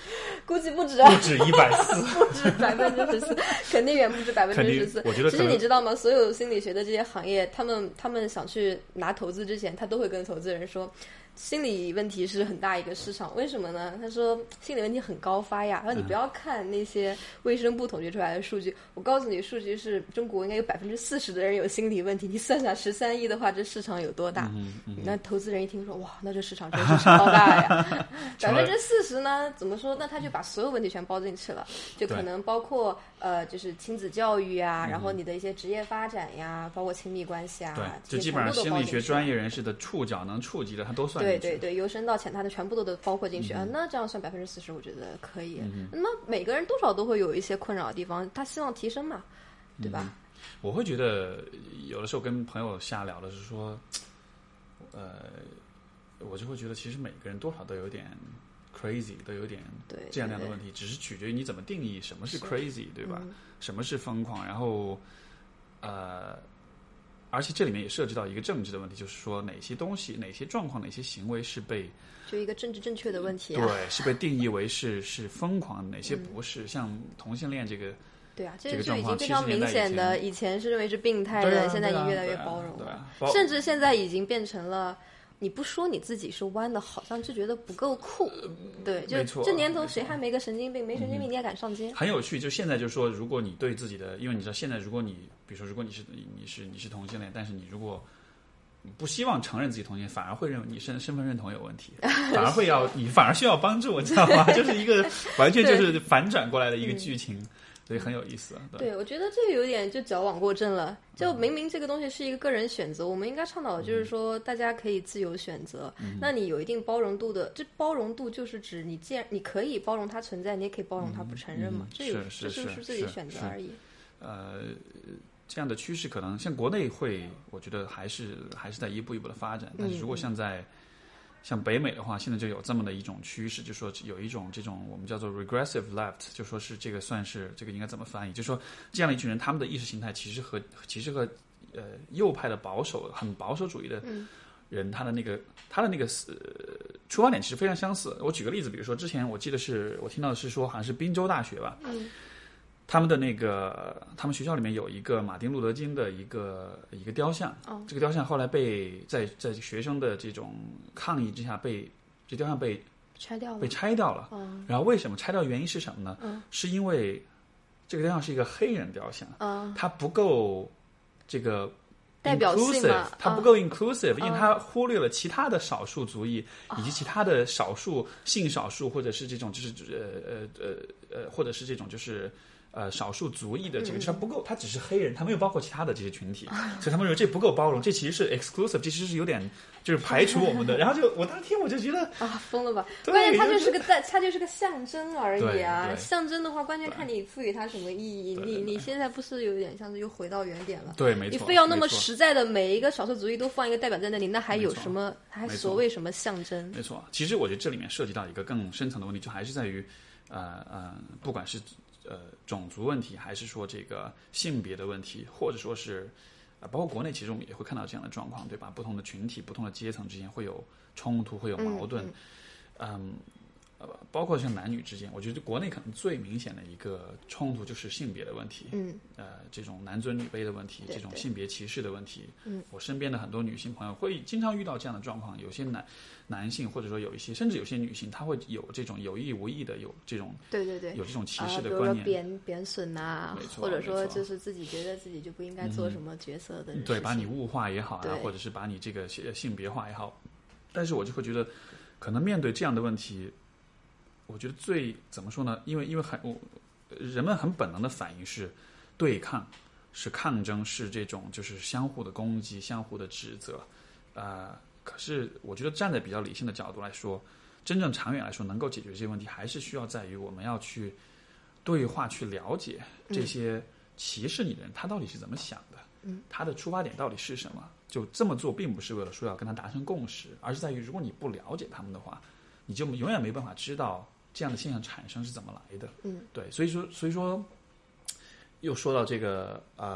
[SPEAKER 2] 估计不止啊
[SPEAKER 1] 不止一百四，
[SPEAKER 2] 不止百分之十四， (laughs) 肯定远不止百分
[SPEAKER 1] 肯
[SPEAKER 2] 之
[SPEAKER 1] 定
[SPEAKER 2] 十四。
[SPEAKER 1] 我觉得
[SPEAKER 2] 其
[SPEAKER 1] 可
[SPEAKER 2] 实
[SPEAKER 1] 能
[SPEAKER 2] 你知道吗？所有心理学的这些行业，他们他们想去拿投资之前，他都会跟投资人说，心理问题是很大一个市场。为什么呢？他说心理问题很高发呀。他说你
[SPEAKER 1] 嗯
[SPEAKER 2] 不要看那些卫生部统计出来的数据，我告诉你，数据是中国应该有百分之四十的人有心理问题。你算算十三亿的话，这市场有多大？
[SPEAKER 1] 嗯
[SPEAKER 2] 那投资人一听说，哇，那这市场真是超
[SPEAKER 1] (laughs)
[SPEAKER 2] 大呀！百
[SPEAKER 1] 成
[SPEAKER 2] 分
[SPEAKER 1] 了
[SPEAKER 2] 之四十呢，怎么说？那他就把所有问题全包进去了，就可
[SPEAKER 1] 对嗯
[SPEAKER 2] 能包括呃，就是亲子教育啊，然后你的一些职业发展呀，包括亲密关系啊，
[SPEAKER 1] 对，
[SPEAKER 2] 这
[SPEAKER 1] 就
[SPEAKER 2] 些
[SPEAKER 1] 基本
[SPEAKER 2] 全
[SPEAKER 1] 上
[SPEAKER 2] 部都
[SPEAKER 1] 心
[SPEAKER 2] 包
[SPEAKER 1] 理
[SPEAKER 2] 进去
[SPEAKER 1] 学
[SPEAKER 2] 了
[SPEAKER 1] 专业人士的触角能触及的，他都算进去。
[SPEAKER 2] 对
[SPEAKER 1] 嗯
[SPEAKER 2] 对对，由深到浅，它的全部都都包括进去啊。那这样算百分之四十，我觉得可以。那每个人多少都会有一些困扰的地方，他希望提升嘛，对
[SPEAKER 1] 嗯
[SPEAKER 2] 吧？
[SPEAKER 1] 我会觉得有的时候跟朋友瞎聊的是说，呃，我就会觉得其实每个人多少都有点 crazy，都有点
[SPEAKER 2] 对对，
[SPEAKER 1] 这样那样的
[SPEAKER 2] 对
[SPEAKER 1] 问题，只是取决于你怎么定义什么是
[SPEAKER 2] 是嗯
[SPEAKER 1] crazy，对吧？什么是疯狂？然后，呃，而且这里面也涉及到一个政治的问题，就是说哪些东西、哪些状况、哪些行为是被
[SPEAKER 2] 就一个政治正确的问题啊。嗯
[SPEAKER 1] 对是被定义为是是疯狂，哪些不是？像同性恋这个，
[SPEAKER 2] 对啊，这
[SPEAKER 1] 这个
[SPEAKER 2] 就
[SPEAKER 1] 状
[SPEAKER 2] 已经
[SPEAKER 1] 况
[SPEAKER 2] 非
[SPEAKER 1] 70
[SPEAKER 2] 常
[SPEAKER 1] 年
[SPEAKER 2] 明
[SPEAKER 1] 代以
[SPEAKER 2] 显的，
[SPEAKER 1] 前
[SPEAKER 2] 以前是认为是病态
[SPEAKER 1] 对
[SPEAKER 2] 的，
[SPEAKER 1] 啊
[SPEAKER 2] 现在已
[SPEAKER 1] 对
[SPEAKER 2] 经
[SPEAKER 1] 啊
[SPEAKER 2] 越来越
[SPEAKER 1] 对啊
[SPEAKER 2] 包容
[SPEAKER 1] 对
[SPEAKER 2] 了
[SPEAKER 1] 啊，包
[SPEAKER 2] 甚至现在已经变成了。你不说你自己是弯的，好像就觉得不够酷。对，
[SPEAKER 1] 嗯
[SPEAKER 2] 就
[SPEAKER 1] 没错嗯
[SPEAKER 2] 这年头
[SPEAKER 1] 没
[SPEAKER 2] 谁还没个神经病？没神经病你也敢上街？
[SPEAKER 1] 很有趣。就现在就是说，如果你对自己的，因为你知道现在，如果你比如说，如果你是你是你是同性恋，但是你如果不希望承认自己同性恋，反而会认为你身身份认同有问题，反而会要你反而需要帮助，你知道吗？ (laughs) 就是一个完全就是反转过来的一个剧情，所以很有意思。对，嗯
[SPEAKER 2] 对，我觉得这个有点就矫枉过正了。就明明这个东西是一个个人选择，我们应该倡导的
[SPEAKER 1] 嗯
[SPEAKER 2] 就是说，大家可以自由选择。那你有一定包容度的，这包容度就是指你既然你可以包容它存在，你也可以包容它不承认嘛。
[SPEAKER 1] 嗯
[SPEAKER 2] 这有
[SPEAKER 1] 是
[SPEAKER 2] 这
[SPEAKER 1] 是
[SPEAKER 2] 就是自己
[SPEAKER 1] 是
[SPEAKER 2] 选择
[SPEAKER 1] 是
[SPEAKER 2] 而已。
[SPEAKER 1] 呃，这样的趋势可能像国内会，我觉得还是还是在一步一步的发展。但是如果像在像北美的话，现在就有这么的一种趋势，就说有一种这种我们叫做 regressive left，就说是这个算是这个应该怎么翻译？就说这样的一群人，他们的意识形态其实和其实和呃右派的保守很保守主义的人，他的那个他的那个思呃出发点其实非常相似。我举个例子，比如说之前我记得是我听到的是说好像是宾州大学吧，他们的那个，他们学校里面有一个马丁路德金的一个一个雕像，这个雕像后来被在在学生的这种抗议之下被这雕像被
[SPEAKER 2] 拆掉了
[SPEAKER 1] 被。拆掉了。
[SPEAKER 2] 嗯
[SPEAKER 1] 然后为什么拆掉？原因是什么呢？
[SPEAKER 2] 嗯
[SPEAKER 1] 是因为这个雕像是一个黑人雕像，
[SPEAKER 2] 嗯，
[SPEAKER 1] 它不够这个
[SPEAKER 2] 代表性
[SPEAKER 1] inclusive，
[SPEAKER 2] 嘛，
[SPEAKER 1] 它不
[SPEAKER 2] 嗯啊
[SPEAKER 1] 够 inclusive，、因为它忽略了其他的少数族裔、以及其他的少数性少数或者是这种就是呃呃呃呃或者是这种就是。呃，少数族裔的这个，
[SPEAKER 2] 嗯
[SPEAKER 1] 它不够，它只是黑人，它没有包括其他的这些群
[SPEAKER 2] (laughs)
[SPEAKER 1] 体，所以他们认为这不够包容，这其实是 exclusive，这其实是有点就是排除我们
[SPEAKER 2] (laughs)
[SPEAKER 1] 的。然后就我当时听我就觉得，
[SPEAKER 2] 啊，疯了吧！
[SPEAKER 1] 对
[SPEAKER 2] 关键它
[SPEAKER 1] 就
[SPEAKER 2] 就是个代，它就是个象征而已啊
[SPEAKER 1] 对。对
[SPEAKER 2] 象征的话，关键看你赋予它什么意义。
[SPEAKER 1] 对
[SPEAKER 2] 你
[SPEAKER 1] 对
[SPEAKER 2] 你现在不是有点像是又回到原点了？
[SPEAKER 1] 对，没
[SPEAKER 2] 你
[SPEAKER 1] 错，
[SPEAKER 2] 非要那
[SPEAKER 1] 没
[SPEAKER 2] 么
[SPEAKER 1] 错
[SPEAKER 2] 实在的每一个少数族裔都放一个代表在那里，那还有
[SPEAKER 1] 没错
[SPEAKER 2] 什么？还
[SPEAKER 1] 没错
[SPEAKER 2] 所谓什么象征？
[SPEAKER 1] 没错，其实我觉得这里面涉及到一个更深层的问题，就还是在于，呃呃，不管是呃种族问题，还是说这个性别的问题，或者说是啊、呃包括国内，其实我们也会看到这样的状况，对吧？不同的群体、不同的阶层之间会有冲突，会有矛盾，嗯。呃，包括像男女之间，我觉得国内可能最明显的一个冲突就是性别的问题。
[SPEAKER 2] 嗯，
[SPEAKER 1] 呃，这种男尊女卑的问题，
[SPEAKER 2] 对
[SPEAKER 1] 这种
[SPEAKER 2] 对
[SPEAKER 1] 性别歧视的问题，嗯，我身边的很多女性朋友会经常遇到这样的状况。有些男男性，或者说有一些，甚至有些女性，她会有这种有意无意的有这种
[SPEAKER 2] 对对对。
[SPEAKER 1] 有这种歧
[SPEAKER 2] 啊，
[SPEAKER 1] 视
[SPEAKER 2] 比
[SPEAKER 1] 的
[SPEAKER 2] 如说
[SPEAKER 1] 观念，
[SPEAKER 2] 贬贬损呐
[SPEAKER 1] 没，错
[SPEAKER 2] 或者说
[SPEAKER 1] 没错嗯
[SPEAKER 2] 就是自己觉得自己就不应该做什么角色的事情，
[SPEAKER 1] 对，把你物化也好啊
[SPEAKER 2] 对，
[SPEAKER 1] 或者是把你这个性性别化也好，但是我就会觉得，可能面对这样的问题，我觉得最怎么说呢？因为因为很我人们很本能的反应是对抗，是抗争，是这种就是相互的攻击、相互的指责。呃，可是我觉得站在比较理性的角度来说，真正长远来说能够解决这些问题，还是需要在于我们要去对话、去了解
[SPEAKER 2] 嗯
[SPEAKER 1] 这些歧视你的人、他到底是怎么想的，嗯、他的出发点到底是什么。就这么做，并不是为了说要跟他达成共识，而是在于如果你不了解他们的话，你就永远没办法知道这样的现象产生是怎么来的。
[SPEAKER 2] 嗯，
[SPEAKER 1] 对，所以说，所以说，又说到这个，嗯，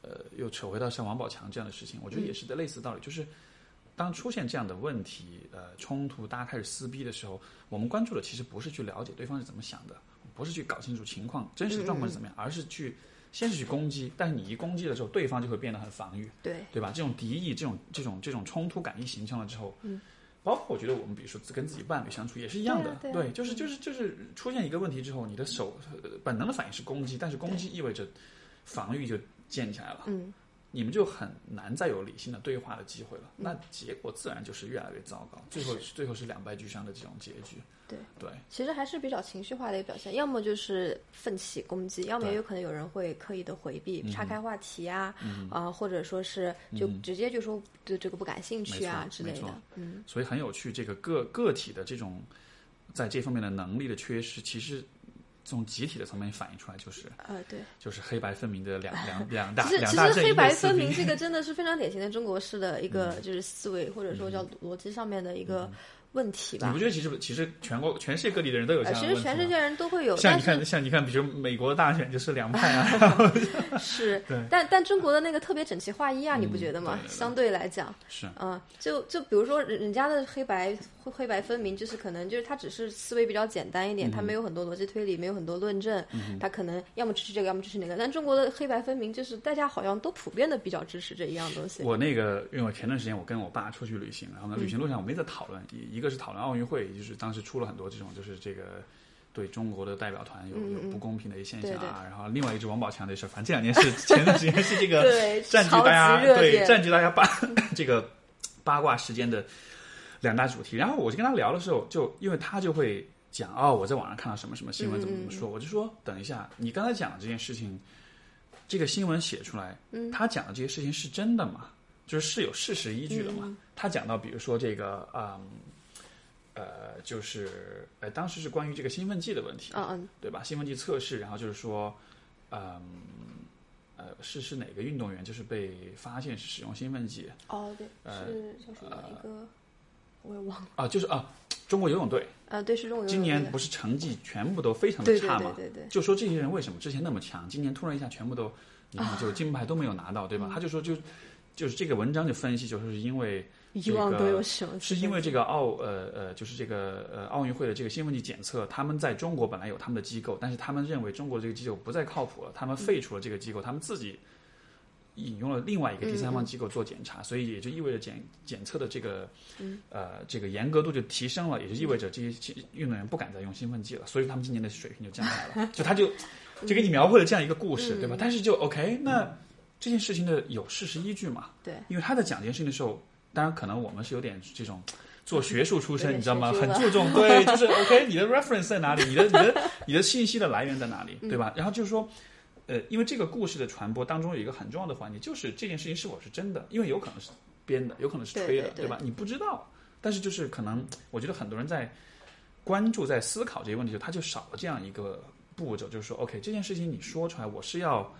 [SPEAKER 1] 呃，又扯回到像王宝强这样的事情，我觉得也是类似的道理，就是当出现这样的问题、呃冲突，大家开始撕逼的时候，我们关注的其实不是去了解对方是怎么想的，不是去搞清楚情况真实的状况是怎么样，而是去先是去攻击，但是你一攻击的时候，对方就会变得很防御。
[SPEAKER 2] 对，
[SPEAKER 1] 对吧？这种敌意、这种这种这种冲突感一形成了之后，嗯，包括我觉得我们比如说跟自己伴侣相处也是一样的，
[SPEAKER 2] 对啊对啊
[SPEAKER 1] 就是就是就是出现一个问题之后，你的手呃本能的反应是攻击，但是攻击意味着防御就建起来了，
[SPEAKER 2] 嗯，
[SPEAKER 1] 你们就很难再有理性的对话的机会了，
[SPEAKER 2] 嗯
[SPEAKER 1] 那结果自然就是越来越糟糕，最后最后是两败俱伤的这种结局，
[SPEAKER 2] 对
[SPEAKER 1] 对，
[SPEAKER 2] 其实还是比较情绪化的一个表现，要么就是奋起攻击，要么
[SPEAKER 1] 对嗯
[SPEAKER 2] 也有可能有人会刻意的回避、岔开话题啊，啊、或者说是就直接就说对这个不感兴趣啊
[SPEAKER 1] 没错
[SPEAKER 2] 之类
[SPEAKER 1] 没
[SPEAKER 2] 的
[SPEAKER 1] 错。
[SPEAKER 2] 嗯，
[SPEAKER 1] 所以很有趣，这个个个体的这种在这方面的能力的缺失，其实从集体的层面反映出来就是。
[SPEAKER 2] 呃，对，
[SPEAKER 1] 就是黑白分明的
[SPEAKER 2] (laughs)
[SPEAKER 1] 两两两大
[SPEAKER 2] 其实
[SPEAKER 1] 两
[SPEAKER 2] 其
[SPEAKER 1] 大
[SPEAKER 2] 实
[SPEAKER 1] 阵
[SPEAKER 2] 黑
[SPEAKER 1] 营的嗯
[SPEAKER 2] 白
[SPEAKER 1] 撕
[SPEAKER 2] 分明
[SPEAKER 1] 逼。 (laughs)
[SPEAKER 2] 这个真的是非常典型的中国式的一个就是思维、或者说
[SPEAKER 1] 嗯
[SPEAKER 2] 叫逻辑上面的一个问题
[SPEAKER 1] 你
[SPEAKER 2] 吧
[SPEAKER 1] 不。觉得其实其实全国全世界各地的人都有这
[SPEAKER 2] 呃，
[SPEAKER 1] 样
[SPEAKER 2] 其
[SPEAKER 1] 的
[SPEAKER 2] 实
[SPEAKER 1] 问题
[SPEAKER 2] 全世
[SPEAKER 1] 吗
[SPEAKER 2] 界人都会有，
[SPEAKER 1] 像
[SPEAKER 2] 但
[SPEAKER 1] 你
[SPEAKER 2] 是
[SPEAKER 1] 看像你看，比如美国大选就是两派
[SPEAKER 2] (laughs)
[SPEAKER 1] 啊，
[SPEAKER 2] 是
[SPEAKER 1] (laughs) 对，嗯
[SPEAKER 2] 但但中国的那个特别整齐划一啊，你不觉得吗
[SPEAKER 1] 对？对对
[SPEAKER 2] 相对来讲，
[SPEAKER 1] 是
[SPEAKER 2] 啊，就就比如说人人家的黑白黑黑白分明，就是可能就是他只是思维比较简单一点，
[SPEAKER 1] 嗯
[SPEAKER 2] 他没有很多逻辑推理，没有很多论证，他可能要么支持这个，要么支持那个。但中国的黑白分明，就是大家好像都普遍的比较支持这一样东西。
[SPEAKER 1] 我那个，因为我前段时间我跟我爸出去旅行，然后呢，旅行路上我们一直在讨论，一一个是讨论奥运会，也就是当时出了很多这种，就是这个对中国的代表团有有不公平的一些现象啊。然后另外一只王宝强的事儿，反正这两年是前段时间是这个
[SPEAKER 2] 对
[SPEAKER 1] 占据
[SPEAKER 2] 超级
[SPEAKER 1] 大家
[SPEAKER 2] 热
[SPEAKER 1] 对
[SPEAKER 2] 点
[SPEAKER 1] 占据大家八 (laughs) 这个八卦时间的两大主题。然后我就跟他聊的时候，就因为他就会讲哦，我在网上看到什么什么新闻
[SPEAKER 2] 嗯
[SPEAKER 1] 怎么怎么说，我就说等一下，你刚才讲的这件事情。这个新闻写出来，
[SPEAKER 2] 嗯
[SPEAKER 1] 他讲的这些事情是真的吗？就是是有事实依据的嘛？
[SPEAKER 2] 嗯
[SPEAKER 1] 他讲到，比如说这个，嗯，呃，就是，呃，当时是关于这个兴奋剂的问题，
[SPEAKER 2] 嗯嗯，
[SPEAKER 1] 对吧？兴奋剂测试，然后就是说，嗯，呃，是是哪个运动员就是被发现是使用兴奋剂
[SPEAKER 2] 哦对，
[SPEAKER 1] 呃
[SPEAKER 2] 是叫什么一个，我也忘了。
[SPEAKER 1] 啊？就是啊，中国游泳队
[SPEAKER 2] 呃，对，是中国游
[SPEAKER 1] 今
[SPEAKER 2] 泳队
[SPEAKER 1] 年
[SPEAKER 2] 的
[SPEAKER 1] 不是成绩全部都非常的
[SPEAKER 2] 对对
[SPEAKER 1] 差
[SPEAKER 2] 对
[SPEAKER 1] 吗？
[SPEAKER 2] 对对，
[SPEAKER 1] 就说这些人为什么之前那么强，今年突然一下全部都，你看
[SPEAKER 2] 啊
[SPEAKER 1] 就金牌都没有拿到，对
[SPEAKER 2] 嗯
[SPEAKER 1] 吧？他就说就就是这个文章就分析，就是因为
[SPEAKER 2] 以
[SPEAKER 1] 这
[SPEAKER 2] 往
[SPEAKER 1] 个
[SPEAKER 2] 都有什么？
[SPEAKER 1] 是因为这个奥呃呃，就是这个呃奥运会的这个兴奋剂检测，他们在中国本来有他们的机构，但是他们认为中国这个机构不再靠谱了，他们废除了这个机构，他们自己引用了另外一个第三方机构做检
[SPEAKER 2] 嗯
[SPEAKER 1] 查，所以也就意味着检检测的这个呃这个严格度就提升了，也就意味着这些运动员不敢再用兴奋剂了，所以他们今年的水平就降下来
[SPEAKER 2] 嗯
[SPEAKER 1] 了。就他就就给你描绘了这样一个故事，对吧？但是就 OK，那这件事情的有事实依据嘛？
[SPEAKER 2] 对，
[SPEAKER 1] 因为他在讲这件事情的时候，当然可能我们是有点这种。做学术出身，
[SPEAKER 2] 有点
[SPEAKER 1] 你知道吗？
[SPEAKER 2] 学术
[SPEAKER 1] 很
[SPEAKER 2] 了
[SPEAKER 1] 注
[SPEAKER 2] (laughs)
[SPEAKER 1] 重对，就是 OK，你的 reference 在哪里？你的你的你的信息的来源在哪里？
[SPEAKER 2] 嗯
[SPEAKER 1] 对吧？然后就是说，呃，因为这个故事的传播当中有一个很重要的环节，就是这件事情是否是真的，因为有可能是编的，有可能是
[SPEAKER 2] 对
[SPEAKER 1] 吹的，
[SPEAKER 2] 对对
[SPEAKER 1] 吧？你不知道，但是就是可能，我觉得很多人在关注、在思考这些问题的时候，他就少了这样一个步骤，就是说，OK，这件事情你说出来，我是要。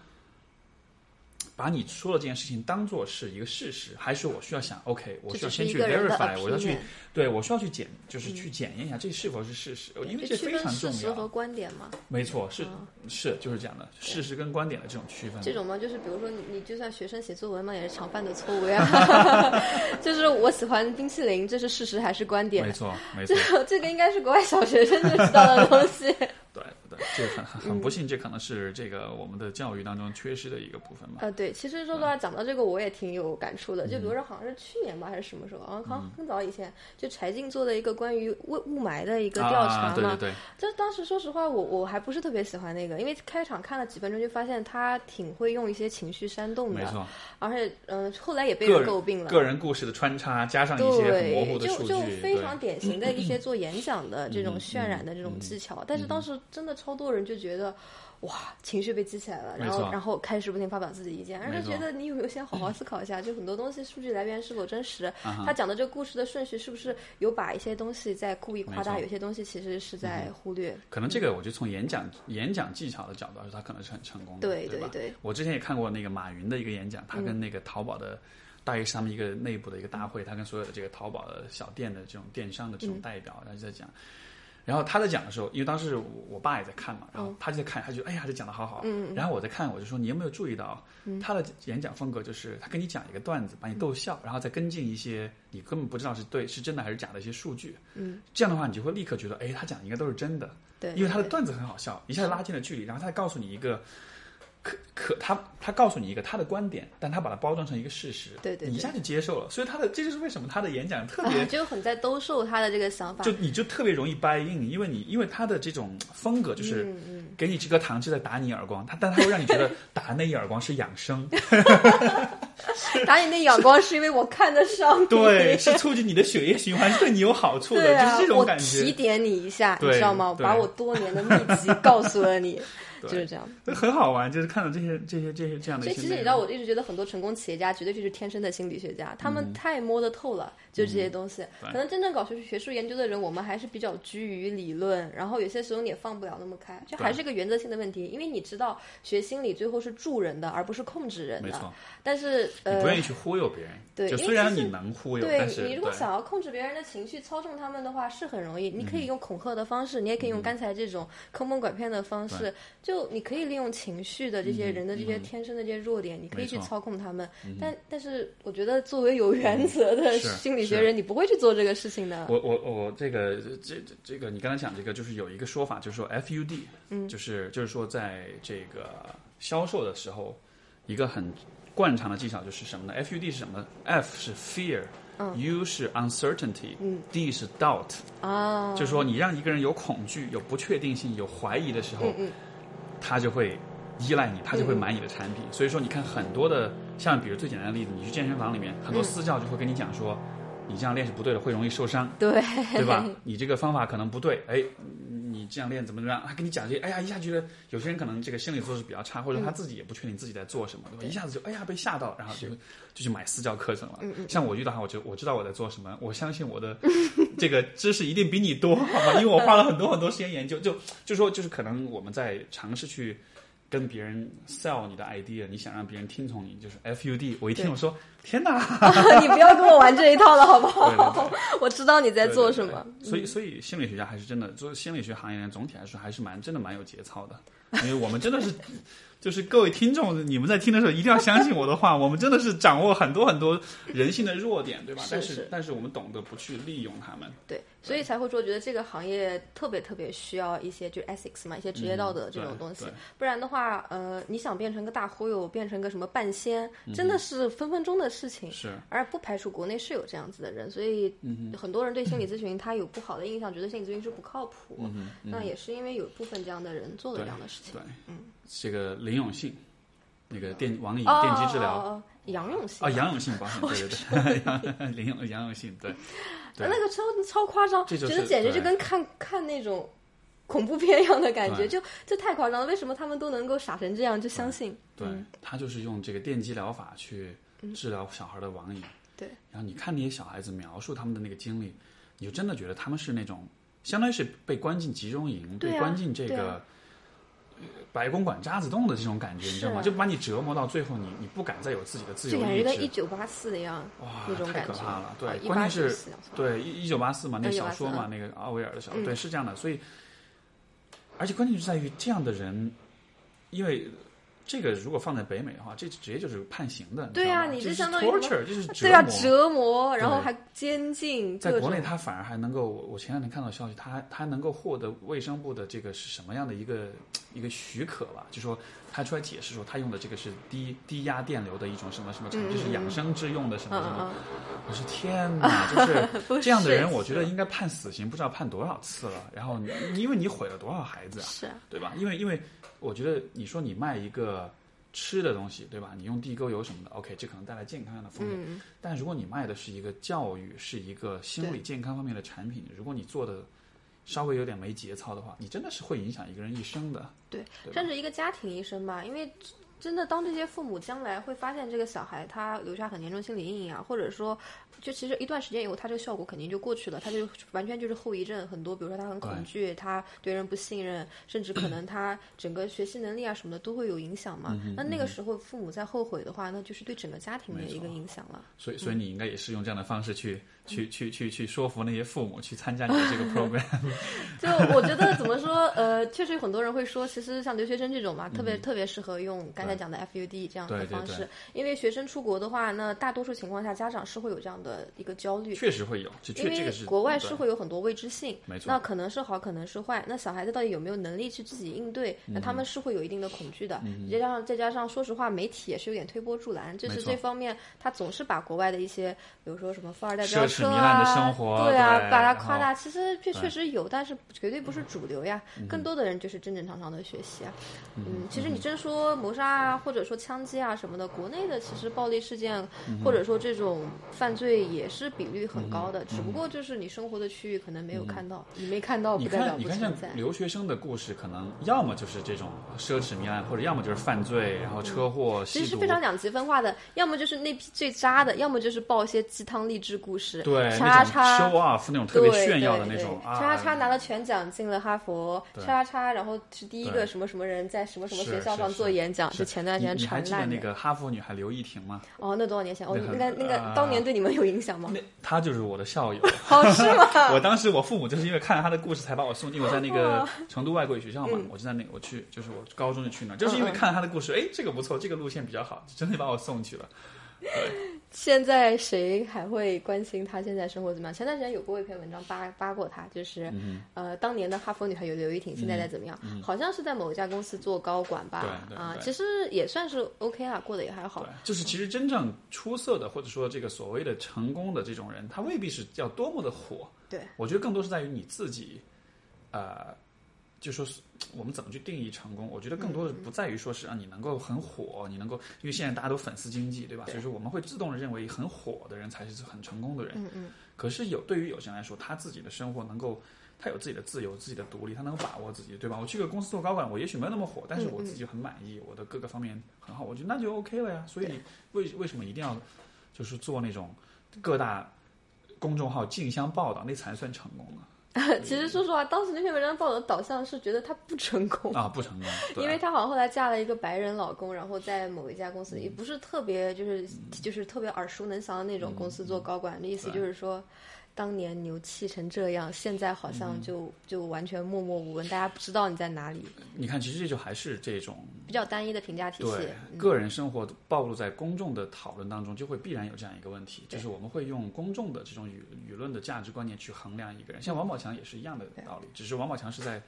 [SPEAKER 1] 把你说的这件事情当做是一个事实，还是我需要想，OK，我
[SPEAKER 2] 这
[SPEAKER 1] 需要
[SPEAKER 2] 只是
[SPEAKER 1] 先
[SPEAKER 2] 一
[SPEAKER 1] 去
[SPEAKER 2] 个人的
[SPEAKER 1] verify，我要去
[SPEAKER 2] opinion，
[SPEAKER 1] 对，我需要去检，就是去检验一下这是否是事实，因为
[SPEAKER 2] 对
[SPEAKER 1] 这
[SPEAKER 2] 区
[SPEAKER 1] 非
[SPEAKER 2] 分
[SPEAKER 1] 常
[SPEAKER 2] 事
[SPEAKER 1] 重
[SPEAKER 2] 实嗯和
[SPEAKER 1] 要。
[SPEAKER 2] 观点嘛。
[SPEAKER 1] 没错，是是就是这样的，事实跟观点的这种区分。
[SPEAKER 2] 这种嘛，就是比如说你，你就算学生写作文嘛，也是常犯的错
[SPEAKER 1] (laughs)
[SPEAKER 2] 误呀。就是我喜欢冰淇淋，这是事实还是观点
[SPEAKER 1] 没？错，没
[SPEAKER 2] 这 (laughs)
[SPEAKER 1] 错，
[SPEAKER 2] 这个应该是国外小学生就知道的
[SPEAKER 1] (laughs)
[SPEAKER 2] 东西。
[SPEAKER 1] 对对，这个很很
[SPEAKER 2] 嗯
[SPEAKER 1] 很不幸，这可能是这个我们的教育当中缺失的一个部分吧。
[SPEAKER 2] 呃，对，其实说实话，讲到这个我也挺有感触的。就比如
[SPEAKER 1] 嗯
[SPEAKER 2] 说，好像是去年吧，还是什么时候？啊，好像很早以前，就柴静做的一个关于雾雾霾的一个调查
[SPEAKER 1] 啊，对
[SPEAKER 2] 嘛
[SPEAKER 1] 对。对，
[SPEAKER 2] 但是当时说实话，我我还不是特别喜欢那个，因为开场看了几分钟就发现他挺会用一些情绪煽动
[SPEAKER 1] 没
[SPEAKER 2] 的，
[SPEAKER 1] 错，
[SPEAKER 2] 而且嗯、呃后来也被
[SPEAKER 1] 个
[SPEAKER 2] 人
[SPEAKER 1] 人
[SPEAKER 2] 诟病了。
[SPEAKER 1] 个人故事的穿插，加上啊一些很模糊的
[SPEAKER 2] 对，就
[SPEAKER 1] 数
[SPEAKER 2] 就
[SPEAKER 1] 据，
[SPEAKER 2] 非
[SPEAKER 1] 对嗯
[SPEAKER 2] 常典型的一些做演讲的这种渲染的这种技巧，但是当时真的超多人就觉得，哇，情绪被激起来了，
[SPEAKER 1] 没
[SPEAKER 2] 然
[SPEAKER 1] 错
[SPEAKER 2] 后然后开始不停发表自己的意见，而
[SPEAKER 1] 没
[SPEAKER 2] 且
[SPEAKER 1] 错
[SPEAKER 2] 觉得你有没有先好好思考一下，就很多东西数据来源是否真实
[SPEAKER 1] 啊哈，
[SPEAKER 2] 他讲的这个故事的顺序是不是有把一些东西在故意夸
[SPEAKER 1] 没
[SPEAKER 2] 大，
[SPEAKER 1] 错嗯
[SPEAKER 2] 有些东西其实是在忽略。
[SPEAKER 1] 可能这个，我觉得从演讲演讲技巧的角度来说，他可能是很成功的，
[SPEAKER 2] 对
[SPEAKER 1] 吧？
[SPEAKER 2] 对对嗯
[SPEAKER 1] 我之前也看过那个马云的一个演讲，他跟那个淘宝的，大约是他们一个内部的一个大会，他跟所有的这个淘宝的小店的这种电商的这种代表，他就在讲。然后他在讲的时候，因为当时我我爸也在看
[SPEAKER 2] 嗯
[SPEAKER 1] 嘛，然后他就在看，他就哎呀，这讲的好好。然后我在看，我就说你有没有注意到，
[SPEAKER 2] 嗯
[SPEAKER 1] 他的演讲风格就是他跟你讲一个段子，把你逗
[SPEAKER 2] 嗯
[SPEAKER 1] 笑，然后再跟进一些你根本不知道是对是真的还是假的一些数据。
[SPEAKER 2] 嗯，
[SPEAKER 1] 这样的话你就会立刻觉得，哎，他讲的应该都是真的。
[SPEAKER 2] 对，
[SPEAKER 1] 因为他的
[SPEAKER 2] 对
[SPEAKER 1] 段子很好笑，一下拉近了距离，然后他告诉你一个可可他他告诉你一个他的观点，但他把它包装成一个事实，
[SPEAKER 2] 对对
[SPEAKER 1] 你一
[SPEAKER 2] 对
[SPEAKER 1] 下就接受了，所以他的这就是为什么他的演讲特
[SPEAKER 2] 啊
[SPEAKER 1] 别。
[SPEAKER 2] (laughs) 就很在兜售他的这个想法
[SPEAKER 1] 就。你就特别容易 buy in，因为你因为他的这种风格就是
[SPEAKER 2] 嗯嗯，
[SPEAKER 1] 给你吃颗糖就在打你一耳光，他但他会让你觉得打那一耳光是养
[SPEAKER 2] (laughs)
[SPEAKER 1] 生，
[SPEAKER 2] 打你那眼光是因为我看得上你。
[SPEAKER 1] 对，是促进你的血液循环，是对你有好处的，
[SPEAKER 2] 对啊，
[SPEAKER 1] 就是这种感觉。
[SPEAKER 2] 我提点你一下，你
[SPEAKER 1] 对
[SPEAKER 2] 知道吗？我
[SPEAKER 1] 对
[SPEAKER 2] 把我多年的秘籍告诉
[SPEAKER 1] (laughs)
[SPEAKER 2] 了你，就
[SPEAKER 1] 对
[SPEAKER 2] 是这样。
[SPEAKER 1] 这很好玩，就是看到这些这些这些这样的
[SPEAKER 2] 所
[SPEAKER 1] 一
[SPEAKER 2] 以
[SPEAKER 1] 些内
[SPEAKER 2] 其
[SPEAKER 1] 容。
[SPEAKER 2] 实你知道，我一直觉得很多成功企业家绝对就是天生的心理学家，他
[SPEAKER 1] 嗯
[SPEAKER 2] 们太摸得透了，就这些东西。可能真正搞学学术研究的人，我们还是比较居于理论，然后有些时候你也放不了那么开，就还是个原则性的问题。因为你知道，学心理最后是助人的，而不是控制人
[SPEAKER 1] 没
[SPEAKER 2] 的
[SPEAKER 1] 错。
[SPEAKER 2] 但是呃，
[SPEAKER 1] 你不愿意去忽悠别人，
[SPEAKER 2] 对
[SPEAKER 1] 就
[SPEAKER 2] 因为
[SPEAKER 1] 虽然
[SPEAKER 2] 其实
[SPEAKER 1] 你能忽悠，
[SPEAKER 2] 对
[SPEAKER 1] 但是
[SPEAKER 2] 你如果
[SPEAKER 1] 对
[SPEAKER 2] 想要控制别人的情绪、操纵他们的话，是很容易。你可
[SPEAKER 1] 嗯
[SPEAKER 2] 以用恐吓的方式，你也可以用刚才这种坑蒙拐骗的方式。就你可以利用情绪的这
[SPEAKER 1] 嗯
[SPEAKER 2] 些人的这些天生的这些弱点，你可以去
[SPEAKER 1] 没错嗯
[SPEAKER 2] 操控他们。但但是，我觉得作为有原则的
[SPEAKER 1] 是
[SPEAKER 2] 心理学
[SPEAKER 1] 是
[SPEAKER 2] 人，你不会去做这个事情的。
[SPEAKER 1] 我我我这个这这这个，你刚才讲这个，就是有一个说法，就是说 FUD，嗯，就是就是说在这个销售的时候，一个很惯常的技巧就是什么呢？FUD 是什么呢？F 是 fear。U
[SPEAKER 2] 嗯
[SPEAKER 1] 是 uncertainty，d 是 doubt，
[SPEAKER 2] 啊，
[SPEAKER 1] 就是说你让一个人有恐惧、有不确定性、有怀疑的时候，他就会依赖你，他就会买你的产品。所以说，你看很多的，像比如最简单的例子，你去健身房里面，很多私教就会跟你讲说，你这样练是不对的，会容易受伤，
[SPEAKER 2] 对 (laughs)
[SPEAKER 1] 对吧？你这个方法可能不对，哎，你这样练怎么怎么样？他跟你讲这些，哎呀，一下觉得有些人可能这个心理素质比较差，或者他自己也不确定自己在做什么，对吧？一下子就哎呀被吓到，然后就就去买私教课程了。像我遇到他，我就我知道我在做什么，我相信我的这个知识一定比你多，好吧？因为我花了很多很多时间研究，就就说就是可能我们在尝试去。跟别人 sell 你的 idea，你想让别人听从你，就是 FUD。我一听
[SPEAKER 2] 对
[SPEAKER 1] 我说天哪，
[SPEAKER 2] 你不要跟我玩这一套了，好不
[SPEAKER 1] 对对对
[SPEAKER 2] 好？ (laughs) 我知道你在
[SPEAKER 1] 对
[SPEAKER 2] 做
[SPEAKER 1] 对
[SPEAKER 2] 什
[SPEAKER 1] 对
[SPEAKER 2] 么。嗯
[SPEAKER 1] 所以，所以心理学家还是真的，做心理学行业人总体来说还是蛮真的蛮有节操的，因为我们真的是 (laughs) 就是各位听众，你们在听的时候一定要相信我的话，我们真的是掌握很多很多人性的弱点，对吧？但
[SPEAKER 2] 是
[SPEAKER 1] 是但是我们懂得不去利用他们。
[SPEAKER 2] 对，所以才会说觉得这个行业特别特别需要一些就是 ethics 嘛，一些职业道德这种
[SPEAKER 1] 嗯对
[SPEAKER 2] 东西
[SPEAKER 1] 对。
[SPEAKER 2] 不然的话，呃，你想变成个大忽悠，变成个什么半仙，真的是分分钟的事情。
[SPEAKER 1] 嗯是，嗯
[SPEAKER 2] 而不排除国内是有这样子的人，所以很多人对心理咨询他有不好的印象，觉得心理咨询是不靠谱。
[SPEAKER 1] 嗯
[SPEAKER 2] 那也是因为有一部分这样的人做了
[SPEAKER 1] 对
[SPEAKER 2] 这样的事情。嗯
[SPEAKER 1] 对，这个林永信，那个电网瘾
[SPEAKER 2] 哦
[SPEAKER 1] 电击治疗
[SPEAKER 2] 哦哦哦杨永信
[SPEAKER 1] 啊，杨永信保险，对对对， (laughs) 杨林永杨永信，对，对
[SPEAKER 2] 啊那个超超夸张，
[SPEAKER 1] 这就
[SPEAKER 2] 觉得
[SPEAKER 1] 是
[SPEAKER 2] 简直就
[SPEAKER 1] 对
[SPEAKER 2] 跟看看那种恐怖片一样的感觉，
[SPEAKER 1] 对
[SPEAKER 2] 就这太夸张了。为什么他们都能够傻成这样就相信？
[SPEAKER 1] 对他就是用这个电击疗法去治疗小孩的网瘾。
[SPEAKER 2] 嗯对，
[SPEAKER 1] 然后你看那些小孩子描述他们的那个经历，你就真的觉得他们是那种，相当于是被关进集中营，
[SPEAKER 2] 对
[SPEAKER 1] 被
[SPEAKER 2] 啊
[SPEAKER 1] 关进这
[SPEAKER 2] 对
[SPEAKER 1] 个、
[SPEAKER 2] 啊
[SPEAKER 1] 呃白公馆渣滓洞的这种感觉，你知道吗？
[SPEAKER 2] 是啊
[SPEAKER 1] 就把你折磨到最后你，你不敢再有自己的自
[SPEAKER 2] 就
[SPEAKER 1] 由
[SPEAKER 2] 感
[SPEAKER 1] 意
[SPEAKER 2] 觉跟一
[SPEAKER 1] 志。
[SPEAKER 2] 九八四一样
[SPEAKER 1] 哇
[SPEAKER 2] 那种
[SPEAKER 1] 太
[SPEAKER 2] 感
[SPEAKER 1] 可
[SPEAKER 2] 觉。
[SPEAKER 1] 怕了对
[SPEAKER 2] 啊一
[SPEAKER 1] 关
[SPEAKER 2] 八
[SPEAKER 1] 键是
[SPEAKER 2] 四四
[SPEAKER 1] 对，一一九八四嘛，那个
[SPEAKER 2] 1984
[SPEAKER 1] 小说嘛，那个奥威尔的小
[SPEAKER 2] 嗯
[SPEAKER 1] 说，对，是这样的。所以，而且关键就在于这样的人，因为这个如果放在北美的话，这直接就是判刑的。
[SPEAKER 2] 对啊
[SPEAKER 1] 啊，
[SPEAKER 2] 你
[SPEAKER 1] 这
[SPEAKER 2] 这
[SPEAKER 1] 是
[SPEAKER 2] 相当于
[SPEAKER 1] torture，这是
[SPEAKER 2] 对啊，
[SPEAKER 1] 磨
[SPEAKER 2] 折磨，然后
[SPEAKER 1] 对
[SPEAKER 2] 还监禁，
[SPEAKER 1] 在
[SPEAKER 2] 各
[SPEAKER 1] 国
[SPEAKER 2] 种
[SPEAKER 1] 内，他反而还能够，我我前两天看到消息，他还他还能够获得卫生部的这个是什么样的一个一个许可吧？就说他出来解释说，他用的这个是低低压电流的一种什么什么产品，
[SPEAKER 2] 嗯
[SPEAKER 1] 就是养生之用的什么
[SPEAKER 2] 嗯
[SPEAKER 1] 什么。 (laughs)
[SPEAKER 2] 嗯
[SPEAKER 1] 我说天哪，就是
[SPEAKER 2] (laughs) 不
[SPEAKER 1] 这样的
[SPEAKER 2] 是
[SPEAKER 1] 人，我觉得应该判死刑，不知道判多少次了。然后你因为你毁了多少孩子
[SPEAKER 2] 嗯，
[SPEAKER 1] 啊，
[SPEAKER 2] 是啊
[SPEAKER 1] 对吧？因为因为我觉得你说你卖一个吃的东西，对吧？你用地沟油什么的，OK，这可能带来健康上的风险。
[SPEAKER 2] 嗯，
[SPEAKER 1] 但如果你卖的是一个教育，是一个心理健康方面的产品，如果你做的稍微有点没节操的话，你真的是会影响一个人一生的。
[SPEAKER 2] 对，
[SPEAKER 1] 对吧
[SPEAKER 2] 甚至一个家庭医生吧，因为真的，当这些父母将来会发现这个小孩他留下很严重心理阴影啊，或者说，就其实一段时间以后，他这个效果肯定就过去了，他就完全就是后遗症很多，比如说他很恐惧，他对人不信任，甚至可能他整个学习能力啊什么的都会有影响
[SPEAKER 1] 嗯
[SPEAKER 2] 嘛。那那个时候父母再后悔的话，那就是对整个家庭的一个影响了。
[SPEAKER 1] 所以，所以你应该也是用这样的方式去、
[SPEAKER 2] 嗯
[SPEAKER 1] 去去去去说服那些父母去参加你的这
[SPEAKER 2] (laughs)
[SPEAKER 1] 个 program。
[SPEAKER 2] 就我觉得怎么说，呃，确实有很多人会说，其实像留学生这种嘛，特别特别适合用刚才讲的 FUD 这样的
[SPEAKER 1] 嗯对对
[SPEAKER 2] 方
[SPEAKER 1] 对
[SPEAKER 2] 式，因为学生出国的话，那大多数情况下家长是会有这样的一个焦虑。
[SPEAKER 1] 确实会有，这
[SPEAKER 2] 因
[SPEAKER 1] 确这
[SPEAKER 2] 为
[SPEAKER 1] 个是
[SPEAKER 2] 国外
[SPEAKER 1] 对
[SPEAKER 2] 是会有很多未知性，
[SPEAKER 1] 没错
[SPEAKER 2] 那可能是好，可能是坏。那小孩子到底有没有能力去自己应对？那他
[SPEAKER 1] 嗯
[SPEAKER 2] 们是会有一定的恐惧的。再加上再加上，说实话，媒体也是有点推波助澜，就
[SPEAKER 1] 没
[SPEAKER 2] 是
[SPEAKER 1] 错
[SPEAKER 2] 这方面，他总是把国外的一些，比如说什么富二代
[SPEAKER 1] 奢
[SPEAKER 2] 飙
[SPEAKER 1] 侈
[SPEAKER 2] 车
[SPEAKER 1] 糜烂
[SPEAKER 2] 啊，
[SPEAKER 1] 的生活
[SPEAKER 2] 对啊，
[SPEAKER 1] 对
[SPEAKER 2] 把它
[SPEAKER 1] 然
[SPEAKER 2] 夸
[SPEAKER 1] 后嗯
[SPEAKER 2] 大。其实这确实有，但是绝对不是主流呀。更多的人就是正正常常的学习啊。嗯，其实你真说谋杀啊，或者说枪击啊什么的，国内的其实暴力事件、
[SPEAKER 1] 嗯
[SPEAKER 2] 或者说这种犯罪也是比率很高
[SPEAKER 1] 嗯
[SPEAKER 2] 的，只不过就是你生活的区域可能没有看到，你没看到
[SPEAKER 1] 你
[SPEAKER 2] 不代表
[SPEAKER 1] 看，你
[SPEAKER 2] 不
[SPEAKER 1] 看像
[SPEAKER 2] 存在。
[SPEAKER 1] 留学生的故事，可能要么就是这种奢侈糜烂，或者要么就是犯罪，然后车祸、吸
[SPEAKER 2] 其实是
[SPEAKER 1] 毒
[SPEAKER 2] 非，常两极分化的，要么就是那批最渣的，要么就是报一些鸡汤励志故事，
[SPEAKER 1] 对
[SPEAKER 2] 叉
[SPEAKER 1] 那种
[SPEAKER 2] 叉
[SPEAKER 1] show off 那种特别
[SPEAKER 2] 对对
[SPEAKER 1] 炫耀的
[SPEAKER 2] 对
[SPEAKER 1] 那种啊，
[SPEAKER 2] 叉叉拿了全奖进了哈佛，
[SPEAKER 1] 对
[SPEAKER 2] 叉叉然后是第一
[SPEAKER 1] 对
[SPEAKER 2] 个什么什么人在什么什么
[SPEAKER 1] 是
[SPEAKER 2] 学校
[SPEAKER 1] 是
[SPEAKER 2] 上
[SPEAKER 1] 是
[SPEAKER 2] 做演讲，
[SPEAKER 1] 是
[SPEAKER 2] 就前段时间
[SPEAKER 1] 你你还
[SPEAKER 2] 传
[SPEAKER 1] 记得
[SPEAKER 2] 烂
[SPEAKER 1] 那
[SPEAKER 2] 的。
[SPEAKER 1] 个哈佛女孩刘亦婷
[SPEAKER 2] (laughs)
[SPEAKER 1] 吗？
[SPEAKER 2] 哦，那多少年前？哦，
[SPEAKER 1] 那
[SPEAKER 2] 那
[SPEAKER 1] 很
[SPEAKER 2] 个那个
[SPEAKER 1] 啊
[SPEAKER 2] 当年对你们有影响吗
[SPEAKER 1] 那？她就是我的校
[SPEAKER 2] (laughs)
[SPEAKER 1] 友。
[SPEAKER 2] 哦，是吗？
[SPEAKER 1] 我当时我父母就是因为看了她的故事才把我送进。我在那
[SPEAKER 2] (laughs) 哦
[SPEAKER 1] 个成都外国语学校
[SPEAKER 2] 嗯
[SPEAKER 1] 嘛，我就在那我去就是我高中就去那儿，就是因为看了她的故事，哎，这个不错，这个路线比较好，就真的把我送去了。
[SPEAKER 2] 现在谁还会关心她现在生活怎么样？前段时间有过一篇文章扒扒过她，就是、
[SPEAKER 1] 嗯
[SPEAKER 2] 呃，当年的哈佛女孩有刘亦婷现在在怎么样？好像是在某一家公司做高管吧？
[SPEAKER 1] 对对
[SPEAKER 2] 啊，
[SPEAKER 1] 对
[SPEAKER 2] 其实也算是 OK 啦，过得也还好
[SPEAKER 1] 对。，就是其实真正出色的，或者说这个所谓的成功的这种人，他未必是要多么的火。
[SPEAKER 2] 对，
[SPEAKER 1] 我觉得更多是在于你自己，呃，就说是我们怎么去定义成功？我觉得更多
[SPEAKER 2] 嗯
[SPEAKER 1] 的不在于说是啊，你能够很火，你能够，因为现在大家都粉丝经济，对吧？
[SPEAKER 2] 对
[SPEAKER 1] 所以说我们会自动的认为很火的人才是很成功的人。
[SPEAKER 2] 嗯嗯，
[SPEAKER 1] 可是有对于有些人来说，他自己的生活能够，他有自己的自由、自己的独立，他能够把握自己，对吧？我去个公司做高管，我也许没有那么火，但是我自己就很满意，我的各个方面很好，我觉得那就 OK 了呀。所以你为为什么一定要就是做那种各大公众号竞相报道，那才算成功呢？
[SPEAKER 2] (laughs) 其实说实话，当时那篇文章报道的导向是觉得她不成功。
[SPEAKER 1] 啊，不成功， (laughs) 对
[SPEAKER 2] 因为她好像后来嫁了一个白人老公，然后在某一家公司，也不是特别就是就是特别耳熟能详的那种公司做高管，的意思
[SPEAKER 1] 嗯对
[SPEAKER 2] 就是说，当年牛气成这样，现在好
[SPEAKER 1] 嗯
[SPEAKER 2] 像就、就完全默默无闻，大家不知道你在哪里，
[SPEAKER 1] 你看，其实这就还是这种
[SPEAKER 2] 比较单一的评价体系
[SPEAKER 1] 对。个人生活暴露在公众的讨论当中，就会必然有这样一个问题，就是我们会用公众的这种舆舆论的价值观念去衡量一个人。像王宝强也是一样的道理，只是王宝强是在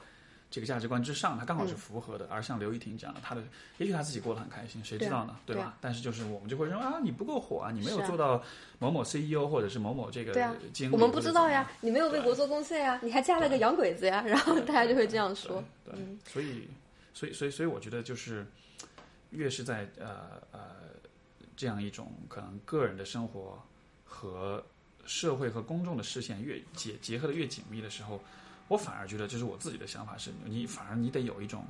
[SPEAKER 1] 这个价值观之上，他刚好是符合的。而像刘亦婷这样的，她的也许她自己过得很开心，谁知道呢？对
[SPEAKER 2] 对啊
[SPEAKER 1] 吧？但是就是我们就会认为啊，你不够火啊，你没有
[SPEAKER 2] 是啊
[SPEAKER 1] 做到某某 CEO 或者是某某这个
[SPEAKER 2] 对啊
[SPEAKER 1] 经理，
[SPEAKER 2] 我们不知道呀，你没有为国做贡献呀，你还嫁了个洋鬼子呀，然后大家就会这样说。
[SPEAKER 1] 对，所以，所以，所以，所以，我觉得就是，越是在呃呃这样一种可能个人的生活和社会和公众的视线越结结合的越紧密的时候，我反而觉得，就是我自己的想法是，你反而你得有一种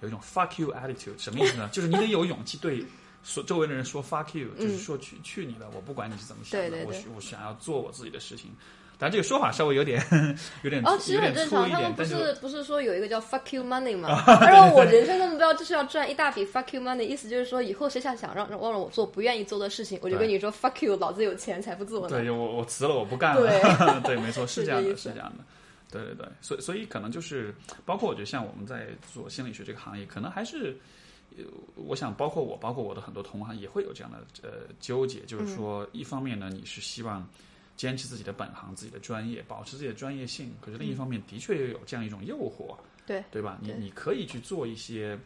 [SPEAKER 1] 有一种 fuck you attitude，什么意思呢？就是你得有勇气对。所周围的人说 fuck you，就是说去、去你的，我不管你是怎么想的，
[SPEAKER 2] 对对
[SPEAKER 1] 我
[SPEAKER 2] 对
[SPEAKER 1] 需我想要做我自己的事情。但这个说法稍微有点有点
[SPEAKER 2] 哦，其实
[SPEAKER 1] 有点
[SPEAKER 2] 很正
[SPEAKER 1] 粗
[SPEAKER 2] 常，
[SPEAKER 1] 一
[SPEAKER 2] 他
[SPEAKER 1] 点
[SPEAKER 2] 们不
[SPEAKER 1] 但
[SPEAKER 2] 是不是说有一个叫 “fuck you
[SPEAKER 1] (laughs)
[SPEAKER 2] money” 吗？他说我人生的目标就是要赚一大笔 “fuck you money”，意思就是说以后谁想想让让让我做不愿意做的事情，我就
[SPEAKER 1] 对
[SPEAKER 2] 跟你说 “fuck you”，老子有钱才不做呢。
[SPEAKER 1] 对，就我我辞了，我不干了。 (laughs) 对，没
[SPEAKER 2] (laughs)
[SPEAKER 1] 错，是
[SPEAKER 2] 是
[SPEAKER 1] 这样
[SPEAKER 2] 这
[SPEAKER 1] 的，
[SPEAKER 2] 意
[SPEAKER 1] 是
[SPEAKER 2] 思
[SPEAKER 1] 这样的。对对对，所以所以可能就是，包括我觉得像我们在做心理学这个行业，可能还是，呃我想包括我，包括我的很多同行也会有这样的呃纠结，
[SPEAKER 2] 嗯
[SPEAKER 1] 就是说，一方面呢，你是希望坚持自己的本行、自己的专业，保持自己的专业性，可是另一方面，的确又有这样一种诱惑，
[SPEAKER 2] 嗯对
[SPEAKER 1] 对吧？你
[SPEAKER 2] 对
[SPEAKER 1] 你可以去做一些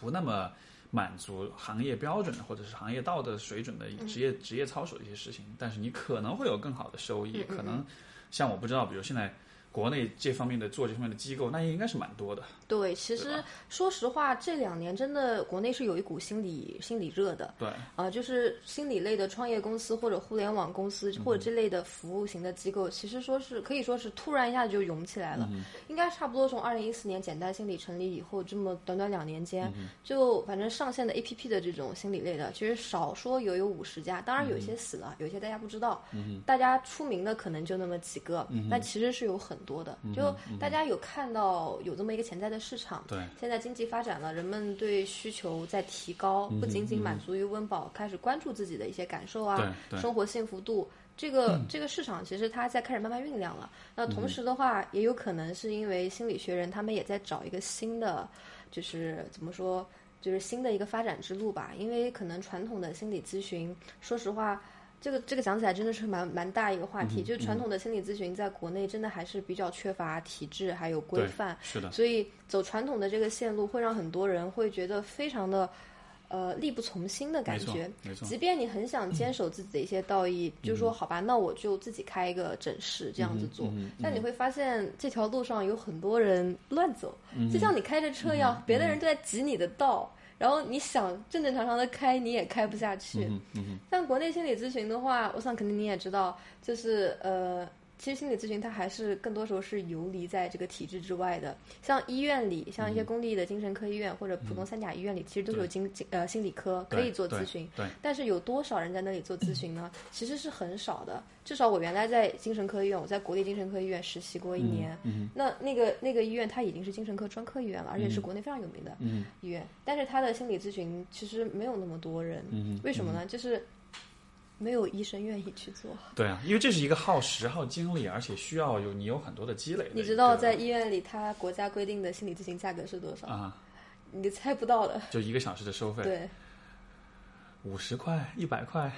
[SPEAKER 1] 不那么满足行业标准的或者是行业道德水准的
[SPEAKER 2] 嗯
[SPEAKER 1] 职业、职业操守的一些事情，但是你可能会有更好的收
[SPEAKER 2] 嗯
[SPEAKER 1] 益，可能像我不知道，比如现在国内这方面的做这方面的机构，那也应该是蛮多的。
[SPEAKER 2] 对，其
[SPEAKER 1] 对
[SPEAKER 2] 实说实话，这两年真的国内是有一股心理心理热的。
[SPEAKER 1] 对，
[SPEAKER 2] 啊、就是心理类的创业公司或者互联网公
[SPEAKER 1] 嗯
[SPEAKER 2] 司或者这类的服务型的机构，其实说是可以说是突然一下就涌起来了。
[SPEAKER 1] 嗯
[SPEAKER 2] 应该差不多从二零一四年简单心理成立以后，这么短短两年
[SPEAKER 1] 嗯
[SPEAKER 2] 间，就反正上线的 APP 的这种心理类的，其实少说也有五十家，当
[SPEAKER 1] 嗯
[SPEAKER 2] 然有一些死了，有一些大家不知道。大家出名的可能就那么几个，
[SPEAKER 1] 嗯
[SPEAKER 2] 但其实是有很多的。就大家有看到有这么一个潜在的市场，
[SPEAKER 1] 对
[SPEAKER 2] 现在经济发展了，人们对需求在提高，
[SPEAKER 1] 嗯
[SPEAKER 2] 不仅仅满足于温饱，开始关注自己的一些感受啊
[SPEAKER 1] 对，对
[SPEAKER 2] 生活幸福度。这个、这个市场其实它在开始慢慢酝酿了。那同
[SPEAKER 1] 嗯
[SPEAKER 2] 时的话，也有可能是因为心理学人他们也在找一个新的，就是怎么说，就是新的一个发展之路吧。因为可能传统的心理咨询，说实话，这个这个讲起来真的是蛮蛮大一个话
[SPEAKER 1] 嗯
[SPEAKER 2] 题。就传统的心理咨询在国内真的还是比较缺乏体制还有规
[SPEAKER 1] 对
[SPEAKER 2] 范，，
[SPEAKER 1] 是的，
[SPEAKER 2] 所以走传统的这个线路会让很多人会觉得非常的呃力不从心的
[SPEAKER 1] 没
[SPEAKER 2] 感
[SPEAKER 1] 错
[SPEAKER 2] 觉。，
[SPEAKER 1] 没错。嗯
[SPEAKER 2] 即便你很想坚守自己的一些道义，就说好吧，那我就自己开一个诊室这样子做。
[SPEAKER 1] 嗯
[SPEAKER 2] 但你会发现这条路上有很多人乱走，
[SPEAKER 1] 嗯
[SPEAKER 2] 就像你开着车一样，别的人都在挤你的道，然后你想正正常常的开，你也开不下去。
[SPEAKER 1] 嗯嗯嗯，
[SPEAKER 2] 像国内心理咨询的话，我想肯定你也知道，就是呃，其实心理咨询它还是更多时候是游离在这个体制之外的。像医院里，像
[SPEAKER 1] 嗯
[SPEAKER 2] 一些公立的精神科医院或者普通三甲医院里，其实都是有精精呃心理科可
[SPEAKER 1] 对
[SPEAKER 2] 以做
[SPEAKER 1] 对
[SPEAKER 2] 咨询。
[SPEAKER 1] 对，
[SPEAKER 2] 但是有多少人在那里做咨询呢？其实是很少的。至少我原来在精神科医院，我在国立精神科医院实习过
[SPEAKER 1] 嗯
[SPEAKER 2] 一年。那那个那个医院，它已经是精神科专科医院了，而且是国内非常有名的
[SPEAKER 1] 嗯
[SPEAKER 2] 医院。但是它的心理咨询其实没有那么多人，
[SPEAKER 1] 嗯
[SPEAKER 2] 为什么呢？就是没有医生愿意去做。
[SPEAKER 1] 对啊，因为这是一个耗时、耗精力，而且需要有你有很多的积累的一个。
[SPEAKER 2] 你知道在医院里，它国家规定的心理咨询价格是多少？
[SPEAKER 1] 啊，
[SPEAKER 2] 你猜不到的。
[SPEAKER 1] 就一个小时的收费，
[SPEAKER 2] 对，
[SPEAKER 1] 五十块、一百块、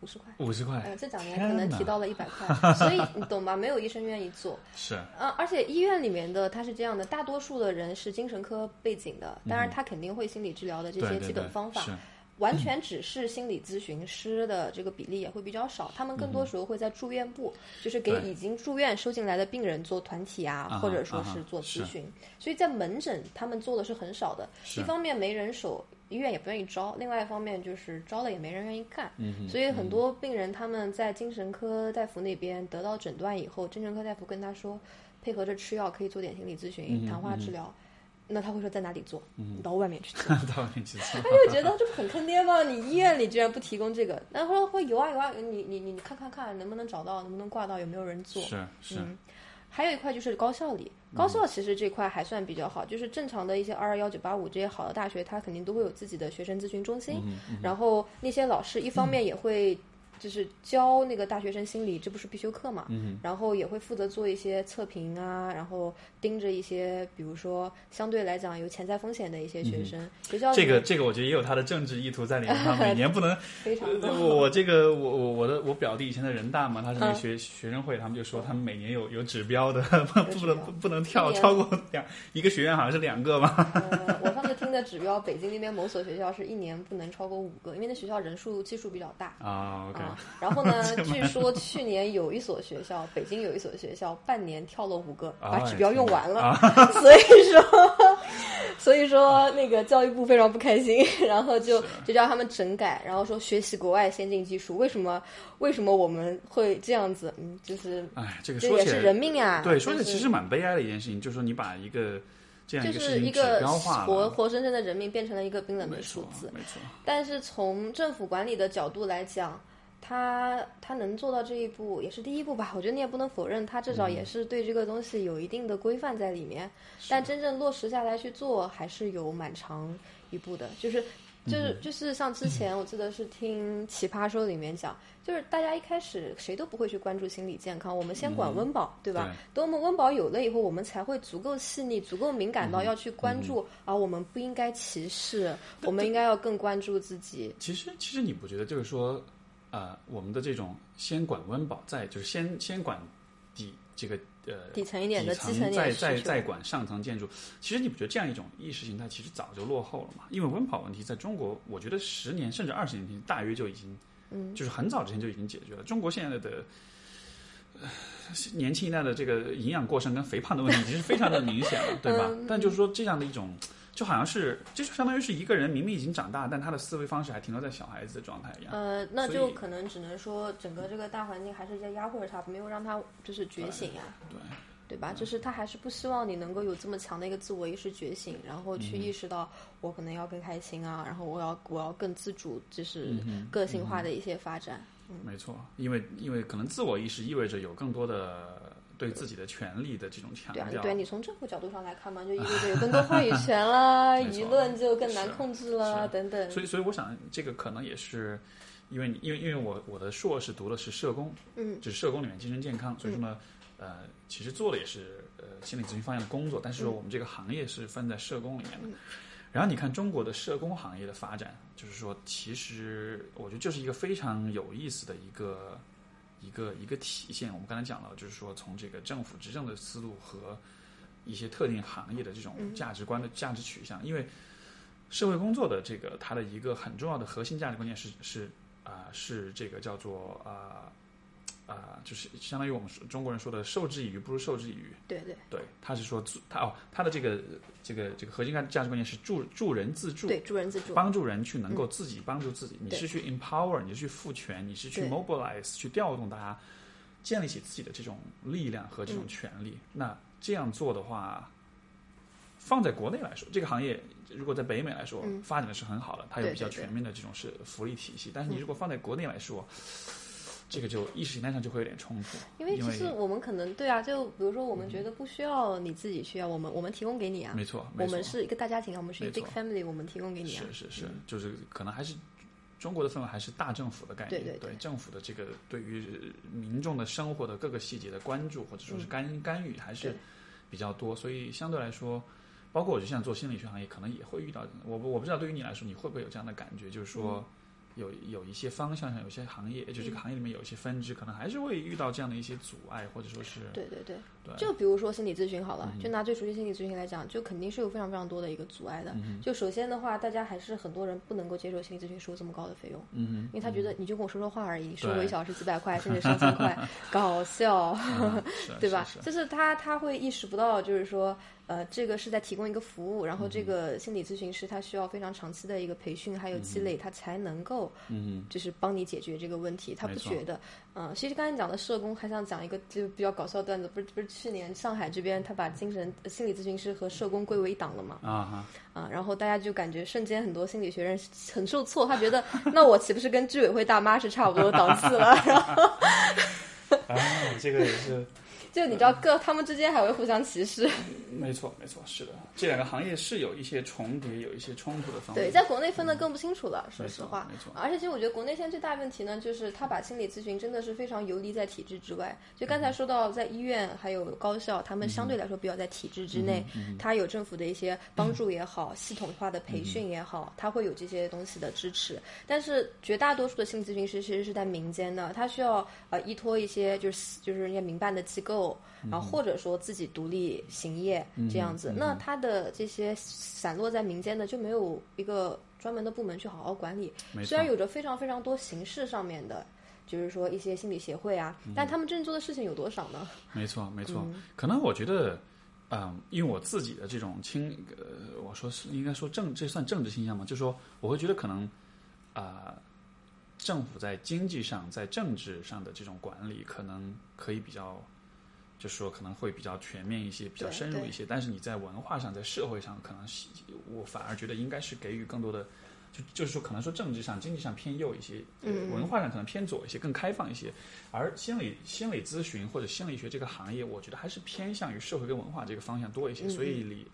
[SPEAKER 2] 五十块。
[SPEAKER 1] 五十块
[SPEAKER 2] 呃，，这两年
[SPEAKER 1] 哎天
[SPEAKER 2] 可能
[SPEAKER 1] 哪
[SPEAKER 2] 提到了一百
[SPEAKER 1] (laughs)
[SPEAKER 2] 块，所以你懂吧？没有医生愿意做。
[SPEAKER 1] 是
[SPEAKER 2] 呃，而且医院里面的他是这样的，大多数的人是精神科背景的，当然他肯定会心理治疗的
[SPEAKER 1] 嗯
[SPEAKER 2] 这
[SPEAKER 1] 对
[SPEAKER 2] 些
[SPEAKER 1] 对
[SPEAKER 2] 基本
[SPEAKER 1] 对
[SPEAKER 2] 方法，
[SPEAKER 1] 是 (laughs)
[SPEAKER 2] 完全只是心理咨询师的这个比例也会比较少，他们更多时候会在住院部，就是给
[SPEAKER 1] 嗯对
[SPEAKER 2] 已经住院收进来的病人做团体啊，
[SPEAKER 1] 啊哈
[SPEAKER 2] 或者说
[SPEAKER 1] 啊哈
[SPEAKER 2] 是做
[SPEAKER 1] 是
[SPEAKER 2] 咨询，所以在门诊他们做的是很少的，
[SPEAKER 1] 是
[SPEAKER 2] 一方面没人手，医院也不愿意招；另外一方面就是招了也没人愿意干。
[SPEAKER 1] 嗯
[SPEAKER 2] 所以很多病人他们在精神科大夫那边得到诊断以后，精神科大夫跟他说，配合着吃药可以做点心理咨
[SPEAKER 1] 嗯
[SPEAKER 2] 询、谈话治疗。那他会说在哪里做？你到外面去做。
[SPEAKER 1] 到底几次？
[SPEAKER 2] 他就觉得这不很坑爹吗？你医院里居然不提供这个，然后会有啊有啊，你你你你看看看能不能找到，能不能挂到，有没有人做？嗯
[SPEAKER 1] 是是，
[SPEAKER 2] 还有一块就是高校里，高校其实这块还算比较好，就是正常的一些二二幺九八五这些好的大
[SPEAKER 1] 嗯
[SPEAKER 2] 学，它肯定都会有自己的学生咨询中心，然后那些老师一方面也会就是教那个大学生心理，这不是必修课嘛，
[SPEAKER 1] 嗯
[SPEAKER 2] 然后也会负责做一些测评啊，然后盯着一些，比如说相对来讲有潜在风险的一些学生，学校
[SPEAKER 1] 嗯这个这个，我觉得也有他的政治意图在 (laughs) 里面。他每年不能，
[SPEAKER 2] 非常
[SPEAKER 1] 呃我我这个我我我的我表弟以前在人大嘛，他
[SPEAKER 2] 嗯
[SPEAKER 1] 是那个学、学生会，他们就说他们每年有有指标的， (laughs) 不能不能跳
[SPEAKER 2] 今年
[SPEAKER 1] 超过两一个学院好像是两个吧。
[SPEAKER 2] 呃，我上次听的指标，北京那边某所学校是一年不能超过五个，因为那学校人数基数比较大。
[SPEAKER 1] 啊，OK，
[SPEAKER 2] 啊，然后
[SPEAKER 1] (laughs)
[SPEAKER 2] 呢？据说去年有一所学校，北京有一所学校，半年跳了五个，把
[SPEAKER 1] 哎
[SPEAKER 2] 指标用
[SPEAKER 1] 天
[SPEAKER 2] 完了。 (laughs) 所以说，所以说那个教育部非常不开心， (laughs) 然后就就叫他们整改，然后说学习国外先进技术。为什么？为什么我们会这样子？嗯，就是
[SPEAKER 1] 哎，这个
[SPEAKER 2] 这
[SPEAKER 1] 说
[SPEAKER 2] 也
[SPEAKER 1] 起
[SPEAKER 2] 是
[SPEAKER 1] 来，
[SPEAKER 2] 人命啊！
[SPEAKER 1] 对，
[SPEAKER 2] 就
[SPEAKER 1] 说起来
[SPEAKER 2] 是
[SPEAKER 1] 其实蛮悲哀的一件事情，就是说你把一个这样
[SPEAKER 2] 就
[SPEAKER 1] 个
[SPEAKER 2] 是
[SPEAKER 1] 事
[SPEAKER 2] 一
[SPEAKER 1] 情指
[SPEAKER 2] 个
[SPEAKER 1] 标化
[SPEAKER 2] 活
[SPEAKER 1] 了，
[SPEAKER 2] 活生生的人命变成了一个冰冷
[SPEAKER 1] 没
[SPEAKER 2] 的数
[SPEAKER 1] 错
[SPEAKER 2] 字，。
[SPEAKER 1] 没错，
[SPEAKER 2] 但是从政府管理的角度来讲，他他能做到这一步也是第一步吧。我觉得你也不能否认，他至少
[SPEAKER 1] 嗯
[SPEAKER 2] 也是对这个东西有一定的规范在里面。但真正落实下来去做，还是有蛮长一步的。就是
[SPEAKER 1] 嗯
[SPEAKER 2] 就是就是像之前我记得是听《奇葩说》里面讲，就是大家一开始谁都不会去关注心理健康，我们先管温饱，对
[SPEAKER 1] 嗯
[SPEAKER 2] 吧？等我们温饱有了以后，我们才会足够细腻、足够敏
[SPEAKER 1] 嗯
[SPEAKER 2] 感到要去关注、啊，我们不应该歧视，我们应该要更关注自己。
[SPEAKER 1] 其实，其实你不觉得就是说，呃，我们的这种先管温饱，再就是先先管底这个呃
[SPEAKER 2] 底层一点的
[SPEAKER 1] 底层
[SPEAKER 2] 基层一点
[SPEAKER 1] 再
[SPEAKER 2] 的
[SPEAKER 1] 再
[SPEAKER 2] 需求
[SPEAKER 1] 再管上层建筑，其实你不觉得这样一种意识形态其实早就落后了嘛？因为温饱问题在中国，我觉得十年甚至二十年前大约就已经，嗯，就是很早之前就已经解决了。中国现在的。呃年轻一代的这个营养过剩跟肥胖的问题，其实非常的明显了，
[SPEAKER 2] (laughs)
[SPEAKER 1] 对吧？
[SPEAKER 2] 嗯
[SPEAKER 1] 但就是说这样的一种就好像是，这就相当于是一个人明明已经长大，但他的思维方式还停留在小孩子的状态一样。
[SPEAKER 2] 呃，那
[SPEAKER 1] 所
[SPEAKER 2] 就
[SPEAKER 1] 以
[SPEAKER 2] 可能只能说整个这个大环境还是在压迫着他，没有让他就是觉醒呀、
[SPEAKER 1] 对嗯
[SPEAKER 2] 对吧？就是他还是不希望你能够有这么强的一个自我意识觉醒，然后去
[SPEAKER 1] 嗯
[SPEAKER 2] 意识到我可能要更开心啊，然后我要我要更自主，就是
[SPEAKER 1] 嗯
[SPEAKER 2] 个性化的一些发展。
[SPEAKER 1] 没错，因为因为可能自我意识意味着有更多的对自己的权利的这种强
[SPEAKER 2] 对啊，
[SPEAKER 1] 调。
[SPEAKER 2] 对啊你从政府角度上来看嘛，就意味着有更多
[SPEAKER 1] (laughs)
[SPEAKER 2] 话语权啦，
[SPEAKER 1] 没错
[SPEAKER 2] 舆论就更难
[SPEAKER 1] 是啊
[SPEAKER 2] 控制啦，
[SPEAKER 1] 是
[SPEAKER 2] 等等。
[SPEAKER 1] 所以所以我想这个可能也是。因为你因为因为我我的硕士读的是社工，
[SPEAKER 2] 嗯，
[SPEAKER 1] 就是社工里面精神健康，所以说呢，呃，其实做的也是呃心理咨询方向的工作，但
[SPEAKER 2] 嗯
[SPEAKER 1] 是说我们这个行业是分在社工里面的。然后你看中国的社工行业的发展，就是说，其实我觉得这是一个非常有意思的一个一个一个体现。我们刚才讲了，就是说从这个政府执政的思路和一些特定行业的这种
[SPEAKER 2] 嗯
[SPEAKER 1] 价值观的价值取向，因为社会工作的这个它的一个很重要的核心价值观念是是啊、是这个叫做啊啊、就是相当于我们说中国人说的授之以鱼不如授之以渔。
[SPEAKER 2] 对对
[SPEAKER 1] 对，他是说自他哦，他的这个这个这个核心价价值观念是助助人自助，
[SPEAKER 2] 对，助人自助。嗯
[SPEAKER 1] 帮助人去能够自己帮助自己。你
[SPEAKER 2] 对
[SPEAKER 1] 是去 empower，你是去赋权，你是去
[SPEAKER 2] 对
[SPEAKER 1] mobilize，去调动大家建立起自己的这种力量和这种权利。
[SPEAKER 2] 嗯
[SPEAKER 1] 那这样做的话，放在国内来说，这个行业如果在北美来说、发展的是很好的，它有
[SPEAKER 2] 嗯对
[SPEAKER 1] 比较
[SPEAKER 2] 对对嗯
[SPEAKER 1] 全面的这种是福利体系。但是你如果放在国内来说，这个就意识形态上就会有点冲突，
[SPEAKER 2] 因
[SPEAKER 1] 因
[SPEAKER 2] 为其实我们可能对啊，就比如说我们觉得不需要你自己需要，我们我们提供给你啊。
[SPEAKER 1] 没错，没
[SPEAKER 2] 我
[SPEAKER 1] 错
[SPEAKER 2] 们是一个大家庭啊，我们是一个
[SPEAKER 1] 没
[SPEAKER 2] big
[SPEAKER 1] 错
[SPEAKER 2] family，我们提供给你啊。
[SPEAKER 1] 是是是，就是可能还是中国的氛围还是大政府的概念，
[SPEAKER 2] 对对对
[SPEAKER 1] 政府的这个对于民众的生活的各个细节的关注或者说是干、干预还是
[SPEAKER 2] 嗯对
[SPEAKER 1] 比较多，所以相对来说。包括我就像做心理学行业，可能也会遇到我不我不知道对于你来说，你会不会有这样的感觉，就是
[SPEAKER 2] 嗯
[SPEAKER 1] 说有有一些方向上，有些行业，就这个行业里面有一些分支，可能还是会遇到这样的一些阻碍，或者说
[SPEAKER 2] (laughs)
[SPEAKER 1] 是
[SPEAKER 2] 对对对，
[SPEAKER 1] 对嗯
[SPEAKER 2] 就比如说心理咨询好了，就拿最熟悉心理咨询来讲，就肯定是有非常非常多的一个阻碍的。
[SPEAKER 1] 嗯
[SPEAKER 2] 就首先的话，大家还是很多人不能够接受心理咨询收这么高的费用，
[SPEAKER 1] 嗯
[SPEAKER 2] 因为他觉得你就跟我说说话而已，你收我
[SPEAKER 1] 对
[SPEAKER 2] 一小时几百块甚至上千块，
[SPEAKER 1] (laughs)
[SPEAKER 2] 搞笑，
[SPEAKER 1] 哼，是
[SPEAKER 2] 对吧
[SPEAKER 1] 啊是？是
[SPEAKER 2] 就是他他会意识不到，就是说，呃，这个是在提供一个服务，然后这个
[SPEAKER 1] 嗯
[SPEAKER 2] 心理咨询师他需要非常长期的一个培训，还有积累，他才能够，嗯，就是帮你解决这个问题。他
[SPEAKER 1] 没
[SPEAKER 2] 不
[SPEAKER 1] 错
[SPEAKER 2] 觉得，嗯，其实刚才讲的社工，还想讲一个就比较搞笑的段子，不是不是去年上海这边他把精神呃心理咨询师和社工归为一档了嘛？
[SPEAKER 1] 啊哈，
[SPEAKER 2] 啊，然后大家就感觉瞬间很多心理学人 (laughs) 很受挫，他觉得那我岂不是跟居委会大妈是差不多档次了？然后
[SPEAKER 1] 啊，这个也是，
[SPEAKER 2] (laughs) 就你知道各他们之间还会互相歧视。
[SPEAKER 1] 没错，没错，是的，这两个行业是有一些重叠、有一些冲突的方面。
[SPEAKER 2] 对，在国内分得更不清楚了，说
[SPEAKER 1] 没
[SPEAKER 2] 实
[SPEAKER 1] 错
[SPEAKER 2] 话。
[SPEAKER 1] 没错
[SPEAKER 2] 而且其实我觉得国内现在最大问题呢，就是他把心理咨询真的是非常游离在体制之外。就刚
[SPEAKER 1] 嗯
[SPEAKER 2] 才说到，在医院还有高校，他们相对来说比较在体制之内，
[SPEAKER 1] 嗯
[SPEAKER 2] 他有政府的一些帮助也好，系统化的
[SPEAKER 1] 嗯
[SPEAKER 2] 培训也好，他会有这些东西的支持。但是绝大多数的心理咨询师其实是在民间的，他需要呃依托一些就是就是人家民办的机构，
[SPEAKER 1] 嗯
[SPEAKER 2] 然后或者说自己独立行业这样子。那他的这些散落在民间的就没有一个专门的部门去好好管理。
[SPEAKER 1] 没错
[SPEAKER 2] 虽然，有着非常非常多形式上面的，就是说一些心理协会啊，
[SPEAKER 1] 嗯
[SPEAKER 2] 但他们真正做的事情有多少呢？
[SPEAKER 1] (laughs)
[SPEAKER 2] 嗯
[SPEAKER 1] 没错，没错。可能我觉得，嗯、因为我自己的这种倾，呃，我说是应该说政，这算政治倾向吗？就说我会觉得可能，啊、政府在经济上、在政治上的这种管理，可能可以比较，就说可能会比较全面一些，比较
[SPEAKER 2] 对
[SPEAKER 1] 深入
[SPEAKER 2] 对
[SPEAKER 1] 一些。但是你在文化上、在社会上，可能是我反而觉得应该是给予更多的。就就是说，可能说政治上、经济上偏右一些，呃
[SPEAKER 2] 嗯
[SPEAKER 1] 文化上可能偏左一些，更开放一些。而心理心理咨询或者心理学这个行业，我觉得还是偏向于社会跟文化这个方向多一些，所以理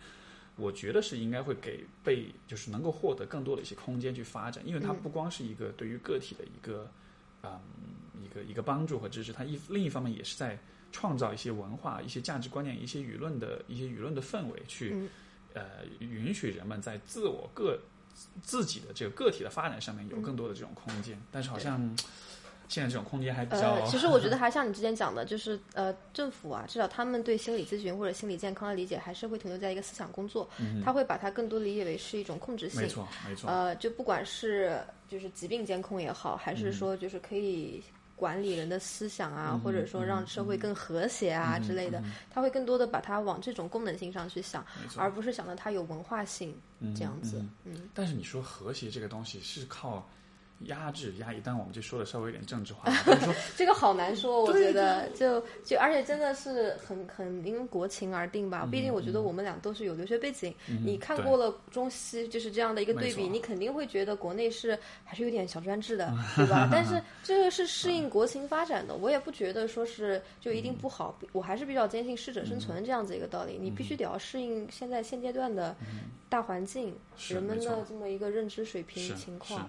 [SPEAKER 1] 我觉得是应该会给被就是能够获得更多的一些空间去发展，因为它
[SPEAKER 2] 嗯
[SPEAKER 1] 不光是一个对于个体的一个嗯一个一个帮助和支持，它一另一方面也是在创造一些文化、一些价值观念、一些舆论的一些舆论的氛围，去、
[SPEAKER 2] 嗯
[SPEAKER 1] 呃允许人们在自我个自己的这个个体的发展上
[SPEAKER 2] 嗯
[SPEAKER 1] 面有更多的这种空间，但是好像现在这种空间还比较、啊
[SPEAKER 2] 呃，其实我觉得还像你之前讲的，就是呃，政府啊，至少他们对心理咨询或者心理健康的理解，还是会停留在一个思想工作，
[SPEAKER 1] 嗯
[SPEAKER 2] 他会把它更多地理解为是一种控制性
[SPEAKER 1] 没。错没错，
[SPEAKER 2] 呃，就不管是就是疾病监控也好，还
[SPEAKER 1] 嗯
[SPEAKER 2] 是说就是可以管理人的思想啊，或者说
[SPEAKER 1] 嗯
[SPEAKER 2] 让社会更和谐啊之类的，他会更多的把它往这种功能性上去想，
[SPEAKER 1] 没错嗯
[SPEAKER 2] 而不是想到它有文化性这样子。
[SPEAKER 1] 但是你说和谐这个东西是靠压制压抑，但我们就说的稍微有点政治化了，就是说
[SPEAKER 2] 这个好难说，我觉得就就而且真的是很很因为国情而定吧。毕竟我觉
[SPEAKER 1] 嗯
[SPEAKER 2] 得我们俩都是有留学背景，你看过了中西就是这样的一个对
[SPEAKER 1] 没
[SPEAKER 2] 比，
[SPEAKER 1] 错
[SPEAKER 2] 你肯定会觉得国内是还是有点小
[SPEAKER 1] (laughs)
[SPEAKER 2] 专制的，对吧？但是这个是适应国情发展的，我也不觉得说是就一定不好，
[SPEAKER 1] 嗯
[SPEAKER 2] 我还是比较坚信适者生存这样子一个道理。你必须得要适应现在现阶段的大环境，
[SPEAKER 1] 嗯是
[SPEAKER 2] 人们
[SPEAKER 1] 没
[SPEAKER 2] 的
[SPEAKER 1] 错
[SPEAKER 2] 这么一个认知水平
[SPEAKER 1] 是
[SPEAKER 2] 情况。
[SPEAKER 1] 是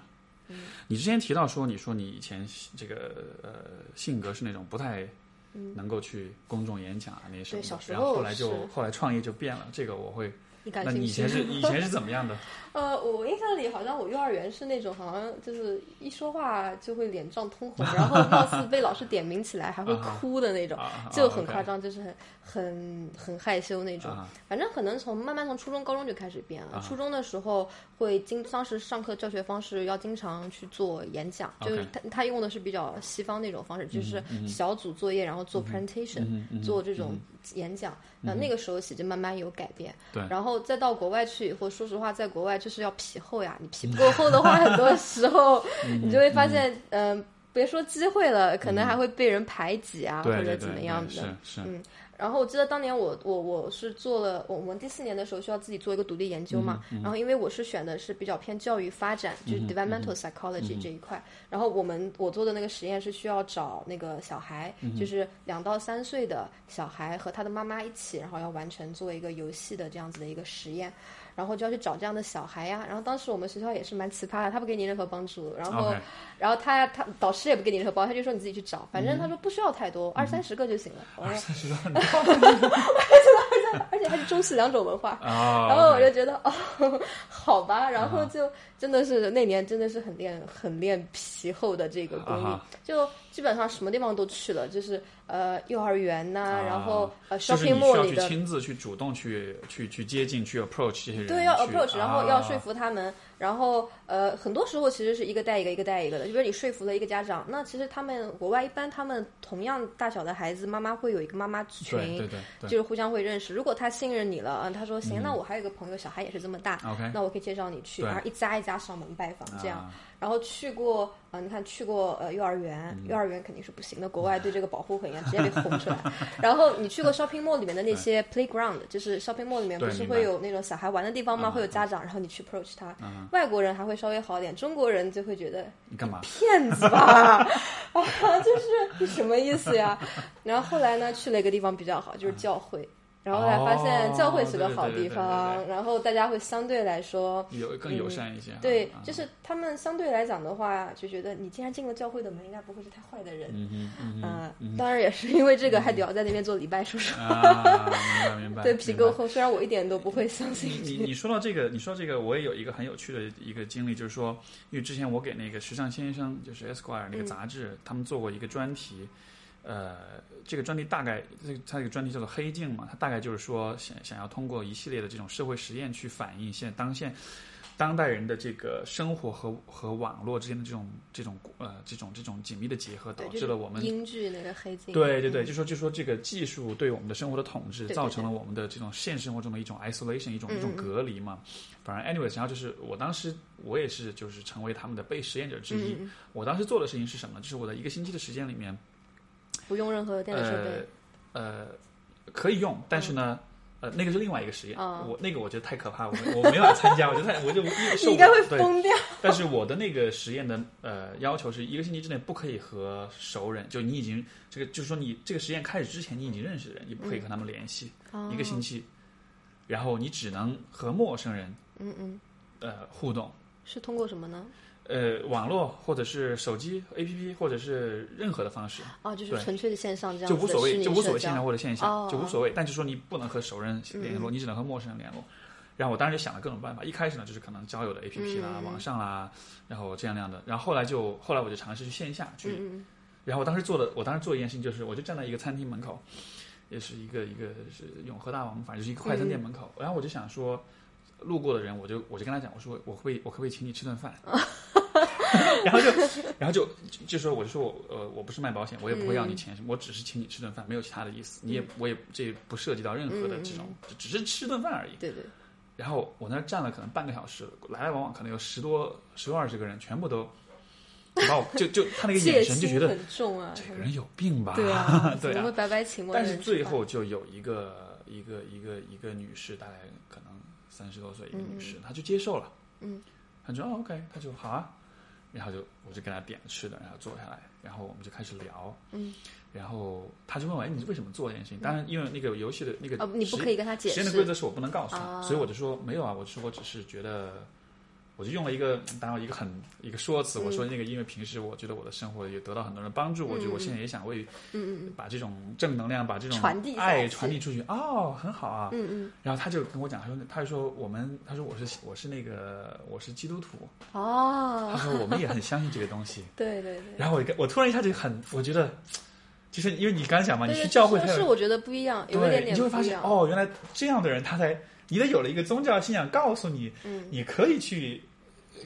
[SPEAKER 2] 嗯
[SPEAKER 1] 你之前提到说，你说你以前这个呃性格是那种不太能够去公众演讲啊那些什么
[SPEAKER 2] 嗯对小
[SPEAKER 1] 的，
[SPEAKER 2] 时
[SPEAKER 1] 然后
[SPEAKER 2] 候
[SPEAKER 1] 后来就是后来创业就变了，这个我会。
[SPEAKER 2] 你感
[SPEAKER 1] 那
[SPEAKER 2] 兴
[SPEAKER 1] 你以
[SPEAKER 2] 趣
[SPEAKER 1] 前
[SPEAKER 2] (laughs) 吗？
[SPEAKER 1] 是以前是怎么样的？
[SPEAKER 2] 呃，我印象里好像我幼儿园是那种，好像就是一说话就会脸涨通红，然
[SPEAKER 1] (laughs)
[SPEAKER 2] 后貌似被老师点名起来还会哭的那种
[SPEAKER 1] 啊，
[SPEAKER 2] 就很
[SPEAKER 1] 啊，OK 啊
[SPEAKER 2] 夸张，就是很很很害羞那种。反正可能从慢慢从初中、高中就开始变了。初中的时候会经当时上课教学方式要经常去做演讲，就是他他用的是比较西方那种方式，
[SPEAKER 1] 嗯
[SPEAKER 2] 就是小组作业，然后做 presentation，做这
[SPEAKER 1] 嗯
[SPEAKER 2] 种演讲。那那个时候起就慢慢有改变。
[SPEAKER 1] 对
[SPEAKER 2] 然后再到国外去以后，说实话，在国外就是要皮厚呀。你皮不够厚的话，很多时候
[SPEAKER 1] 嗯
[SPEAKER 2] 你就会发现，嗯、别说机会了，可能还会被人排挤啊，
[SPEAKER 1] 对
[SPEAKER 2] 或者
[SPEAKER 1] 对
[SPEAKER 2] 怎
[SPEAKER 1] 对，
[SPEAKER 2] 么
[SPEAKER 1] 对
[SPEAKER 2] 样的。嗯
[SPEAKER 1] 是是，
[SPEAKER 2] 然后我记得当年我我我是做了，我我们第四年的时候需要自己做一个独立研究嘛，然后因为我是选的是比较偏教育发展，就是 developmental psychology 这一块，然后我们我做的那个实验是需要找那个小孩，就是两到三岁的小孩和他的妈妈一起，然后要完成做一个游戏的这样子的一个实验。然后就要去找这样的小孩呀、然后当时我们学校也是蛮奇葩的，他不给你任何帮助，然后
[SPEAKER 1] OK
[SPEAKER 2] 然后他他导师也不给你任何帮助，他就说你自己去找，反正他说不需要太多，嗯二三十个就行了。我说而且还是中西两种文化。
[SPEAKER 1] 啊，
[SPEAKER 2] 然后我
[SPEAKER 1] OK 啊
[SPEAKER 2] 就觉得哦， (laughs) 好吧，然后就真的是那年真的是很练很练皮厚的这个功力
[SPEAKER 1] 啊哈，
[SPEAKER 2] 就基本上什么地方都去了，就是呃幼儿园呐，
[SPEAKER 1] 啊
[SPEAKER 2] 然后呃
[SPEAKER 1] 就是
[SPEAKER 2] shopping
[SPEAKER 1] 你需
[SPEAKER 2] mall
[SPEAKER 1] 要
[SPEAKER 2] 里
[SPEAKER 1] 去
[SPEAKER 2] 的
[SPEAKER 1] 亲自去主动去去去接近去 approach 这些人去，
[SPEAKER 2] 对，要 approach，然后要说
[SPEAKER 1] 啊
[SPEAKER 2] 服他们，然后呃，很多时候其实是一个带一个，一个带一个的。就比如你说服了一个家长，那其实他们国外一般他们同样大小的孩子，妈妈会有一个妈妈群，
[SPEAKER 1] 对对对对
[SPEAKER 2] 就是互相会认识。如果他信任你了，嗯，他说行，那我还有一个朋友，小孩也是这么大
[SPEAKER 1] OK
[SPEAKER 2] 那我可以介绍你去，
[SPEAKER 1] 对
[SPEAKER 2] 然后一家一家上门拜访这样。
[SPEAKER 1] 啊
[SPEAKER 2] 然后去过呃，你看去过呃幼儿园，
[SPEAKER 1] 嗯
[SPEAKER 2] 幼儿园肯定是不行的，国外对这个保护很严，直接给轰
[SPEAKER 1] (laughs)
[SPEAKER 2] 出来。然后你去过 shopping mall 里面的那些 playground，就是 shopping mall 里面
[SPEAKER 1] 对
[SPEAKER 2] 不是
[SPEAKER 1] 明白
[SPEAKER 2] 会有那种小孩玩的地方吗？
[SPEAKER 1] 嗯
[SPEAKER 2] 会有家长，然后你去 approach 他。外国人还会稍微好点，中国人就会觉得
[SPEAKER 1] 你干嘛？
[SPEAKER 2] 骗子吧？ (laughs) 啊，就是什么意思呀？ (laughs) 然后后来呢，去了一个地方比较好，就是教会。然后后来发现
[SPEAKER 1] 哦
[SPEAKER 2] 教会是个好
[SPEAKER 1] 对对对对
[SPEAKER 2] 地方，然后大家会相对来说，
[SPEAKER 1] 友更友善一些啊。
[SPEAKER 2] 嗯对，
[SPEAKER 1] 啊
[SPEAKER 2] 就是他们相对来讲的话，就觉得你既然进了教会的门，应该不会是太坏的人。
[SPEAKER 1] 嗯哼嗯哼
[SPEAKER 2] 啊，当然也是因为这个，还得要在那边做礼拜，叔叔。
[SPEAKER 1] 啊，明白明白。
[SPEAKER 2] 对，皮
[SPEAKER 1] 明白
[SPEAKER 2] 够厚，虽然我一点都不会相信这
[SPEAKER 1] 你你说到这个，你说这个，我也有一个很有趣的一个经历，就是说，因为之前我给那个《时尚先生》就是 Esquire
[SPEAKER 2] 嗯
[SPEAKER 1] 那个杂志，他们做过一个专题，呃，这个专题大概这个它这个专题叫做“黑镜”嘛，它大概就是说想想要通过一系列的这种社会实验去反映现当现当代人的这个生活和和网络之间的这种这种呃这种这种紧密的结合，嗯导
[SPEAKER 2] 对，就
[SPEAKER 1] 致
[SPEAKER 2] 是
[SPEAKER 1] 了我们
[SPEAKER 2] 英剧那个黑镜。
[SPEAKER 1] 对对对，就说就说这个技术对我们的生活的统治，
[SPEAKER 2] 嗯对对嗯
[SPEAKER 1] 造成了我们的这种现实生活中的一种 isolation，一种一种隔离嘛。反正 anyways，然后就是我当时我也是就是成为他们的被实验者之一。
[SPEAKER 2] 嗯，
[SPEAKER 1] 我当时做的事情是什么呢？就是我在一个星期的时间里面，
[SPEAKER 2] 不用任何电哦子设
[SPEAKER 1] 呃
[SPEAKER 2] 备。嗯
[SPEAKER 1] 呃，可以用，但是呢。呃，那个是另外一个实验，
[SPEAKER 2] 哦
[SPEAKER 1] 我那个我觉得太可怕，我没我没有参加，我就太我就
[SPEAKER 2] 你
[SPEAKER 1] 你
[SPEAKER 2] (laughs) 应该会疯掉。
[SPEAKER 1] (laughs) 但是我的那个实验的呃要求是一个星期之内不可以和熟人，就你已经这个就是说你这个实验开始之前你已经认识的人，你不可以和他们联系、一个星
[SPEAKER 2] 期。
[SPEAKER 1] 期，然后你只能和陌生人
[SPEAKER 2] 嗯嗯，
[SPEAKER 1] 呃互动，
[SPEAKER 2] 是通过什么呢？
[SPEAKER 1] 呃网络或者是手机 APP 或者是任何的方式，
[SPEAKER 2] 哦，就是
[SPEAKER 1] 对
[SPEAKER 2] 纯粹的线上这样
[SPEAKER 1] 就
[SPEAKER 2] 子
[SPEAKER 1] 无
[SPEAKER 2] 的
[SPEAKER 1] 所
[SPEAKER 2] 虚
[SPEAKER 1] 谓，
[SPEAKER 2] 拟
[SPEAKER 1] 就无所
[SPEAKER 2] 社
[SPEAKER 1] 谓线
[SPEAKER 2] 交
[SPEAKER 1] 上或者线下，
[SPEAKER 2] 哦嗯
[SPEAKER 1] 就无所谓。但是说你不能和熟人联络，你只能和陌生人联络。然后我当时就想了各种办法，一开始呢就是可能交友的 APP 啦、
[SPEAKER 2] 嗯
[SPEAKER 1] 网上啦，然后这样那样的。然后后来就后来我就尝试去线下去，
[SPEAKER 2] 嗯
[SPEAKER 1] 然后我当时做的，我当时做一件事情就是，我就站在一个餐厅门口，也是一个一个是永和大王，反正就是一个快
[SPEAKER 2] 嗯
[SPEAKER 1] 餐店门口。然后我就想说，路过的人，我就我就跟他讲，我说我会我可不可以请你吃顿饭？然后就，然后就就就说我就说我呃我不是卖保险，我也不会要你钱什么，我只是请你吃顿饭，没有其他的意思。你也我也这也不涉及到任何的这种，只是吃顿饭而已。
[SPEAKER 2] 嗯，对对，
[SPEAKER 1] 然后我那儿站了可能半个小时，来来往往可能有十多十多二十个人，全部都把我就就他那个眼
[SPEAKER 2] 戒
[SPEAKER 1] 神就
[SPEAKER 2] 心
[SPEAKER 1] 觉得
[SPEAKER 2] 很重啊。
[SPEAKER 1] 这个人有病吧？
[SPEAKER 2] 对啊
[SPEAKER 1] (laughs) ，对
[SPEAKER 2] 怎么
[SPEAKER 1] 啊
[SPEAKER 2] 会白白请我的
[SPEAKER 1] 但
[SPEAKER 2] 人吃
[SPEAKER 1] 是
[SPEAKER 2] 饭？
[SPEAKER 1] 最后就有一个一个一个一个女士，大概可能三十多岁一个女士，她就接受了。
[SPEAKER 2] 嗯，
[SPEAKER 1] 她就哦 OK，她就好啊，然后就我就给她点吃的，然后坐下来，然后我们就开始聊。
[SPEAKER 2] 嗯，
[SPEAKER 1] 然后她就问我，哎，你为什么做这件事情？当然，因为那个游戏的那个
[SPEAKER 2] 哦，你不
[SPEAKER 1] 实
[SPEAKER 2] 可以跟他解
[SPEAKER 1] 实验的规
[SPEAKER 2] 释。
[SPEAKER 1] 则是我不能告诉他，
[SPEAKER 2] 啊
[SPEAKER 1] 所以我就说没有啊，我说我只是觉得，我就用了一个当然一个很一个说
[SPEAKER 2] 嗯
[SPEAKER 1] 辞，我说那个因为平时我觉得我的生活也得到很多人帮助，我觉得我现在也想为
[SPEAKER 2] 嗯嗯
[SPEAKER 1] 把这种正能量，把这种
[SPEAKER 2] 传递下
[SPEAKER 1] 爱
[SPEAKER 2] 去
[SPEAKER 1] 传递出去，哦，很好啊。
[SPEAKER 2] 嗯
[SPEAKER 1] 然后他就跟我讲，他说他就说我们，他说我是我是那个我是基督徒，
[SPEAKER 2] 嗯，哦
[SPEAKER 1] 他，说我们也很相信这个东西。
[SPEAKER 2] 对对对。
[SPEAKER 1] 然后我一个我突然一下就很，我觉得，就是因为你刚才讲嘛，你
[SPEAKER 2] 对对
[SPEAKER 1] 去教会
[SPEAKER 2] 是
[SPEAKER 1] 才
[SPEAKER 2] 是
[SPEAKER 1] 有
[SPEAKER 2] 我觉得不一样，有一点
[SPEAKER 1] 对，你
[SPEAKER 2] 点
[SPEAKER 1] 就会发
[SPEAKER 2] 不一
[SPEAKER 1] 现
[SPEAKER 2] 样。
[SPEAKER 1] 哦，原来这样的人他才，你得有了一个宗教信仰，告诉你，
[SPEAKER 2] 嗯，
[SPEAKER 1] 你可以去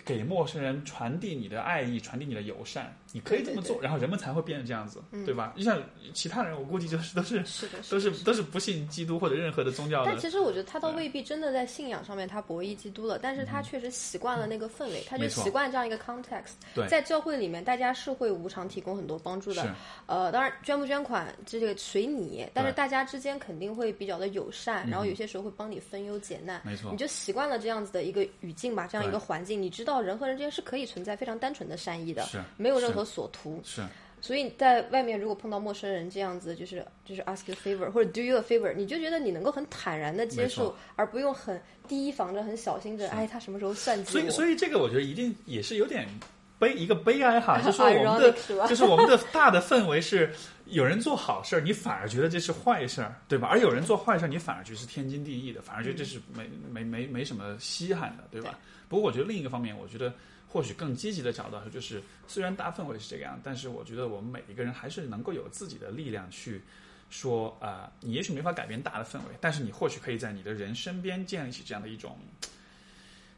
[SPEAKER 1] 给陌生人传递你的爱意，传递你的友善，你可以这么做，然后人们才会变成这样子，对吧？就像其他人，我估计就是都是
[SPEAKER 2] 嗯是的，
[SPEAKER 1] 都
[SPEAKER 2] 是
[SPEAKER 1] 是
[SPEAKER 2] 的。
[SPEAKER 1] 都是不信基督或者任何的宗教
[SPEAKER 2] 但
[SPEAKER 1] 的，
[SPEAKER 2] 其实我觉得他倒
[SPEAKER 1] 啊
[SPEAKER 2] 未必真的在信仰上面他博弈基督了，但是他确实习惯了那个氛围，他
[SPEAKER 1] 嗯
[SPEAKER 2] 就
[SPEAKER 1] 没错
[SPEAKER 2] 习惯这样一个 context
[SPEAKER 1] 对。
[SPEAKER 2] 在教会里面，大家是会无偿提供很多帮助的
[SPEAKER 1] 是，
[SPEAKER 2] 呃，当然捐不捐款这个随你，但是
[SPEAKER 1] 对嗯
[SPEAKER 2] 大家之间肯定会比较的友善，然后有些时候会帮你分忧解难，
[SPEAKER 1] 没错
[SPEAKER 2] 你就习惯了这样子的一个语境吧，这样一
[SPEAKER 1] 对
[SPEAKER 2] 个环境，你知道人和人之间是可以存在非常单纯的善意的
[SPEAKER 1] 是，
[SPEAKER 2] 没有任
[SPEAKER 1] 是
[SPEAKER 2] 何所图，
[SPEAKER 1] 是
[SPEAKER 2] 所以在外面如果碰到陌生人这样子，就是就是 ask you a favor 或者 do you a favor，你就觉得你能够很坦然的接
[SPEAKER 1] 没
[SPEAKER 2] 受
[SPEAKER 1] 错，
[SPEAKER 2] 而不用很提防着、很小心着，哎，他什么时候算计
[SPEAKER 1] 所以
[SPEAKER 2] 我？
[SPEAKER 1] 所以这个我觉得一定也是有点悲一个悲哀
[SPEAKER 2] (laughs)
[SPEAKER 1] 哈，啊就是说我们的
[SPEAKER 2] Ironic 是吧
[SPEAKER 1] 就是我们的大的氛围是有人做好事儿，你反而觉得这是坏事儿，对吧？而有人做坏事儿，你反而觉得是天经地义的，反而觉得这是没
[SPEAKER 2] 嗯
[SPEAKER 1] 没没没什么稀罕的，对吧？不过我觉得另一个方面，我觉得。或许更积极的角度来说，就是虽然大氛围是这个样，但是我觉得我们每一个人还是能够有自己的力量去说啊、呃你也许没法改变大的氛围，但是你或许可以在你的人身边建立起这样的一种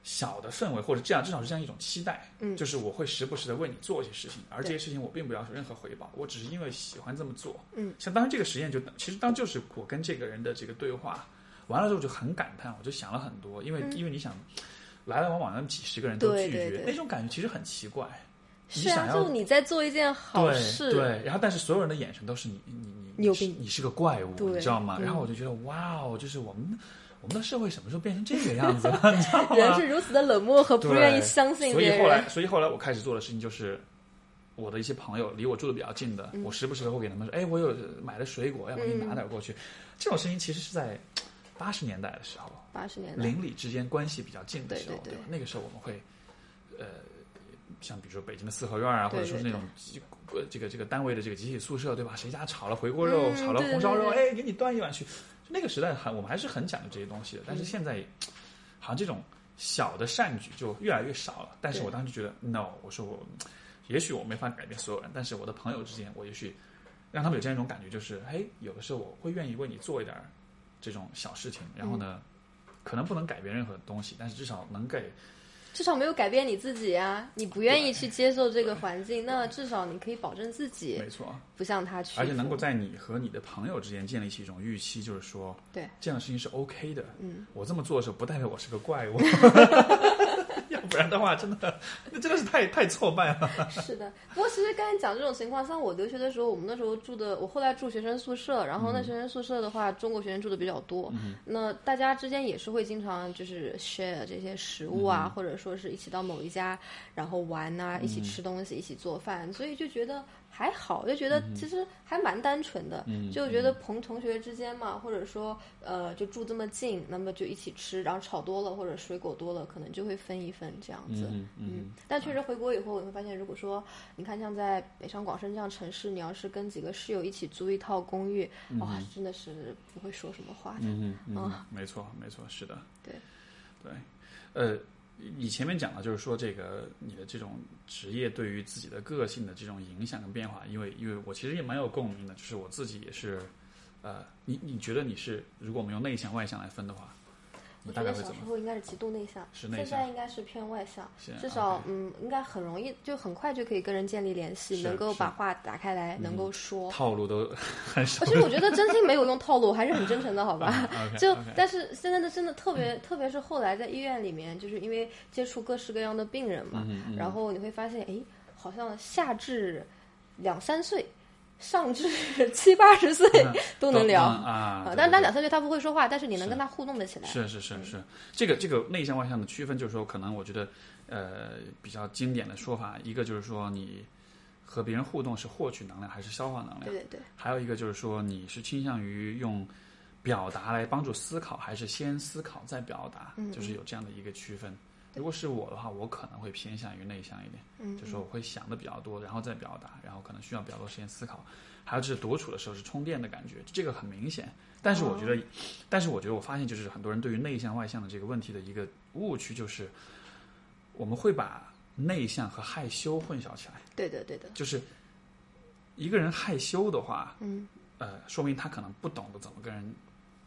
[SPEAKER 1] 小的氛围，或者这样至少是这样一种期待。嗯，就是我会时不时的为你做一些事情，而这些事情我并不要求任何回报，我只是因为喜欢这么做。嗯，像当时这个实验就其实当就是我跟这个人的这个对话完了之后，就很感叹，我就想了很多，因为、因为你想。来来往往那么几十个人都拒绝，
[SPEAKER 2] 嗯对对对
[SPEAKER 1] 那种感觉其实很奇怪。
[SPEAKER 2] 是
[SPEAKER 1] 你
[SPEAKER 2] 啊，
[SPEAKER 1] 想要
[SPEAKER 2] 就你在做一件好事，
[SPEAKER 1] 对对，然后但是所有人的眼神都是你你你
[SPEAKER 2] 你有病
[SPEAKER 1] 你是，你是个怪物，
[SPEAKER 2] 对嗯
[SPEAKER 1] 你知道吗？然后我就觉得哇哦，就是我们我们的社会什么时候变成这个样子了，你知道 (laughs) 吗？
[SPEAKER 2] 人是如此的冷漠和
[SPEAKER 1] 对，
[SPEAKER 2] 不愿意相信
[SPEAKER 1] 所
[SPEAKER 2] 别
[SPEAKER 1] 以后
[SPEAKER 2] 人
[SPEAKER 1] 来，。所以后来我开始做的事情就是，我的一些朋友离我住的比较近的，
[SPEAKER 2] 嗯
[SPEAKER 1] 我时不时会给他们说，哎，我有买了水果，要不你拿点过去。这种事情其实是在八十年代的时候，
[SPEAKER 2] 八十年代，
[SPEAKER 1] 邻里之间关系比较近的时候，
[SPEAKER 2] 对对对
[SPEAKER 1] 吧？那个时候我们会，呃，像比如说北京的四合院啊，或
[SPEAKER 2] 对
[SPEAKER 1] 者说是那
[SPEAKER 2] 对
[SPEAKER 1] 种集呃这个这个单位的这个集体宿舍，对吧？谁家炒了回锅肉，
[SPEAKER 2] 嗯
[SPEAKER 1] 炒了
[SPEAKER 2] 对对
[SPEAKER 1] 红烧肉，
[SPEAKER 2] 对对
[SPEAKER 1] 哎，给你端一碗去。就那个时代还我们还是很讲究这些东西的，
[SPEAKER 2] 嗯
[SPEAKER 1] 但是现在、好像这种小的善举就越来越少了。但是
[SPEAKER 2] 对
[SPEAKER 1] 我当时觉得，no，我说我也许我没法改变所有人，但是我的朋友之间，我也许让他们有这样一种感觉，就是嘿，有的时候我会愿意为你做一点儿这种小事情，然后呢，
[SPEAKER 2] 嗯
[SPEAKER 1] 可能不能改变任何东西，但是至少能给
[SPEAKER 2] 至少没有改变你自己啊！你不愿意去接受这个环境，那至少你可以保证自己
[SPEAKER 1] 没错，啊
[SPEAKER 2] 不向他屈服，
[SPEAKER 1] 而且能够在你和你的朋友之间建立起一种预期，就是说
[SPEAKER 2] 对
[SPEAKER 1] 这样的事情是 OK 的。嗯，我这么做的时候，不代表我是个怪
[SPEAKER 2] (laughs)
[SPEAKER 1] 物。要不然的话，真的，那真的是太太挫败了。
[SPEAKER 2] (laughs) 是的，不过其实刚才讲这种情况，像我留学的时候，我们那时候住的，我后来住学生宿舍，然后那学生宿舍的话，中国学生住的比较多，那大家之间也是会经常就是 share 这些食物啊，或者说是一起到某一家，然后玩啊，一起吃东西，一起做饭，所以就觉得还好，就觉得其实还蛮单纯的，就觉得朋同学之间嘛，或者说呃就住这么近，那么就一起吃，然后炒多了或者水果多了，可能就会分一份这样子，
[SPEAKER 1] 嗯嗯，
[SPEAKER 2] 但确实回国以后，你会发现，如果说你看像在北上广深这样城市，你要是跟几个室友一起租一套公寓，哇、真的是不会说什么话的。
[SPEAKER 1] 嗯嗯嗯
[SPEAKER 2] 啊，
[SPEAKER 1] 没错没错，是的，
[SPEAKER 2] 对
[SPEAKER 1] 对，呃，你前面讲了，就是说这个你的这种职业对于自己的个性的这种影响跟变化，因为因为我其实也蛮有共鸣的，就是我自己也是，呃，你你觉得你是，如果我们用内向外向来分的话，你
[SPEAKER 2] 我
[SPEAKER 1] 大
[SPEAKER 2] 觉
[SPEAKER 1] 概
[SPEAKER 2] 得
[SPEAKER 1] 会
[SPEAKER 2] 小
[SPEAKER 1] 怎
[SPEAKER 2] 时
[SPEAKER 1] 么？
[SPEAKER 2] 候应该是极度内向，
[SPEAKER 1] 是内向
[SPEAKER 2] 现在应该是偏外向
[SPEAKER 1] 现，在
[SPEAKER 2] 至少、
[SPEAKER 1] OK
[SPEAKER 2] 嗯，应该很容易就很快就可以跟人建立联系，
[SPEAKER 1] 是
[SPEAKER 2] 能够
[SPEAKER 1] 是嗯
[SPEAKER 2] 把话打开来，能够说。
[SPEAKER 1] 套路都很少
[SPEAKER 2] 啊，其实我觉得真心没有用套路，我还是很真诚的，好吧？
[SPEAKER 1] ，OK，
[SPEAKER 2] (laughs)
[SPEAKER 1] 嗯
[SPEAKER 2] 就
[SPEAKER 1] OK
[SPEAKER 2] 但是现在的真的特别，特别是后来在医院里面，就是因为接触各式各样的病人嘛，
[SPEAKER 1] 嗯
[SPEAKER 2] 然后你会发现，哎，好像下至两三岁，上至
[SPEAKER 1] (laughs)
[SPEAKER 2] 七八十岁都能聊
[SPEAKER 1] 嗯啊，对。
[SPEAKER 2] 啊但是他
[SPEAKER 1] 对
[SPEAKER 2] 两三岁他不会说话，但是你能跟他互动的起来。嗯
[SPEAKER 1] 是是是是，这个这个内向外向的区分，就是说，可能我觉得，呃，比较经典的说法，一个就是说你和别人互动是获取能量还是消化能量
[SPEAKER 2] 对，对对，
[SPEAKER 1] 还有一个就是说你是倾向于用表达来帮助思考，还是先思考再表达，
[SPEAKER 2] 嗯
[SPEAKER 1] 就是有这样的一个区分。如果是我的话，我可能会偏向于内向一点，
[SPEAKER 2] 嗯
[SPEAKER 1] 就是我会想的比较多，然后再表达，然后可能需要比较多时间思考。还有就是独处的时候是充电的感觉，这个很明显。但是我
[SPEAKER 2] 哦
[SPEAKER 1] 觉得，但是我觉得我发现就是很多人对于内向外向的这个问题的一个误区就是，我们会把内向和害羞混淆起来。
[SPEAKER 2] 对的对的，
[SPEAKER 1] 就是一个人害羞的话，
[SPEAKER 2] 嗯，
[SPEAKER 1] 呃，说明他可能不懂得怎么跟人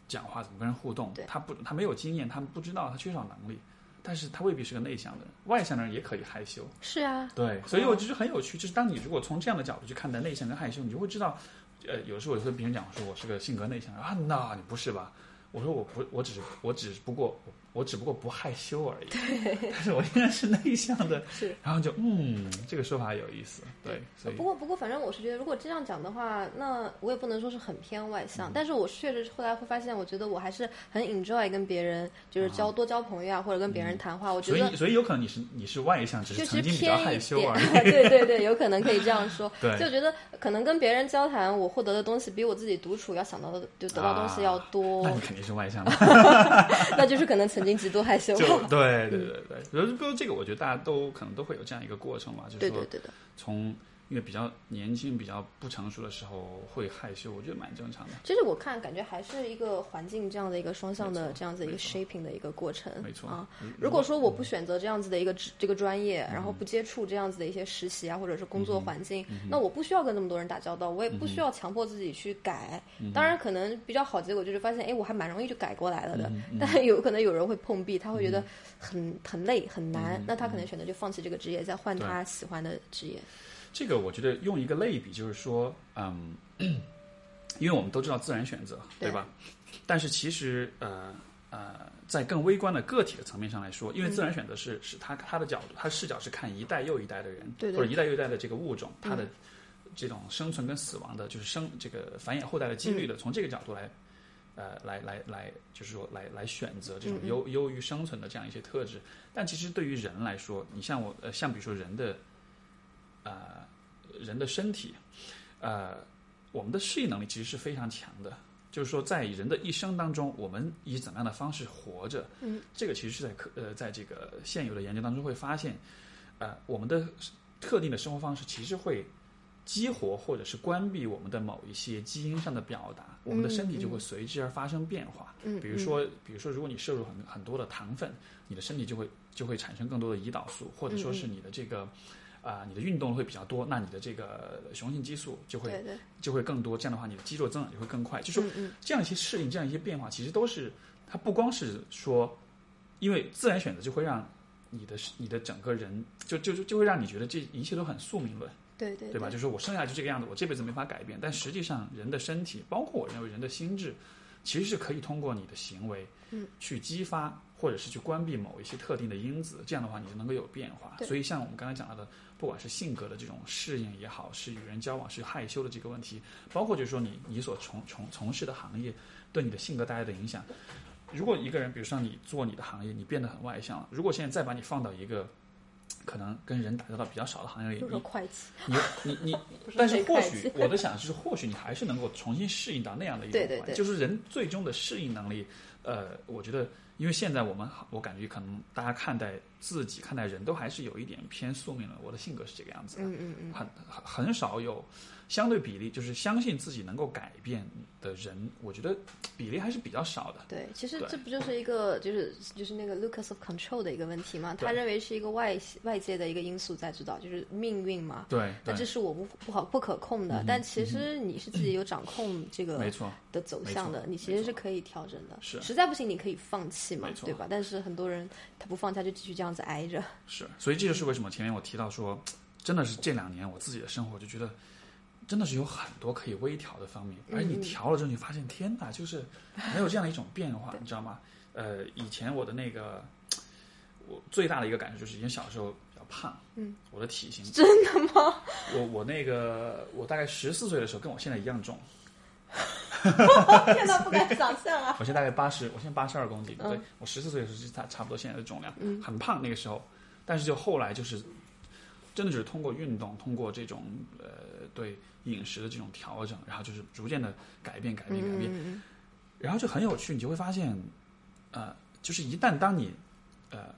[SPEAKER 1] 讲话，怎么跟人互动
[SPEAKER 2] 对，
[SPEAKER 1] 他不，他没有经验，他不知道，他缺少能力，但是他未必是个内向的人，外向的人也可以害羞，
[SPEAKER 2] 是啊，
[SPEAKER 1] 对，所以我就是很有趣，就是当你如果从这样的角度去看待内向跟害羞，你就会知道，呃，有时候我和别人讲我说我是个性格内向人啊，那你不是吧？我说我不，我只是我只不过我只不过不害羞而已， (laughs) 但是我应该是内向的，
[SPEAKER 2] 是。
[SPEAKER 1] 然后就嗯，这个说法有意思，对，所以
[SPEAKER 2] 不过不过，反正我是觉得，如果这样讲的话，那我也不能说是很偏外
[SPEAKER 1] 嗯
[SPEAKER 2] 向，但是我确实后来会发现，我觉得我还是很 enjoy 跟别人就是交、多交朋友啊，或者跟别人谈话。我
[SPEAKER 1] 嗯
[SPEAKER 2] 觉
[SPEAKER 1] 所
[SPEAKER 2] 得
[SPEAKER 1] 以，所以有可能你是你是外向，只
[SPEAKER 2] 就是是
[SPEAKER 1] 曾经比较
[SPEAKER 2] 偏
[SPEAKER 1] 害
[SPEAKER 2] 一
[SPEAKER 1] 羞
[SPEAKER 2] 点
[SPEAKER 1] 而已。， (laughs)
[SPEAKER 2] 对对对，有可能可以这样说。
[SPEAKER 1] 对
[SPEAKER 2] 就我觉得可能跟别人交谈，我获得的东西比我自己独处要想到的就得到东西要多，
[SPEAKER 1] 那你肯定是外
[SPEAKER 2] (laughs)
[SPEAKER 1] 向的，
[SPEAKER 2] 那就是可能曾经极度害羞。
[SPEAKER 1] 就对
[SPEAKER 2] 嗯
[SPEAKER 1] 对对对。比如不过这个，我觉得大家都可能都会有这样一个过程吧，就
[SPEAKER 2] 对
[SPEAKER 1] 是
[SPEAKER 2] 对
[SPEAKER 1] 说
[SPEAKER 2] 对的，
[SPEAKER 1] 从因为比较年轻、比较不成熟的时候会害羞，我觉得蛮正常的。
[SPEAKER 2] 其实我看感觉还是一个环境这样的一个双向
[SPEAKER 1] 没
[SPEAKER 2] 的
[SPEAKER 1] 错
[SPEAKER 2] 这样子一个
[SPEAKER 1] 没错
[SPEAKER 2] shaping 的一个过程。
[SPEAKER 1] 没错嗯
[SPEAKER 2] 啊，
[SPEAKER 1] 如
[SPEAKER 2] 如果说我不选择这样子的一个职这个专业，然
[SPEAKER 1] 嗯
[SPEAKER 2] 后不接触这样子的一些实习啊，或者是工作环境，那我不需要跟那么多人打交道，我也
[SPEAKER 1] 嗯
[SPEAKER 2] 不需要强迫自己去改。当然，可能比较好结果就是发现，哎，我还蛮容易就改过来了
[SPEAKER 1] 嗯
[SPEAKER 2] 的。 (laughs) 但有可能有人会碰壁，他会觉得很很累很难，那他可能选择就放弃这个职业，再换
[SPEAKER 1] 嗯对啊
[SPEAKER 2] 他喜欢的职业。
[SPEAKER 1] 这个我觉得用一个类比就是说，嗯，因为我们都知道自然选择，
[SPEAKER 2] 对
[SPEAKER 1] 对吧？但是其实呃，呃，在更微观的个体的层面上来说，因为自
[SPEAKER 2] 嗯
[SPEAKER 1] 然选择是是他他的角度，他视角是看一代又一代的人，
[SPEAKER 2] 对对嗯
[SPEAKER 1] 或者一代又一代的这个物种，它的这种生存跟死亡的，就是生这个繁衍后代的几
[SPEAKER 2] 嗯
[SPEAKER 1] 率的，从这个角度来，呃，来来来，就是说来来选择这种
[SPEAKER 2] 嗯
[SPEAKER 1] 优优于生存的这样一些特质。但其实对于人来说，你像我呃，像比如说人的，呃，人的身体，呃，我们的适应能力其实是非常强的。就是说，在人的一生当中，我们以怎么样的方式活着？
[SPEAKER 2] 嗯，
[SPEAKER 1] 这个其实是在科呃，在这个现有的研究当中会发现，呃，我们的特定的生活方式其实会激活或者是关闭我们的某一些基因上的表达，我们的身体就会随之而发生变化。
[SPEAKER 2] 嗯，
[SPEAKER 1] 比如说，比如说，如果你摄入很很多的糖分，你的身体就会就会产生更多的胰岛素，或者说
[SPEAKER 2] 嗯
[SPEAKER 1] 是你的这个啊、你的运动会比较多，那你的这个雄性激素就会
[SPEAKER 2] 对对，
[SPEAKER 1] 就会更多，这样的话你的肌肉增长就会更快。就是说
[SPEAKER 2] 嗯嗯
[SPEAKER 1] 这样一些适应，这样一些变化，其实都是它不光是说，因为自然选择就会让你的你的整个人就就就就会让你觉得这一切都很宿命论，
[SPEAKER 2] 对对
[SPEAKER 1] 对吧？？就是我生下来就这个样子，我这辈子没法改变。但实际上，人的身体，包括我认为人的心智，其实是可以通过你的行为，
[SPEAKER 2] 嗯，
[SPEAKER 1] 去激发或者是去关闭某一些特定的因子，这样的话你就能够有变化。
[SPEAKER 2] 对
[SPEAKER 1] 所以像我们刚才讲到的，不管是性格的这种适应也好，是与人交往是害羞的这个问题，包括就是说你你所从从从事的行业对你的性格带来的影响。如果一个人，比如说你做你的行业，你变得很外向了，如果现在再把你放到一个可能跟人打交道比较少的行业里，
[SPEAKER 2] 入
[SPEAKER 1] 你
[SPEAKER 2] 了会计，
[SPEAKER 1] 你你你，但是或许我的想是，或许你还是能够重新适应到那样的一种
[SPEAKER 2] 对
[SPEAKER 1] 环境，
[SPEAKER 2] 对对
[SPEAKER 1] 就是人最终的适应能力，呃，我觉得，因为现在我们我感觉可能大家看待自己、看待人都还是有一点偏宿命了。我的性格是这个样子的，
[SPEAKER 2] 嗯嗯嗯，
[SPEAKER 1] 很很很少有相对比例，就是相信自己能够改变的人，我觉得比例还是比较少的。
[SPEAKER 2] 对，其实
[SPEAKER 1] 对
[SPEAKER 2] 这不就是一个就是就是那个 Lucas of Control 的一个问题嘛？
[SPEAKER 1] 对
[SPEAKER 2] 他认为是一个外外界的一个因素在主导，就是命运嘛。
[SPEAKER 1] 对嗯
[SPEAKER 2] 那这
[SPEAKER 1] 对，
[SPEAKER 2] 是我不不好不可控的，但其实你是自己有掌控这个
[SPEAKER 1] 没错，
[SPEAKER 2] 的走向的，
[SPEAKER 1] 没错
[SPEAKER 2] 你其实是可以调整的。
[SPEAKER 1] 是
[SPEAKER 2] 实在不行你可以放弃嘛
[SPEAKER 1] 没，错
[SPEAKER 2] 对吧？但是很多人他不放下就继续这样子
[SPEAKER 1] (laughs)
[SPEAKER 2] 挨着。
[SPEAKER 1] 是，所以这就是为什么前面我提到说，真的是这两年我自己的生活就觉得，真的是有很多可以微调的方面，而你调了之后，你发现天哪，就是没有这样一种变化，你知道吗？呃，以前我的那个，我最大的一个感受就是，以前小时候比较胖，嗯，我的体型真的吗？我我那个我大概十四岁的时候，跟我现在一样重，
[SPEAKER 2] 天哪，不敢想
[SPEAKER 1] (laughs)
[SPEAKER 2] 象啊！
[SPEAKER 1] 我现在大概八十，我现在八十二公斤，对我十四岁的时候是差差不多现在的重量，很胖那个时候，但是就后来就是，真的就是通过运动，通过这种呃对饮食的这种调整，然后就是逐渐的改变，改变，改变，
[SPEAKER 2] 嗯，
[SPEAKER 1] 然后就很有趣，你就会发现，呃，就是一旦当你，呃，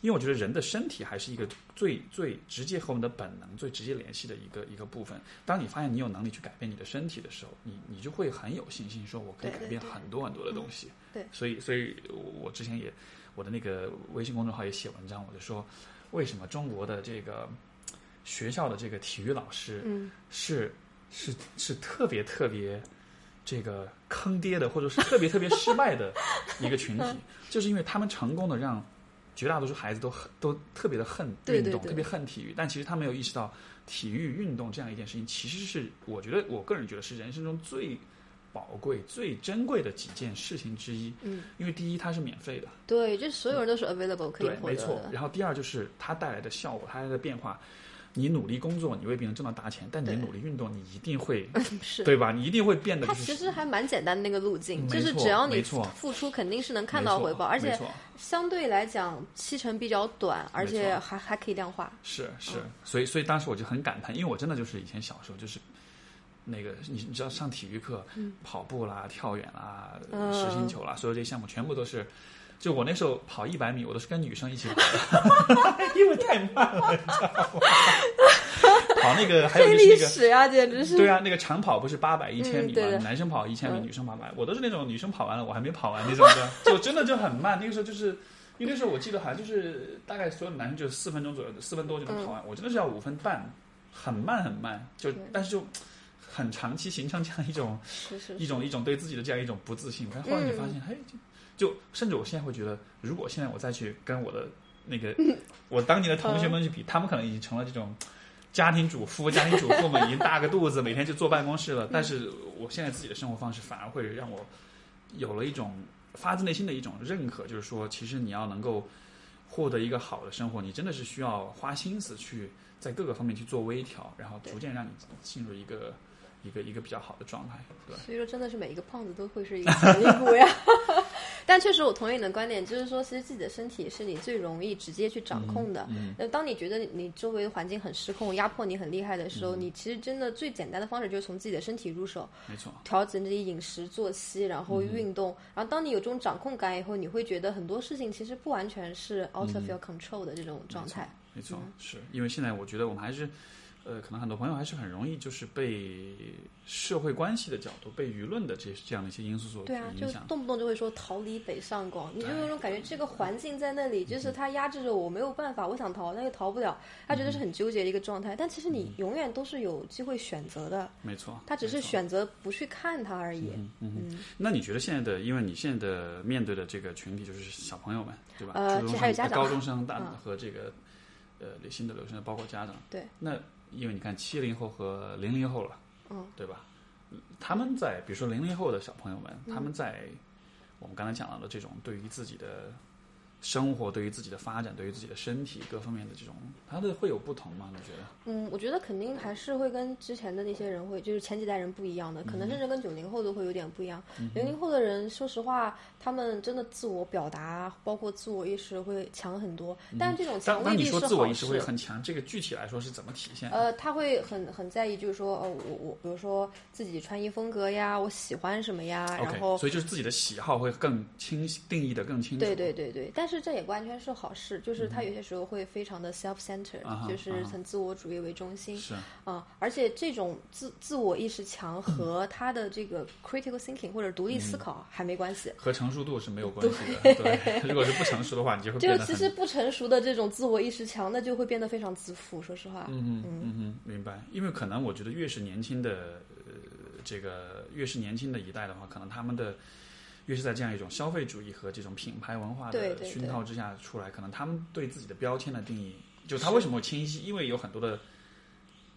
[SPEAKER 1] 因为我觉得人的身体还是一个最最直接和我们的本能最直接联系的一个一个部分。当你发现你有能力去改变你的身体的时候，你你就会很有信心，说我可以
[SPEAKER 2] 对
[SPEAKER 1] 改
[SPEAKER 2] 对
[SPEAKER 1] 变
[SPEAKER 2] 对嗯
[SPEAKER 1] 很多很多的东西。
[SPEAKER 2] 对
[SPEAKER 1] 所以所以我我之前也我的那个微信公众号也写文章，我就说为什么中国的这个学校的这个体育老师，
[SPEAKER 2] 嗯，
[SPEAKER 1] 是是是特别特别这个坑爹的，或者是特别特别失败的一个群
[SPEAKER 2] (laughs)
[SPEAKER 1] 体，
[SPEAKER 2] 嗯
[SPEAKER 1] 就是因为他们成功的让绝大多数孩子都很都特别的恨运动，
[SPEAKER 2] 对对对
[SPEAKER 1] 特别恨体育，但其实他没有意识到体育运动这样一件事情，其实是我觉得我个人觉得是人生中最宝贵、最珍贵的几件事情之一。
[SPEAKER 2] 嗯，
[SPEAKER 1] 因为第一它是免费的，
[SPEAKER 2] 对，就是所有人都是 available 可以
[SPEAKER 1] 对，
[SPEAKER 2] 获
[SPEAKER 1] 没
[SPEAKER 2] 得
[SPEAKER 1] 错。
[SPEAKER 2] 的。 (laughs)
[SPEAKER 1] 然后第二就是它带来的效果，它带来的变化。你努力工作，你未必能挣到大钱，但你
[SPEAKER 2] 对
[SPEAKER 1] 努力运动，你一定会，
[SPEAKER 2] 是，
[SPEAKER 1] 对吧？你一定会变得
[SPEAKER 2] 它
[SPEAKER 1] 就
[SPEAKER 2] 其
[SPEAKER 1] 是。
[SPEAKER 2] 实还蛮简单的那个路径，
[SPEAKER 1] 嗯
[SPEAKER 2] 就
[SPEAKER 1] 没
[SPEAKER 2] 是
[SPEAKER 1] 错
[SPEAKER 2] 只要你
[SPEAKER 1] 没错
[SPEAKER 2] 付出，肯定是能看
[SPEAKER 1] 没
[SPEAKER 2] 到
[SPEAKER 1] 错
[SPEAKER 2] 回报，而
[SPEAKER 1] 没
[SPEAKER 2] 且
[SPEAKER 1] 错
[SPEAKER 2] 相对来讲期程比较短，而且
[SPEAKER 1] 错
[SPEAKER 2] 还还可以量化。
[SPEAKER 1] 是是，所以所以当时我就很感叹，因为我真的就是以前小时候就是。那个，你你知道上体育课，跑步啦、跳远啦、
[SPEAKER 2] 嗯
[SPEAKER 1] 实心球啦，所有这些项目全部都是，就我那时候跑一百米，我都是跟女生一起跑的， (laughs) 因为太慢了，你知道 (laughs) 吗？跑那个还有
[SPEAKER 2] 黑
[SPEAKER 1] 就是
[SPEAKER 2] 历
[SPEAKER 1] 那个
[SPEAKER 2] 史啊，简直
[SPEAKER 1] 对
[SPEAKER 2] 是！
[SPEAKER 1] 啊，那个长跑不是八百、一千米嘛
[SPEAKER 2] 嗯对的，
[SPEAKER 1] 男生跑一千米，
[SPEAKER 2] 嗯
[SPEAKER 1] 女生跑八百，我都是那种女生跑完了，我还没跑完那种
[SPEAKER 2] (laughs)
[SPEAKER 1] 的，就真的就很慢。那个时候就是，因为那时候我记得好像就是大概所有男生就四分钟左右，四分多就能跑完，我真的是要五分半，很慢很慢，就
[SPEAKER 2] 嗯对
[SPEAKER 1] 但是就很长期形成这样一种
[SPEAKER 2] 是是
[SPEAKER 1] 一种一种对自己的这样一种不自信。但后来你发现，嘿，就就甚至我现在会觉得，如果现在我再去跟我的那个、我当年的同学们去比，他们可能已经成了这种家庭主妇，家庭主妇们已经大个肚子，每天就坐办公室了。但是我现在自己的生活方式反而会让我有了一种发自内心的一种认可，就是说，其实你要能够获得一个好的生活，你真的是需要花心思去在各个方面去做微调，然后逐渐让你进入一个一个一个比较好的状态，对吧？
[SPEAKER 2] 所以说，真的是每一个胖子都会是一个潜力股呀。 (laughs) 但确实，我同意你的观点，就是说，其实自己的身体是你最容易直接去掌控的。
[SPEAKER 1] 嗯
[SPEAKER 2] 那、当你觉得你周围环境很失控、压迫你很厉害的时候，
[SPEAKER 1] 嗯
[SPEAKER 2] 你其实真的最简单的方式就是从自己的身体入手，
[SPEAKER 1] 没错，
[SPEAKER 2] 调整自己饮食、作息，然后
[SPEAKER 1] 嗯
[SPEAKER 2] 运动。然后，当你有这种掌控感以后，你会觉得很多事情其实不完全是
[SPEAKER 1] 嗯
[SPEAKER 2] out of your control 的这种状态。
[SPEAKER 1] 没错，
[SPEAKER 2] 嗯
[SPEAKER 1] 是因为现在我觉得我们还是，呃，可能很多朋友还是很容易就是被社会关系的角度、被舆论的这这样的一些因素所
[SPEAKER 2] 对啊，就
[SPEAKER 1] 影响。
[SPEAKER 2] 动不动就会说逃离北上广，你就有种感觉，这个环境在那里，
[SPEAKER 1] 嗯
[SPEAKER 2] 就是它压制着我，没有办法，我想逃，但又逃不了，他觉得
[SPEAKER 1] 嗯
[SPEAKER 2] 是很纠结的一个状态。但其实你永远都是有机会选择的，
[SPEAKER 1] 没错，
[SPEAKER 2] 他只
[SPEAKER 1] 没
[SPEAKER 2] 是
[SPEAKER 1] 错
[SPEAKER 2] 选择不去看它而已。嗯
[SPEAKER 1] 那你觉得现在的，因为你现在的面对的这个群体就是小朋友们，对吧？
[SPEAKER 2] 呃
[SPEAKER 1] 初中
[SPEAKER 2] 其实还有
[SPEAKER 1] 生
[SPEAKER 2] 家长
[SPEAKER 1] 高中生、大
[SPEAKER 2] 嗯
[SPEAKER 1] 和这个呃新的留学生，包括家长。
[SPEAKER 2] 对。
[SPEAKER 1] 那因为你看七零后和零零后了，
[SPEAKER 2] 嗯，
[SPEAKER 1] 对吧？他们在比如说零零后的小朋友们，
[SPEAKER 2] 嗯
[SPEAKER 1] 他们在我们刚才讲到的这种对于自己的生活、对于自己的发展、对于自己的身体各方面的这种，他的会有不同吗？你觉得？
[SPEAKER 2] 嗯，我觉得肯定还是会跟之前的那些人会，就是前几代人不一样的，可
[SPEAKER 1] 嗯
[SPEAKER 2] 能甚至跟九零后都会有点不一样。零零、后的人，说实话，他们真的自我表达，包括自我意识会强很多，但是这种
[SPEAKER 1] 嗯当
[SPEAKER 2] 强
[SPEAKER 1] 当
[SPEAKER 2] 未
[SPEAKER 1] 你
[SPEAKER 2] 必
[SPEAKER 1] 说
[SPEAKER 2] 是
[SPEAKER 1] 自我
[SPEAKER 2] 好
[SPEAKER 1] 意识会
[SPEAKER 2] 事。
[SPEAKER 1] 很强，这个具体来说是怎么体现？
[SPEAKER 2] 呃，他会很很在意，就是说，呃，我我比如说自己穿衣风格呀，我喜欢什么呀，然
[SPEAKER 1] OK，
[SPEAKER 2] 后
[SPEAKER 1] 所以就是自己的喜好会更清晰，定义的更清楚。
[SPEAKER 2] 对对对对，但是这也不完全是好事，就是他有些时候会非常的 self centered，、
[SPEAKER 1] 嗯啊哈
[SPEAKER 2] 就是
[SPEAKER 1] 啊哈
[SPEAKER 2] 很自我主义为中心。
[SPEAKER 1] 是嗯
[SPEAKER 2] 啊，而且这种自自我意识强和他的这个 critical thinking 或者独立思考还没关系。
[SPEAKER 1] 和成熟度是没有关系的。对， (laughs) 如果是不成熟的话，你就会
[SPEAKER 2] 就
[SPEAKER 1] 变
[SPEAKER 2] 是
[SPEAKER 1] 得
[SPEAKER 2] 其
[SPEAKER 1] 很
[SPEAKER 2] 实不成熟的这种自我意识强，那就会变得非常自负。说实话，
[SPEAKER 1] 嗯嗯嗯嗯，明白。因为可能我觉得越是年轻的，呃，这个越是年轻的一代的话，可能他们的越是在这样一种消费主义和这种品牌文化
[SPEAKER 2] 对
[SPEAKER 1] 的
[SPEAKER 2] 对
[SPEAKER 1] 熏
[SPEAKER 2] 对
[SPEAKER 1] 陶之下出来，可能他们对自己的标签的定义，就是他为什么会清晰？因为有很多的。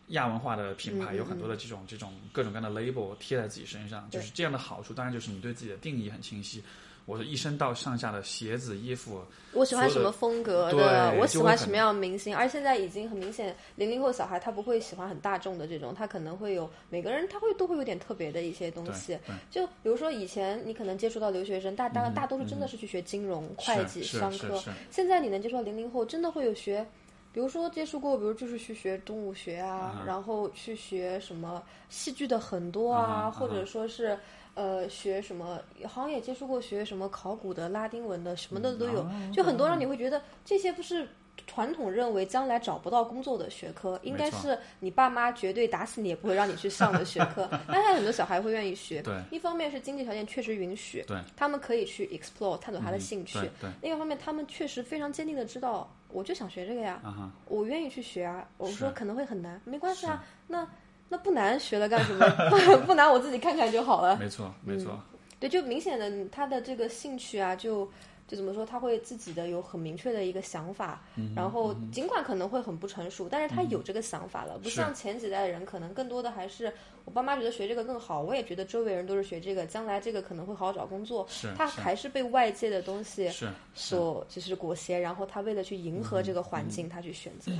[SPEAKER 1] 亚文化的品
[SPEAKER 2] 嗯
[SPEAKER 1] 牌有很多的这种这种各种各样的 label 贴在自己身上，就是这样的好处。当然就是你对自己的定义很清晰，我的一身到上下的鞋子、衣服，
[SPEAKER 2] 我喜欢
[SPEAKER 1] 所
[SPEAKER 2] 什
[SPEAKER 1] 有的
[SPEAKER 2] 么风格
[SPEAKER 1] 对
[SPEAKER 2] 的，我
[SPEAKER 1] 就
[SPEAKER 2] 喜
[SPEAKER 1] 会
[SPEAKER 2] 欢
[SPEAKER 1] 很
[SPEAKER 2] 什么样的明星。而现在已经很明显，零零后小孩他不会喜欢很大众的这种，他可能会有每个人他会都会有点特别的一些东
[SPEAKER 1] 对
[SPEAKER 2] 西。
[SPEAKER 1] 对嗯
[SPEAKER 2] 就比如说以前你可能接触到留学生，大大大多数真的是去学金融、会计、
[SPEAKER 1] 是
[SPEAKER 2] 商
[SPEAKER 1] 是
[SPEAKER 2] 科
[SPEAKER 1] 是。
[SPEAKER 2] 现在你能接触到零零后，真的会有学。比如说接触过，比如就是去学动物学啊，然后去学什么戏剧的很多啊，
[SPEAKER 1] 嗯哼
[SPEAKER 2] 或
[SPEAKER 1] 嗯
[SPEAKER 2] 者
[SPEAKER 1] 哼
[SPEAKER 2] 说是呃学什么，好像也接触过学什么考古的、拉丁文的，什么的都有。
[SPEAKER 1] 哦
[SPEAKER 2] 就很多让你会觉得这些不是传统认为将来找不到工作的学科，应该是你爸妈绝对打死你也不会让你去上的学科。但现在很多小孩会愿意学，
[SPEAKER 1] 对
[SPEAKER 2] 一方面是经济条件确实允许，
[SPEAKER 1] 对嗯
[SPEAKER 2] 他们可以去 explore 探索他的兴趣
[SPEAKER 1] 对；对
[SPEAKER 2] 另一方面，他们确实非常坚定的知道，我就想学这个呀，
[SPEAKER 1] 啊哈，
[SPEAKER 2] 我愿意去学啊。我
[SPEAKER 1] 是
[SPEAKER 2] 说可能会很难，没关系啊，那那不难学了干
[SPEAKER 1] (laughs)
[SPEAKER 2] 什么？ (laughs) 不难我嗯自己看看就好了。
[SPEAKER 1] 没错没错。
[SPEAKER 2] 对，就明显的他的这个兴趣啊，就就怎么说，他会自己的有很明确的一个想法，
[SPEAKER 1] 嗯
[SPEAKER 2] 然后尽管可能会很不成熟，但是他有这个想法了，不
[SPEAKER 1] 是
[SPEAKER 2] 像前几代人，可能更多的还是我爸妈觉得学这个更好，我也觉得周围人都是学这个，将来这个可能会好好找工作
[SPEAKER 1] 是，
[SPEAKER 2] 他
[SPEAKER 1] 是
[SPEAKER 2] 还是被外界的东西
[SPEAKER 1] 是嗯
[SPEAKER 2] 所就是裹挟，然后他为了去迎合这个环境，他去选择。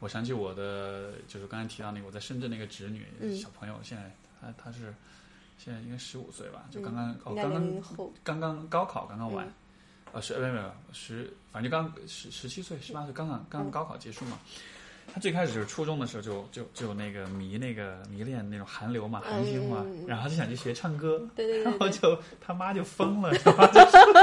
[SPEAKER 1] 我想起我的，就是刚才提到那个我在深圳那个侄女、
[SPEAKER 2] 嗯
[SPEAKER 1] 小朋友，现在她她是现在应该十五岁吧，就刚刚、哦
[SPEAKER 2] 嗯应该
[SPEAKER 1] 刚
[SPEAKER 2] 零
[SPEAKER 1] 刚
[SPEAKER 2] 零后，
[SPEAKER 1] 刚刚高考刚刚
[SPEAKER 2] 嗯
[SPEAKER 1] 完，呃十呃没有没有十，反正就刚十十七岁十八岁刚刚
[SPEAKER 2] 嗯
[SPEAKER 1] 刚高考结束嘛。她最开始就是初中的时候就就就那个迷那个迷恋那种韩流嘛韩星嘛，然后她就想去学唱歌，
[SPEAKER 2] 嗯对对对
[SPEAKER 1] 然后
[SPEAKER 2] 对，
[SPEAKER 1] 就他妈就疯了，你知道吗？ (laughs)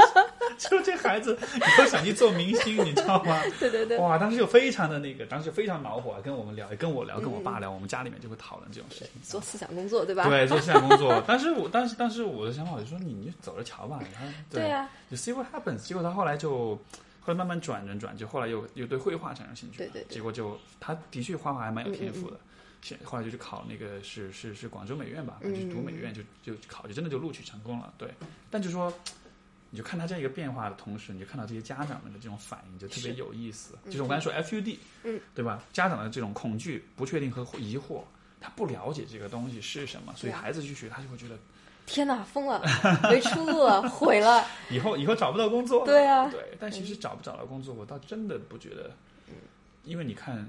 [SPEAKER 1] 就说就这孩子以后想去做明星，你知道吗？
[SPEAKER 2] (laughs) 对对对
[SPEAKER 1] 哇，当时就非常的那个，当时就非常恼火，跟我们聊，跟我聊，跟我
[SPEAKER 2] 嗯
[SPEAKER 1] 爸聊，我们家里面就会讨论这种事情。
[SPEAKER 2] 做思想工作，对吧？
[SPEAKER 1] 对，做思想工作。 (laughs) 但是我当时当时我的想法我就说，你你就走着瞧吧，然后
[SPEAKER 2] 对啊，
[SPEAKER 1] 就 see what happens。结果他后来就后来慢慢转转转，就后来又又对绘画产生兴趣了，
[SPEAKER 2] 对对对嗯
[SPEAKER 1] 结果就他的确画画还蛮有天赋的。现后来就去考那个是是是广州美院吧，就读美院
[SPEAKER 2] 嗯
[SPEAKER 1] 就就考就真的就录取成功了，对。但就说，你就看他这样一个变化的同时，你就看到这些家长们的这种反应，就特别有意思。就是我刚才说 FUD，嗯，对吧？家长的这种恐惧、不确定和疑惑，他不了解这个东西是什么，所以
[SPEAKER 2] 对啊
[SPEAKER 1] 孩子去学，他就会觉得
[SPEAKER 2] 天哪，疯了，没出路了，毁了。
[SPEAKER 1] 以后以后找不到工作。
[SPEAKER 2] 对啊
[SPEAKER 1] 对。但其实找不找到工作，我倒真的不觉得，
[SPEAKER 2] 嗯
[SPEAKER 1] 因为你看，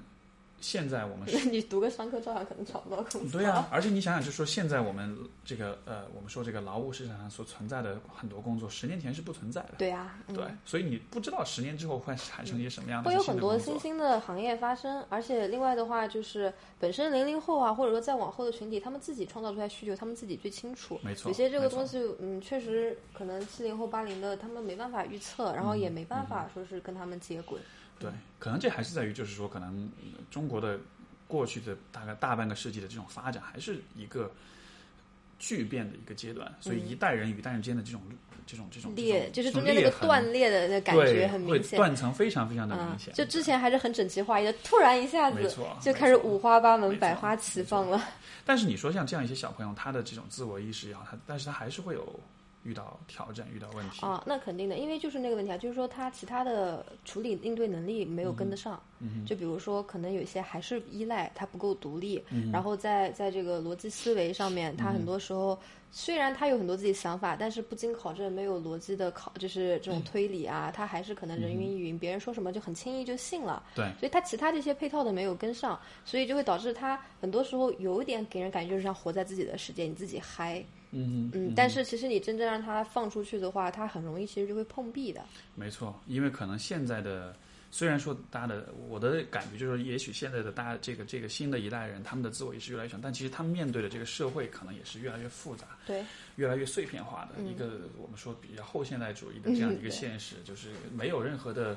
[SPEAKER 1] 现在我们
[SPEAKER 2] (laughs) 那你读个商科照样可能找不到工作。
[SPEAKER 1] 对啊，而且你想想，就说现在我们这个呃，我们说这个劳务市场上所存在的很多工作，十年前是不存在的。
[SPEAKER 2] 对啊，嗯
[SPEAKER 1] 对，所以你不知道十年之后会产生一些什么样的
[SPEAKER 2] 会有
[SPEAKER 1] 新
[SPEAKER 2] 很
[SPEAKER 1] 的
[SPEAKER 2] 多
[SPEAKER 1] 工作
[SPEAKER 2] 新兴的行业发生，而且另外的话就是，本身零零后啊，或者说再往后的群体，他们自己创造出来需求，他们自己最清楚。
[SPEAKER 1] 没错
[SPEAKER 2] 有些这个
[SPEAKER 1] 没错
[SPEAKER 2] 东西，嗯，确实可能七零后、八零的他们没办法预测，然后也没办法说是跟他们接轨。
[SPEAKER 1] 对，可能这还是在于，就是说，可能呃中国的过去的大概大半个世纪的这种发展，还是一个巨变的一个阶段，所以一代人与一代人之间的这种这种这种
[SPEAKER 2] 嗯裂
[SPEAKER 1] 这种
[SPEAKER 2] 就是
[SPEAKER 1] 这种
[SPEAKER 2] 中间那
[SPEAKER 1] 裂
[SPEAKER 2] 个
[SPEAKER 1] 痕啊
[SPEAKER 2] 断裂的那感
[SPEAKER 1] 对
[SPEAKER 2] 觉很明
[SPEAKER 1] 会
[SPEAKER 2] 显。
[SPEAKER 1] 断层非常非常的
[SPEAKER 2] 啊
[SPEAKER 1] 明显。，
[SPEAKER 2] 就之前还是很整齐划一的，突然一下
[SPEAKER 1] 没
[SPEAKER 2] 子
[SPEAKER 1] 错
[SPEAKER 2] 就
[SPEAKER 1] 没
[SPEAKER 2] 开始
[SPEAKER 1] 错
[SPEAKER 2] 五花八门、
[SPEAKER 1] 没
[SPEAKER 2] 百
[SPEAKER 1] 错
[SPEAKER 2] 花齐放了。
[SPEAKER 1] 但是你说像这样一些小朋友，他的这种自我意识也好，他但是他还是会有遇到挑战、遇到问题。
[SPEAKER 2] 啊，那肯定的，因为就是那个问题啊，就是说他其他的处理应对能力没有跟得上，就比如说可能有一些还是依赖他不够独立，然后在在这个逻辑思维上面，他很多时候、虽然他有很多自己想法，但是不经考证，没有逻辑的考，就是这种推理啊，他还是可能人云亦云，别人说什么就很轻易就信了，
[SPEAKER 1] 对，
[SPEAKER 2] 所以他其他这些配套的没有跟上，所以就会导致他很多时候有一点给人感觉就是像活在自己的世界，你自己嗨。
[SPEAKER 1] 嗯
[SPEAKER 2] 嗯，但是其实你真正让他放出去的话，他很容易其实就会碰壁的。
[SPEAKER 1] 没错，因为可能现在的虽然说大家的我的感觉就是，也许现在的大家这个这个新的一代人，他们的自我意识越来越强，但其实他们面对的这个社会可能也是越来越复杂、
[SPEAKER 2] 对，嗯
[SPEAKER 1] 越来越碎片化的、一个我们说比较后现代主义的这样一个
[SPEAKER 2] 嗯对
[SPEAKER 1] 现实，就是没有任何的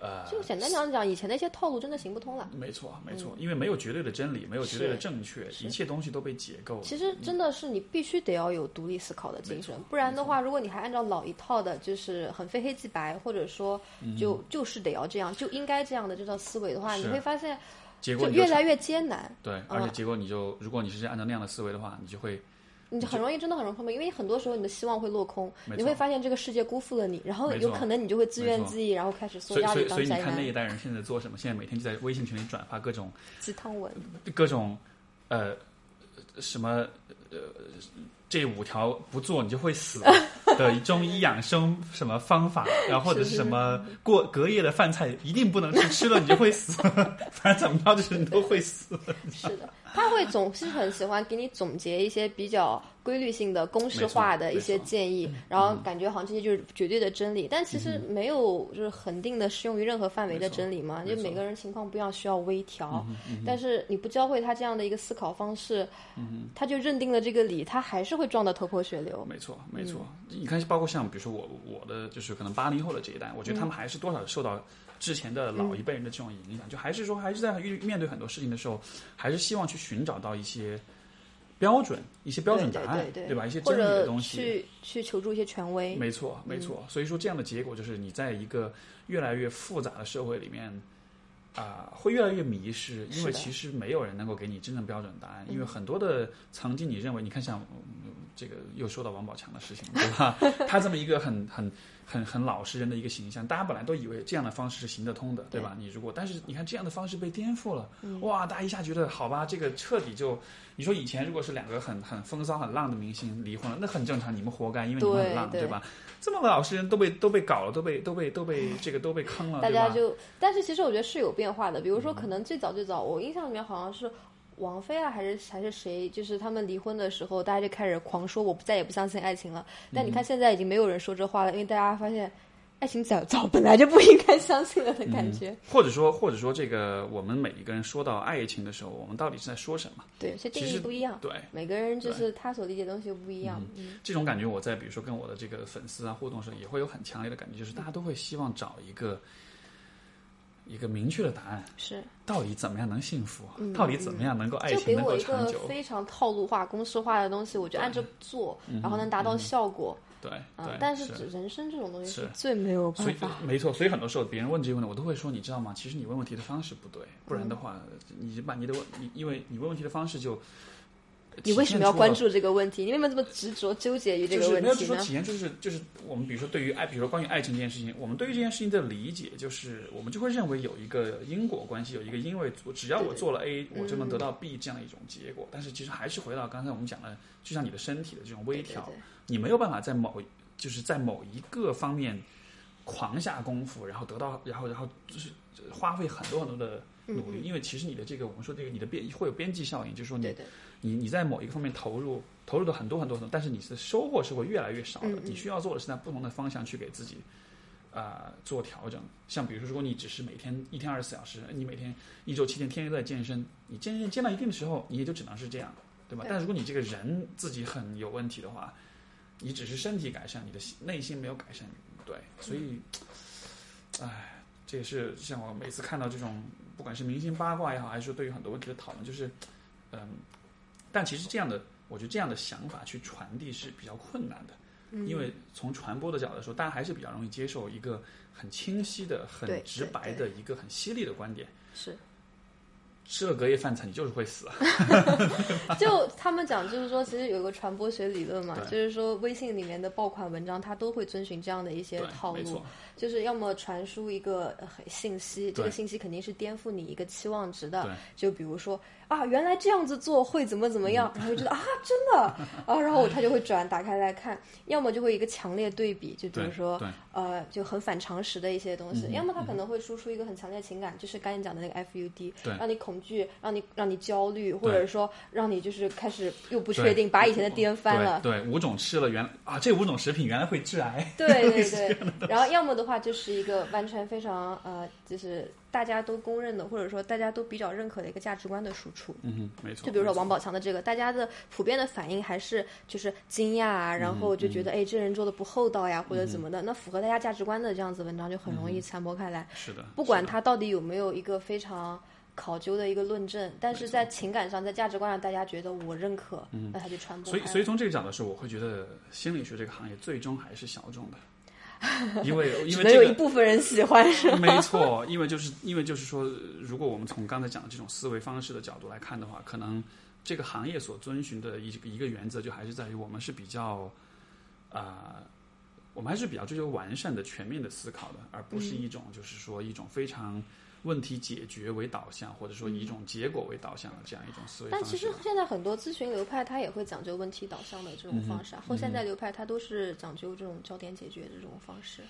[SPEAKER 1] 呃。
[SPEAKER 2] 就简单讲讲，以前那些套路真的行不通了。嗯
[SPEAKER 1] 没错，没错，因为没有绝对的真理，没有绝对的
[SPEAKER 2] 是
[SPEAKER 1] 正确，
[SPEAKER 2] 是
[SPEAKER 1] 一切东西都被解构了。嗯
[SPEAKER 2] 其实真的是你必须得要有独立思考的精神，不然的话，如果你还按照老一套的，就是很非黑即白，或者说就、就是得要这样，就应该这样的这套思维的话，
[SPEAKER 1] 嗯是
[SPEAKER 2] 你会发现
[SPEAKER 1] 结果
[SPEAKER 2] 就
[SPEAKER 1] 你
[SPEAKER 2] 越
[SPEAKER 1] 就
[SPEAKER 2] 来越艰难。
[SPEAKER 1] 对，
[SPEAKER 2] 嗯
[SPEAKER 1] 而且结果你就，如果你是按照那样的思维的话，你就会
[SPEAKER 2] 你就很容易真的很容易碰壁，因为很多时候你的希望会落空
[SPEAKER 1] 没，
[SPEAKER 2] 你
[SPEAKER 1] 错
[SPEAKER 2] 会发现这个世界辜负了你，然后
[SPEAKER 1] 没
[SPEAKER 2] 有
[SPEAKER 1] 错
[SPEAKER 2] 可能你就会自
[SPEAKER 1] 没
[SPEAKER 2] 怨
[SPEAKER 1] 错
[SPEAKER 2] 自艾，然后开始
[SPEAKER 1] 所
[SPEAKER 2] 做
[SPEAKER 1] 以
[SPEAKER 2] 压
[SPEAKER 1] 所
[SPEAKER 2] 力
[SPEAKER 1] 以所
[SPEAKER 2] 当
[SPEAKER 1] 以你
[SPEAKER 2] 宅
[SPEAKER 1] 看那一
[SPEAKER 2] 男、
[SPEAKER 1] 代人现在做什么？现在每天就在微信群里转发各种
[SPEAKER 2] 鸡汤文。
[SPEAKER 1] 各种呃什么呃这五条不做你就会死的中
[SPEAKER 2] (laughs)
[SPEAKER 1] 医养生什么方法，然后或者是
[SPEAKER 2] 是是
[SPEAKER 1] 什么过隔夜的饭菜一定不能吃，吃了你就会死， (laughs) 反正怎么着就是你都会死。
[SPEAKER 2] 是的，他会总是很喜欢给你总结一些比较规律性的、公式化的一些建议，然后
[SPEAKER 1] 嗯
[SPEAKER 2] 感觉好像这些就是绝对的真理，但其实没有就是恒定的适用于任何范围的真理嘛，
[SPEAKER 1] 没
[SPEAKER 2] 就
[SPEAKER 1] 错嗯
[SPEAKER 2] 每个人情况不一样，需要微调。但是你不教会他这样的一个思考方式，
[SPEAKER 1] 嗯
[SPEAKER 2] 他就认定了这个理，他还是会撞得头破血流。
[SPEAKER 1] 没错，没错。
[SPEAKER 2] 嗯
[SPEAKER 1] 你看，包括像比如说我我的就是可能八零后的这一代，我觉得
[SPEAKER 2] 嗯
[SPEAKER 1] 他们还是多少受到之前的老一辈人的这种影响，就还是说还是在遇面对很多事情的时候，还是希望去寻找到一些标准、一些标准答案，
[SPEAKER 2] 对对对
[SPEAKER 1] 吧？一些
[SPEAKER 2] 或
[SPEAKER 1] 真理的
[SPEAKER 2] 者
[SPEAKER 1] 东西。
[SPEAKER 2] 去去求助一些权威，嗯
[SPEAKER 1] 没错，没错。所以说，这样的结果就是你在一个越来越复杂的社会里面。啊、会越来越迷失，因
[SPEAKER 2] 是
[SPEAKER 1] 为
[SPEAKER 2] 的嗯
[SPEAKER 1] 其实没有人能够给你真正标准答案，因为很多的曾经你认为，你看像、嗯这个又说到王宝强的事情，对吧？
[SPEAKER 2] (laughs)
[SPEAKER 1] 他这么一个很很很很老实人的一个形象，大家本来都以为这样的方式是行得通的，对吧？你如果但是你看这样的方式被颠覆了，
[SPEAKER 2] 嗯
[SPEAKER 1] 哇，大家一下觉得好吧，这个彻底就你说以前如果是两个很很风骚很浪的明星离婚了，那很正常，你们活该，因为你们很
[SPEAKER 2] 对
[SPEAKER 1] 浪，对
[SPEAKER 2] 对
[SPEAKER 1] 吧？这么老实人都被都被搞了，都被都被都被这个都被坑了，
[SPEAKER 2] 大
[SPEAKER 1] 啊对
[SPEAKER 2] 家
[SPEAKER 1] 吧？嗯
[SPEAKER 2] 就，但是其实我觉得是有变化的。比如说，可能最早最早，我印象里面好像是王菲啊，还是还是谁，就是他们离婚的时候，大家就开始狂说我不再也不相信爱情了。但你
[SPEAKER 1] 嗯
[SPEAKER 2] 看现在已经没有人说这话了，因为大家发现爱情早 (laughs) 早本来就不应该相信了的感觉。
[SPEAKER 1] 或者说，或者说，这个我们每一个人说到爱情的时候，我们到底是在说什么？
[SPEAKER 2] (laughs) 对，所以
[SPEAKER 1] 嗯
[SPEAKER 2] 定
[SPEAKER 1] 其
[SPEAKER 2] 义
[SPEAKER 1] 实
[SPEAKER 2] 不一样，
[SPEAKER 1] 对，
[SPEAKER 2] 每个人就是他所理解的东西又不一样。嗯
[SPEAKER 1] 这种感觉，我在比如说跟我的这个粉丝啊互动的时候，也会有很强烈的感觉，就是大家都会希望找一个一个明确的答案，
[SPEAKER 2] 是，
[SPEAKER 1] 到底怎么样能幸福？啊到底怎么哎样能够爱
[SPEAKER 2] 嗯就
[SPEAKER 1] 情
[SPEAKER 2] 给
[SPEAKER 1] 能
[SPEAKER 2] 我
[SPEAKER 1] 够
[SPEAKER 2] 一
[SPEAKER 1] 长
[SPEAKER 2] 个
[SPEAKER 1] 久？
[SPEAKER 2] 非常套路化、公式化的东西，我就按着做，
[SPEAKER 1] 嗯
[SPEAKER 2] 然后能达到效果。
[SPEAKER 1] 对
[SPEAKER 2] 啊
[SPEAKER 1] 对，，
[SPEAKER 2] 但是
[SPEAKER 1] 是
[SPEAKER 2] 人生这种东西
[SPEAKER 1] 是
[SPEAKER 2] 是最没有办
[SPEAKER 1] 所以
[SPEAKER 2] 法。
[SPEAKER 1] 没错，所以很多时候别人问这些问题，我都会说，你知道吗？其实你问问题的方式不对，不然的话，你把你的问，你因为你问问题的方式就呃
[SPEAKER 2] 你为什么要关注这个问题？你为什么这么执着纠结于这个问题呢？
[SPEAKER 1] 就是、没有说体验就是就是我们比如说对于爱，比如说关于爱情这件事情，我们对于这件事情的理解，就是我们就会认为有一个因果关系，有一个因为只要我做了 A，我就能
[SPEAKER 2] 嗯
[SPEAKER 1] 得到 B 这样一种结果。嗯、但是其实还是回到刚才我们讲的，就像你的身体的这种微调，
[SPEAKER 2] 对对对
[SPEAKER 1] 你没有办法在某就是在某一个方面狂下功夫，然后得到，然后然后就是花费很多很多的。努
[SPEAKER 2] 嗯
[SPEAKER 1] 力，因为其实你的这个，我们说这个，你的边会有边际效应，就是说你，
[SPEAKER 2] 对对
[SPEAKER 1] 你你在某一个方面投入投入的很多很多很多，但是你的收获是会越来越少的。
[SPEAKER 2] 嗯嗯
[SPEAKER 1] 你需要做的是在不同的方向去给自己啊、呃、做调整。像比如说，如果你只是每天一天二十四小时，你每天一周七天天天都在健身，你健身健到一定的时候，你也就只能是这样，对吧？
[SPEAKER 2] 对
[SPEAKER 1] 但如果你这个人自己很有问题的话，你只是身体改善，你的心内心没有改善，对，所以，唉。这也是像我每次看到这种，不管是明星八卦也好，还是说对于很多问题的讨论，就是，嗯，但其实这样的，我觉得这样的想法去传递是比较困难的，
[SPEAKER 2] 嗯
[SPEAKER 1] 因为从传播的角度来说，大家还是比较容易接受一个很清晰的、
[SPEAKER 2] 对
[SPEAKER 1] 很直白的
[SPEAKER 2] 对
[SPEAKER 1] 一个很犀利的观点。
[SPEAKER 2] 是，
[SPEAKER 1] 吃了隔夜饭菜，你就是会死。
[SPEAKER 2] 就他们讲，就是说，其实有一个传播学理论嘛，
[SPEAKER 1] 对
[SPEAKER 2] 就是说微信里面的爆款文章，它都会遵循这样的一些
[SPEAKER 1] 对，
[SPEAKER 2] 套
[SPEAKER 1] 没
[SPEAKER 2] 路
[SPEAKER 1] 错，，
[SPEAKER 2] 就是要么传输一个呃信息，这个信息肯定是颠覆你一个期望值的
[SPEAKER 1] 对，
[SPEAKER 2] 就比如说啊，原来这样子做会怎么怎么样，然后
[SPEAKER 1] 嗯
[SPEAKER 2] 就觉得啊，真的啊，然后他就会转打开来看，要么就会一个强烈对比，就比
[SPEAKER 1] 对
[SPEAKER 2] 如说
[SPEAKER 1] 对嗯
[SPEAKER 2] 呃，就很反常识的一些东西，要么他可能会输出一个很强烈的情感，就是刚才你讲的那个 FUD，
[SPEAKER 1] 对
[SPEAKER 2] 让你恐惧，让你让你焦虑，或者说让你就是开始又不确
[SPEAKER 1] 对
[SPEAKER 2] 定，把以前的颠翻了。
[SPEAKER 1] 对，对五种吃了原啊，这五种食品原来会致癌。
[SPEAKER 2] 对对对，然后要么的话就是一个完全非常呃，就是大家都公认的，或者说大家都比较认可的一个价值观的输出。
[SPEAKER 1] 嗯哼，没错。
[SPEAKER 2] 就比如说
[SPEAKER 1] 没错
[SPEAKER 2] 王宝强的这个，大家的普遍的反应还是就是惊讶啊，然后就
[SPEAKER 1] 嗯
[SPEAKER 2] 觉得、哎，这人做的不厚道呀，或者怎么的。那符合大家价值观的这样子文章就很容易传播开来。
[SPEAKER 1] 是的，
[SPEAKER 2] 不
[SPEAKER 1] 嗯啊
[SPEAKER 2] 管
[SPEAKER 1] 是的
[SPEAKER 2] 他到底有没有一个非常考究的一个论证，但是在情感上，在价值观上，大家觉得我认可，那他就传
[SPEAKER 1] 嗯
[SPEAKER 2] 播
[SPEAKER 1] 所
[SPEAKER 2] 开
[SPEAKER 1] 以，
[SPEAKER 2] 了。
[SPEAKER 1] 所以从这个角度来说，我会觉得心理学这个行业最终还是小众的，因
[SPEAKER 2] (laughs)
[SPEAKER 1] 为因
[SPEAKER 2] 只
[SPEAKER 1] 为
[SPEAKER 2] 能有一
[SPEAKER 1] 这
[SPEAKER 2] 部分人喜欢。
[SPEAKER 1] 个没错，因为就是因为就是说，如果我们从刚才讲的这种思维方式的角度来看的话，可能这个行业所遵循的一一个原则，就还是在于我们是比较啊、我们还是比较追求完善的、全面的思考的，而不
[SPEAKER 2] 嗯
[SPEAKER 1] 是一种就是说一种非常。问题解决为导向，或者说以
[SPEAKER 2] 嗯
[SPEAKER 1] 一种结果为导向的这样一种思维方
[SPEAKER 2] 但
[SPEAKER 1] 式。
[SPEAKER 2] 其实现在很多咨询流派，他也会讲究问题导向的这
[SPEAKER 1] 嗯
[SPEAKER 2] 种方式啊，后现代流派它都是讲究这种焦点解决的这种方式。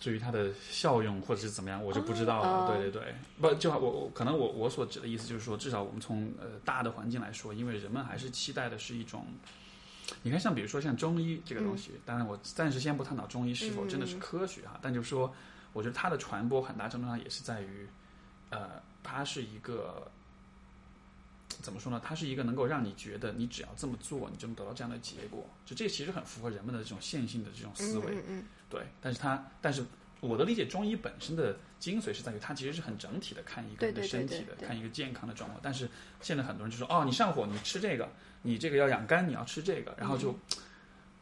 [SPEAKER 1] 至于它的效用或者是怎么样，我就不知道了。
[SPEAKER 2] 哦
[SPEAKER 1] 对对对，不就我我可能我我所指的意思就是说，至少我们从呃大的环境来说，因为人们还是期待的是一种，你看像比如说像中医这个东西，当然我暂时先不探讨中医是否真的是科学哈，但就是说，我觉得它的传播很大程度上也是在于，呃，它是一个。怎么说呢？它是一个能够让你觉得你只要这么做，你就能得到这样的结果。就这其实很符合人们的这种线性的这种思维。
[SPEAKER 2] 嗯嗯
[SPEAKER 1] 对，但是它，但是我的理解，中医本身的精髓是在于它其实是很整体的看一个
[SPEAKER 2] 对
[SPEAKER 1] 人的
[SPEAKER 2] 对对
[SPEAKER 1] 身
[SPEAKER 2] 对
[SPEAKER 1] 体的，
[SPEAKER 2] 对
[SPEAKER 1] 看一个健康的状况。但是现在很多人就说，哦，你上火，你吃这个，你这个要养肝，你要吃这个，然后就、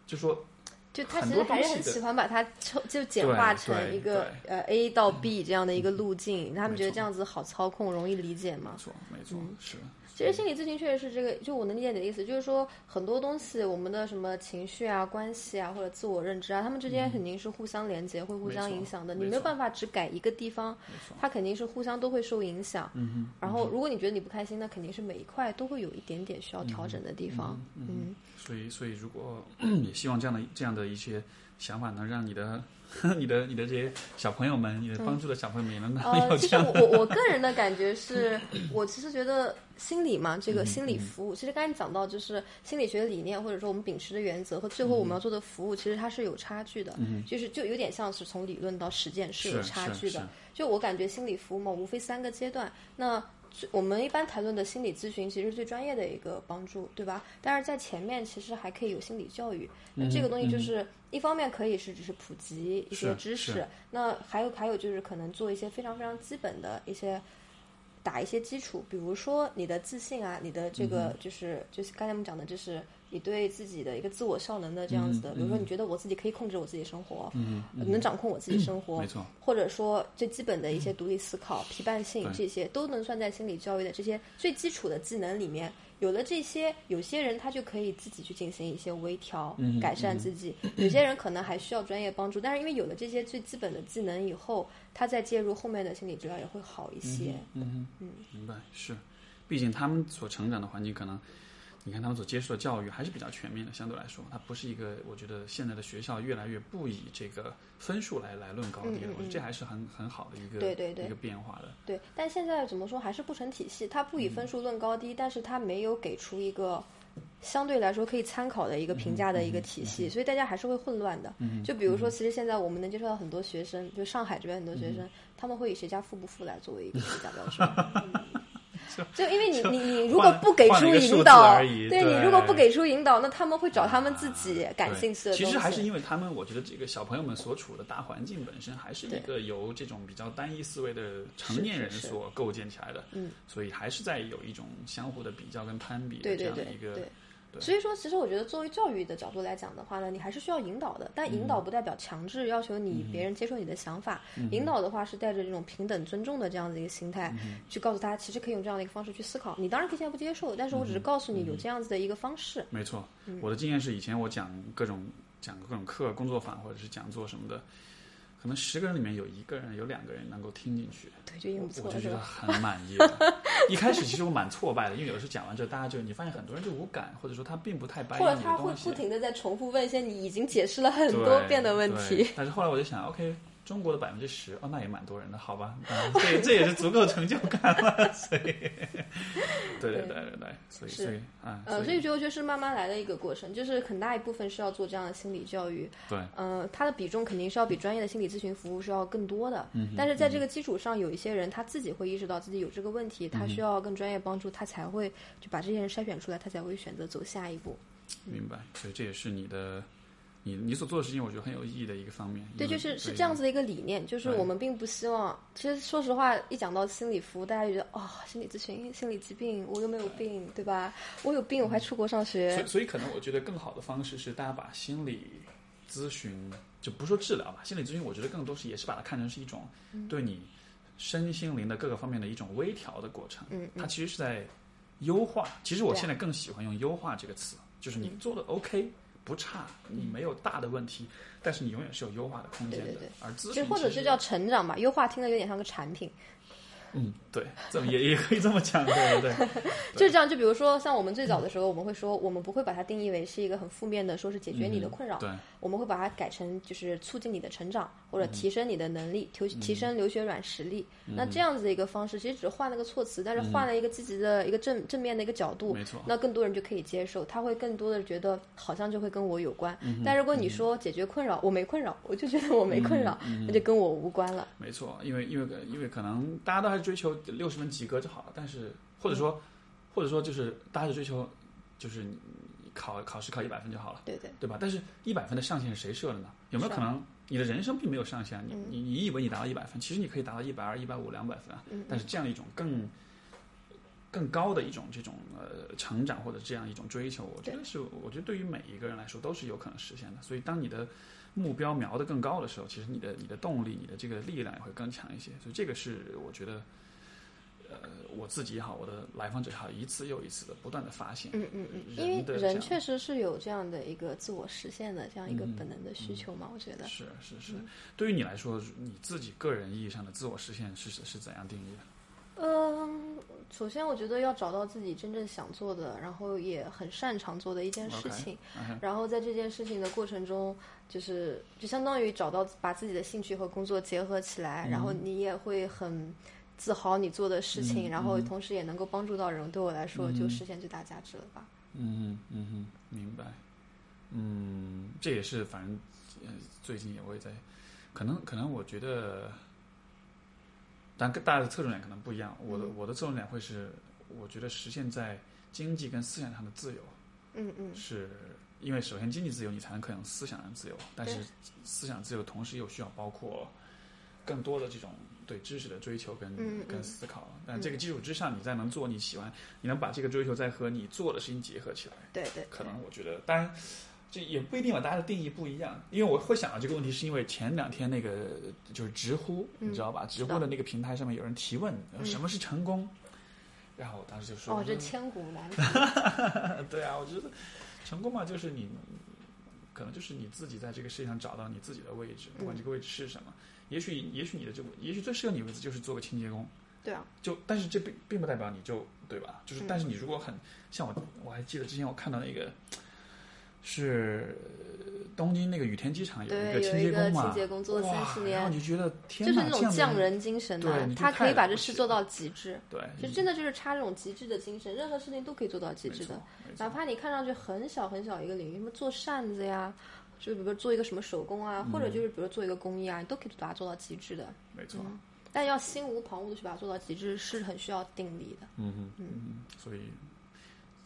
[SPEAKER 1] 就说
[SPEAKER 2] 嗯，就他
[SPEAKER 1] 很
[SPEAKER 2] 其
[SPEAKER 1] 多
[SPEAKER 2] 实还
[SPEAKER 1] 东
[SPEAKER 2] 是
[SPEAKER 1] 西
[SPEAKER 2] 很
[SPEAKER 1] 的
[SPEAKER 2] 喜欢把它抽就简化
[SPEAKER 1] 对
[SPEAKER 2] 成
[SPEAKER 1] 对嗯
[SPEAKER 2] 一个呃 A 到 B 这样的一个路径，他们觉得
[SPEAKER 1] 没错
[SPEAKER 2] 这样子好操控，容易理解嘛
[SPEAKER 1] 没。错，没错，
[SPEAKER 2] 嗯
[SPEAKER 1] 是。
[SPEAKER 2] 其实心理咨询确实是这个，就我能理解你的意思，就是说很多东西，我们的什么情绪啊、关系啊，或者自我认知啊，他们之间肯定是互相连接、会互相影响的。
[SPEAKER 1] 嗯没错
[SPEAKER 2] 你没有办法只改一个地方，它肯定是互相都会受影响。嗯、然后，如果你觉得你不开心，那肯定是每一块都会有一点点需要调整的地方。嗯
[SPEAKER 1] 所以，所以如果 (clears throat) 也希望这样的这样的一些想法，能让你的、 (laughs) 你的、你的这些小朋友们，你
[SPEAKER 2] 嗯
[SPEAKER 1] 的帮助的小朋友们，也能
[SPEAKER 2] (laughs) 呃，
[SPEAKER 1] 有这
[SPEAKER 2] 其实
[SPEAKER 1] 样
[SPEAKER 2] 我我我个人的感觉 (laughs) 是，我其实觉得心理嘛，这个心理服务，其实刚才讲到就是心理学理念，或者说我们秉持的原则和最后我们要做的服务，其实它是有差距的，就是就有点像是从理论到实践嗯是
[SPEAKER 1] (laughs)
[SPEAKER 2] 有
[SPEAKER 1] 是
[SPEAKER 2] 差
[SPEAKER 1] 是
[SPEAKER 2] 距
[SPEAKER 1] 是
[SPEAKER 2] 的。就我感觉心理服务嘛，无非三个阶段，那。最我们一般谈论的心理咨询其实是最专业的一个帮助，对吧？但是在前面其实还可以有心理教育，
[SPEAKER 1] 嗯
[SPEAKER 2] 那这个东西就是一方面可以是只是普及一些
[SPEAKER 1] 是
[SPEAKER 2] 知识
[SPEAKER 1] 是，
[SPEAKER 2] 那还有还有就是可能做一些非常非常基本的一些打一些基础，比如说你的自信啊，你的这
[SPEAKER 1] 嗯
[SPEAKER 2] 个就是、就是刚才我们讲的，就是你对自己的一个自我效能的
[SPEAKER 1] 嗯
[SPEAKER 2] 这样子的，比如说你觉得我自己可以控制我自己生活，嗯能掌控我自己生活，
[SPEAKER 1] 嗯没错，嗯
[SPEAKER 2] 或者说最基本的一些独立思考、批判性
[SPEAKER 1] 对
[SPEAKER 2] 这些都能算在心理教育的这些最基础的技能里面。有了这些，有些人他就可以自己去进行一些微调，
[SPEAKER 1] 嗯
[SPEAKER 2] 改善自己；有些人可能还需要专业帮助，但是因为有了这些最基本的技能以后，他再介入后面的心理治疗也会好一些。
[SPEAKER 1] 嗯嗯，明白是，毕竟他们所成长的环境可能，你看他们所接受的教育还是比较全面的，相对来说，它不是一个我觉得现在的学校越来越不以这个分数来来论高低了，
[SPEAKER 2] 嗯嗯
[SPEAKER 1] 我觉得这还是很很好的一个
[SPEAKER 2] 对对对
[SPEAKER 1] 一个变化的，
[SPEAKER 2] 对，但现在怎么说还是不成体系，它不以
[SPEAKER 1] 嗯
[SPEAKER 2] 分数论高低，但是它没有给出一个相对来说可以参考的一个评价的一
[SPEAKER 1] 嗯
[SPEAKER 2] 个体系，所以大家还是会混乱的。就比如说，其实现在我们能接触到很多学生，就上海这边很多学
[SPEAKER 1] 嗯
[SPEAKER 2] 生，他们会以谁家富不富来作为一个评价
[SPEAKER 1] (laughs)
[SPEAKER 2] 标准。嗯就因为你你你如果不给
[SPEAKER 1] 换
[SPEAKER 2] 出
[SPEAKER 1] 了一个数
[SPEAKER 2] 引
[SPEAKER 1] 字
[SPEAKER 2] 导，
[SPEAKER 1] 而已
[SPEAKER 2] 你
[SPEAKER 1] 对啊
[SPEAKER 2] 如果不给出引导，那他们会找他们自己感
[SPEAKER 1] 对
[SPEAKER 2] 兴趣的东西。
[SPEAKER 1] 其实还是因为他们，我觉得这个小朋友们所处的大环境本身还是一个由这种比较单一思维的成年人
[SPEAKER 2] 是是是
[SPEAKER 1] 所构建起来的，
[SPEAKER 2] 嗯，
[SPEAKER 1] 所以还是在有一种相互的比较跟攀比
[SPEAKER 2] 对
[SPEAKER 1] 的这
[SPEAKER 2] 对
[SPEAKER 1] 样的
[SPEAKER 2] 对
[SPEAKER 1] 一个
[SPEAKER 2] 对。
[SPEAKER 1] 对
[SPEAKER 2] 所以说，其实我觉得作为教育的角度来讲的话呢，你还是需要引导的，但
[SPEAKER 1] 嗯
[SPEAKER 2] 引导不代表强制要求你别人接受你的想法。引导的话是带着这种平等尊重的这样的一个心态，
[SPEAKER 1] 嗯
[SPEAKER 2] 去告诉他其实可以用这样的一个方式去思考。你当然可以现在不接受，但是我
[SPEAKER 1] 嗯
[SPEAKER 2] 只是告诉你有这样子的一个方式。
[SPEAKER 1] 没错，
[SPEAKER 2] 嗯
[SPEAKER 1] 我的经验是，以前我讲各种讲各种课、工作坊或者是讲座什么的，可能十个人里面有一个人、有两个人能够听进去，
[SPEAKER 2] 对，就已经不
[SPEAKER 1] 我
[SPEAKER 2] 错
[SPEAKER 1] 就觉
[SPEAKER 2] 了，是
[SPEAKER 1] 得
[SPEAKER 2] 吧？
[SPEAKER 1] 很满意
[SPEAKER 2] (laughs)
[SPEAKER 1] 了。一开始其实我蛮挫败的，因为有时候讲完之后，大家就你发现很多人就无感，或者说他并不太白
[SPEAKER 2] 或者
[SPEAKER 1] 你
[SPEAKER 2] 他
[SPEAKER 1] 的
[SPEAKER 2] 会
[SPEAKER 1] 东西
[SPEAKER 2] 不。停的在重复问一些你已经解释了很
[SPEAKER 1] 对
[SPEAKER 2] 多遍的问题
[SPEAKER 1] 对。但是后来我就想，OK，中国的百分之十，哦，那也蛮多人的，好吧，啊、这这也是足够成就感了。所以，对对对对对，所以
[SPEAKER 2] 是
[SPEAKER 1] 所以啊，
[SPEAKER 2] 呃，所
[SPEAKER 1] 所
[SPEAKER 2] 以就就是慢慢来的一个过程，就是很大一部分是要做这样的心理教育。
[SPEAKER 1] 对，
[SPEAKER 2] 呃，它的比重肯定是要比专业的心理咨询服务是要更多的。嗯，嗯但是在这个基础上，有一些人他自己会意识到自己有这个问题，他需要更专业帮助，他才会就把这些人筛选出来，他才会选择走下一步。
[SPEAKER 1] 明白，所以这也是你的，你你所做的事情，我觉得很有意义的一个方面。
[SPEAKER 2] 对，
[SPEAKER 1] 因为
[SPEAKER 2] 就是是这样。子的一个理念，就是
[SPEAKER 1] 对
[SPEAKER 2] 我们并不希望。其实说实话，一讲到心理服务，大家就觉得哦，心理咨询、心理疾病，我又没有病，对吧？我有病，我还出国上
[SPEAKER 1] 所
[SPEAKER 2] 学
[SPEAKER 1] 以，。所以可能我觉得更好的方式是，大家把心理咨询，就不说治疗吧，心理咨询，我觉得更多是也是把它看成是一种
[SPEAKER 2] 嗯
[SPEAKER 1] 对你身心灵的各个方面的一种微调的过程。
[SPEAKER 2] 嗯，
[SPEAKER 1] 它其实是在优化。其实我
[SPEAKER 2] 对啊嗯
[SPEAKER 1] 现在更喜欢用“优化”这个词，就是你做的 OK。不差，你没有大的问题，但是你永远是有优化的空间的。
[SPEAKER 2] 对对对
[SPEAKER 1] 而咨询
[SPEAKER 2] 其实或者
[SPEAKER 1] 其实
[SPEAKER 2] 就叫成长吧，优化听的有点像个产品。
[SPEAKER 1] 嗯，对，这么也也可以这么讲，对对
[SPEAKER 2] (laughs)
[SPEAKER 1] 对。
[SPEAKER 2] 就是这样，就比如说像我们最早的时候，我们会说，我们不会把它定义为是一个很负面的，说是解决你的困扰，
[SPEAKER 1] 嗯对，
[SPEAKER 2] 我们会把它改成就是促进你的成长，或
[SPEAKER 1] 嗯
[SPEAKER 2] 者提升你的能力，提提升留学软实力。那这样子的一个方式，其实只换了个措辞，但是换了一个积极的一个正正面的一个角度
[SPEAKER 1] 嗯没错，
[SPEAKER 2] 那更多人就可以接受，他会更多的觉得好像就会跟我有关。
[SPEAKER 1] 嗯
[SPEAKER 2] 但如果你说解决困扰，我没困扰，我就觉得我没困扰，
[SPEAKER 1] 嗯
[SPEAKER 2] 那就跟我无关了。
[SPEAKER 1] 没错，因为因为因为可能大家都还是追求六十分及格就好了，但是或者说、或者说就是大家就追求就是你考考试考一百分就好了，
[SPEAKER 2] 对对，
[SPEAKER 1] 对吧？但是一百分的上限是谁设的呢？有没有
[SPEAKER 2] 是啊嗯
[SPEAKER 1] 可能你的人生并没有上限？你你你以为你达到一百分，其实你可以达到一百二、一百五、两百分啊。
[SPEAKER 2] 嗯
[SPEAKER 1] 但是这样一种更更高的一种这种呃成长或者这样一种追求，我觉得是我觉得对于每一个人来说都是有可能实现的。所以当你的目标瞄得更高的时候，其实你的你的动力、你的这个力量也会更强一些。所以这个是我觉得。呃，我自己也好，我的来访者也好，一次又一次的不断的发现，
[SPEAKER 2] 嗯嗯嗯，因
[SPEAKER 1] 人的
[SPEAKER 2] 为
[SPEAKER 1] 这
[SPEAKER 2] 人
[SPEAKER 1] 样嗯
[SPEAKER 2] 确实是有这样的一个自我实现的这样一个本能的需求嘛，我觉得。嗯
[SPEAKER 1] 是是是，对于你来说，你自己个人意义上的自我实现是是怎样定义的？
[SPEAKER 2] 嗯，首先我觉得要找到自己真正想做的，然后也很擅长做的一件事
[SPEAKER 1] OK
[SPEAKER 2] 情
[SPEAKER 1] 嗯哼
[SPEAKER 2] 然后在这件事情的过程中，就是就相当于找到把自己的兴趣和工作结合起来，然后你也会很。自豪你做的事情，
[SPEAKER 1] 嗯
[SPEAKER 2] 然后同时也能够帮助到人，对我来说就实现最大价值了吧。
[SPEAKER 1] 嗯哼嗯哼，明白。嗯，这也是反正呃最近也我也在，可能可能我觉得，但跟大家的侧重点可能不一样。我的、
[SPEAKER 2] 嗯
[SPEAKER 1] 我的侧重点会是，我觉得实现在经济跟思想上的自由，
[SPEAKER 2] 嗯嗯，
[SPEAKER 1] 是因为首先经济自由，你才能可能思想上自由，但是
[SPEAKER 2] 对
[SPEAKER 1] 思想自由同时又需要包括更多的这种对知识的追求跟、
[SPEAKER 2] 嗯嗯
[SPEAKER 1] 跟思考。但这个基础之上，你再能做你喜欢，你能把这个追求再和你做的事情结合起来，
[SPEAKER 2] 对对，
[SPEAKER 1] 可能我觉得，当然。这也不一定吧，大家的定义不一样。因为我会想到这个问题，是因为前两天那个
[SPEAKER 2] 嗯
[SPEAKER 1] 就是知乎，你知道吧？知乎的那个平台上面有人提问，呃什么是成功？然后我当时就说，
[SPEAKER 2] 哦，这
[SPEAKER 1] 嗯
[SPEAKER 2] 千古难题。
[SPEAKER 1] (laughs) 对啊，我觉得成功嘛，就是你可能就是你自己在这个世界上找到你自己的位置，不管这个位置是什么。也许，也许你的这个，也许最适合你的位置就是做个清洁工。
[SPEAKER 2] 对啊，嗯
[SPEAKER 1] 就但是这并并不代表你就对吧？就是但是你如果很像我，我还记得之前我看到那个是呃东京那个羽田机场有
[SPEAKER 2] 对
[SPEAKER 1] 一个清
[SPEAKER 2] 有一
[SPEAKER 1] 洁
[SPEAKER 2] 个
[SPEAKER 1] 工嘛，
[SPEAKER 2] 清洁工做了
[SPEAKER 1] 哇
[SPEAKER 2] 30年
[SPEAKER 1] 然后你就觉得
[SPEAKER 2] 就
[SPEAKER 1] 天
[SPEAKER 2] 是
[SPEAKER 1] 哪，这
[SPEAKER 2] 那种
[SPEAKER 1] 样的
[SPEAKER 2] 匠人精神呐、
[SPEAKER 1] 对你就
[SPEAKER 2] 他可以
[SPEAKER 1] 太
[SPEAKER 2] 把
[SPEAKER 1] 了
[SPEAKER 2] 这
[SPEAKER 1] 不起
[SPEAKER 2] 事做到极致，
[SPEAKER 1] 对，
[SPEAKER 2] 就真的就是差这种极致的精神，任何事情都可以做到极致的，哪怕你看上去很小很小一个领域，什么做扇子呀，就比如说做一个什么手工啊，
[SPEAKER 1] 嗯
[SPEAKER 2] 或者就是比如说做一个工艺啊，你都可以把它做到极致的。
[SPEAKER 1] 没错，
[SPEAKER 2] 但要心无旁骛的去把它做到极致，是很需要定力的。
[SPEAKER 1] 嗯嗯嗯，所以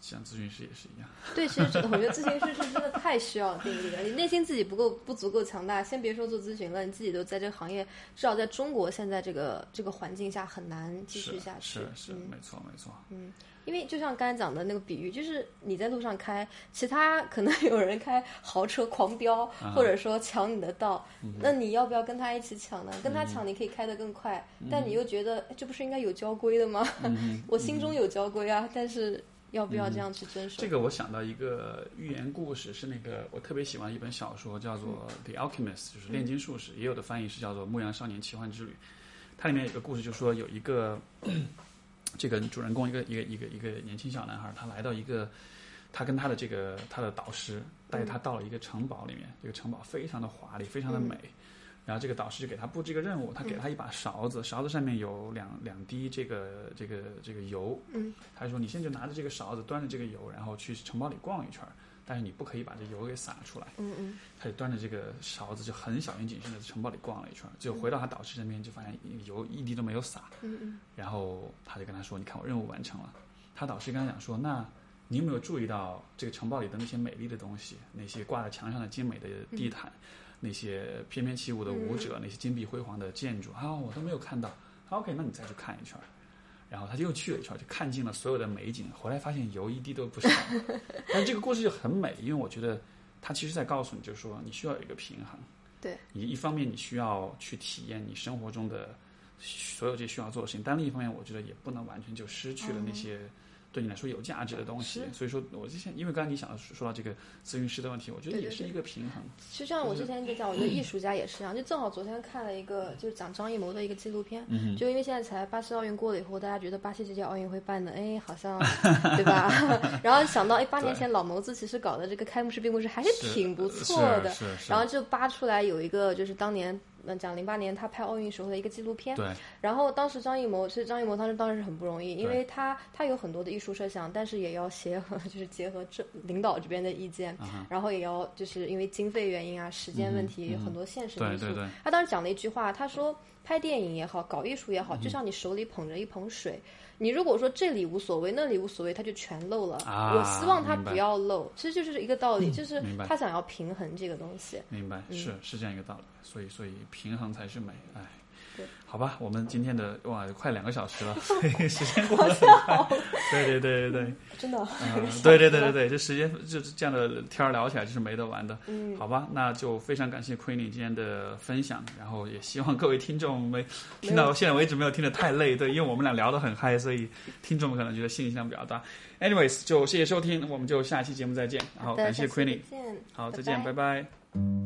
[SPEAKER 1] 像咨询师也是一样。
[SPEAKER 2] 对，其实这我觉得咨询师是真的太需要定力了。你内心自己不够不足够强大，先别说做咨询了，你自己都在这个行业，至少在中国现在这个这个环境下很难继续下去。嗯
[SPEAKER 1] 是是是，没错没错，
[SPEAKER 2] 因为就像刚才讲的那个比喻，就是你在路上开，其他可能有人开豪车狂飙，
[SPEAKER 1] 啊
[SPEAKER 2] 或者说抢你的道，
[SPEAKER 1] 嗯
[SPEAKER 2] 那你要不要跟他一起抢呢？跟他抢，你可以开得更快，
[SPEAKER 1] 嗯
[SPEAKER 2] 但你又觉得哎这不是应该有交规的吗？
[SPEAKER 1] 嗯
[SPEAKER 2] 我心中有交规啊，但是要不要这样去遵守？
[SPEAKER 1] 这个我想到一个寓言故事，是那个我特别喜欢一本小说，叫做《
[SPEAKER 2] 嗯
[SPEAKER 1] The Alchemist》，就是炼金术士，也有的翻译是叫做《牧羊少年奇幻之旅》。它里面有个故事，就说有一个这个主人公，一个一个一个一个年轻小男孩，他来到一个，他跟他的这个他的导师带
[SPEAKER 2] 嗯
[SPEAKER 1] 他到了一个城堡里面，这个城堡非常的华丽，非常的美。然后这个导师就给他布置一个任务，他给
[SPEAKER 2] 嗯
[SPEAKER 1] 他一把勺子，勺子上面有两两滴这个这个这个油。
[SPEAKER 2] 嗯，
[SPEAKER 1] 他说你现在就拿着这个勺子，端着这个油，然后去城堡里逛一圈儿，但是你不可以把这油给洒出来。
[SPEAKER 2] 嗯嗯，
[SPEAKER 1] 他就端着这个勺子，就很小心谨慎的在城堡里逛了一圈儿，就回到他导师身边，就发现油一滴都没有洒。
[SPEAKER 2] 嗯嗯，
[SPEAKER 1] 然后他就跟他说：“你看我任务完成了。”他导师跟他讲说：“那你有没有注意到这个城堡里的那些美丽的东西？那些挂在墙上的精美的地毯，那些翩翩起舞的舞者，那些金碧辉煌的建筑啊，我都没有看到。啊 OK，那你再去看一圈儿。”然后他就又去了一圈儿，就看尽了所有的美景，回来发现油一滴都不少。 (laughs) 但这个故事就很美，因为我觉得他其实在告诉你，就是说你需要有一个平衡。
[SPEAKER 2] 对，
[SPEAKER 1] 你一方面你需要去体验你生活中的所有这需要做的事情，但另一方面，我觉得也不能完全就失去了
[SPEAKER 2] 哦
[SPEAKER 1] 那些对你来说有价值的东西。所以说，我之前因为刚才你想到说到这个咨询师的问题，我觉得
[SPEAKER 2] 对
[SPEAKER 1] 也
[SPEAKER 2] 对
[SPEAKER 1] 是一个平衡。
[SPEAKER 2] 就像我之前就讲，我觉得艺术家也是一样。就正好昨天看了一
[SPEAKER 1] 嗯
[SPEAKER 2] 个，就是讲张艺谋的一个纪录片。嗯、就因为现在才巴西奥运过了以后，大家觉得巴西这届奥运会办的，哎，好像对吧？
[SPEAKER 1] (laughs)
[SPEAKER 2] 然后想到，哎，八年前老谋子其实搞的这个开幕式、闭幕式还是挺不错的。
[SPEAKER 1] 呃是是是
[SPEAKER 2] 然后就扒出来有一个，就是当年嗯讲零八年他拍奥运时候的一个纪录片。
[SPEAKER 1] 对，
[SPEAKER 2] 然后当时张艺谋，其实张艺谋当时当时很不容易，因
[SPEAKER 1] 对
[SPEAKER 2] 为他他有很多的艺术设想，但是也要协和， (laughs) 就是结合这领导这边的意见，
[SPEAKER 1] 嗯
[SPEAKER 2] 然后也要就是因为经费原因啊、时间问题，很多现实因素。
[SPEAKER 1] 嗯对对对
[SPEAKER 2] 他当时讲了一句话，他说拍电影也好，搞艺术也
[SPEAKER 1] 嗯
[SPEAKER 2] 好，就像你手里捧着一盆水，你如果说这里无所谓，那里无所谓，它就全漏了。
[SPEAKER 1] 啊
[SPEAKER 2] 我希望它
[SPEAKER 1] 明白
[SPEAKER 2] 不要漏，其实就是一个
[SPEAKER 1] (laughs)
[SPEAKER 2] 道理，就是
[SPEAKER 1] 明白
[SPEAKER 2] 他想要平衡这个东西。
[SPEAKER 1] 明白，是是这样一个道理。所以，所以平衡才是美。哎
[SPEAKER 2] 对，
[SPEAKER 1] 好吧，我们今天的哇，快两个小
[SPEAKER 2] (laughs)
[SPEAKER 1] 时了，所以时间过得很快。对对对对对。
[SPEAKER 2] 真的，
[SPEAKER 1] 嗯， (laughs) 对对对对对，这时间就是这样的天儿聊起来就是没得玩的，嗯，好吧，那就非常感谢 Queenie 今天的分享，然后也希望各位听众没听到现在为止没有听得太累，对，因为我们俩聊得很嗨，所以听众们可能觉得信息量比较大。Anyways，就谢谢收听，我们就下期节目再见，然后
[SPEAKER 2] 好的
[SPEAKER 1] 感谢
[SPEAKER 2] 下期再
[SPEAKER 1] Queenie，
[SPEAKER 2] 见，
[SPEAKER 1] 好，再
[SPEAKER 2] 拜
[SPEAKER 1] 见，
[SPEAKER 2] 拜
[SPEAKER 1] 拜拜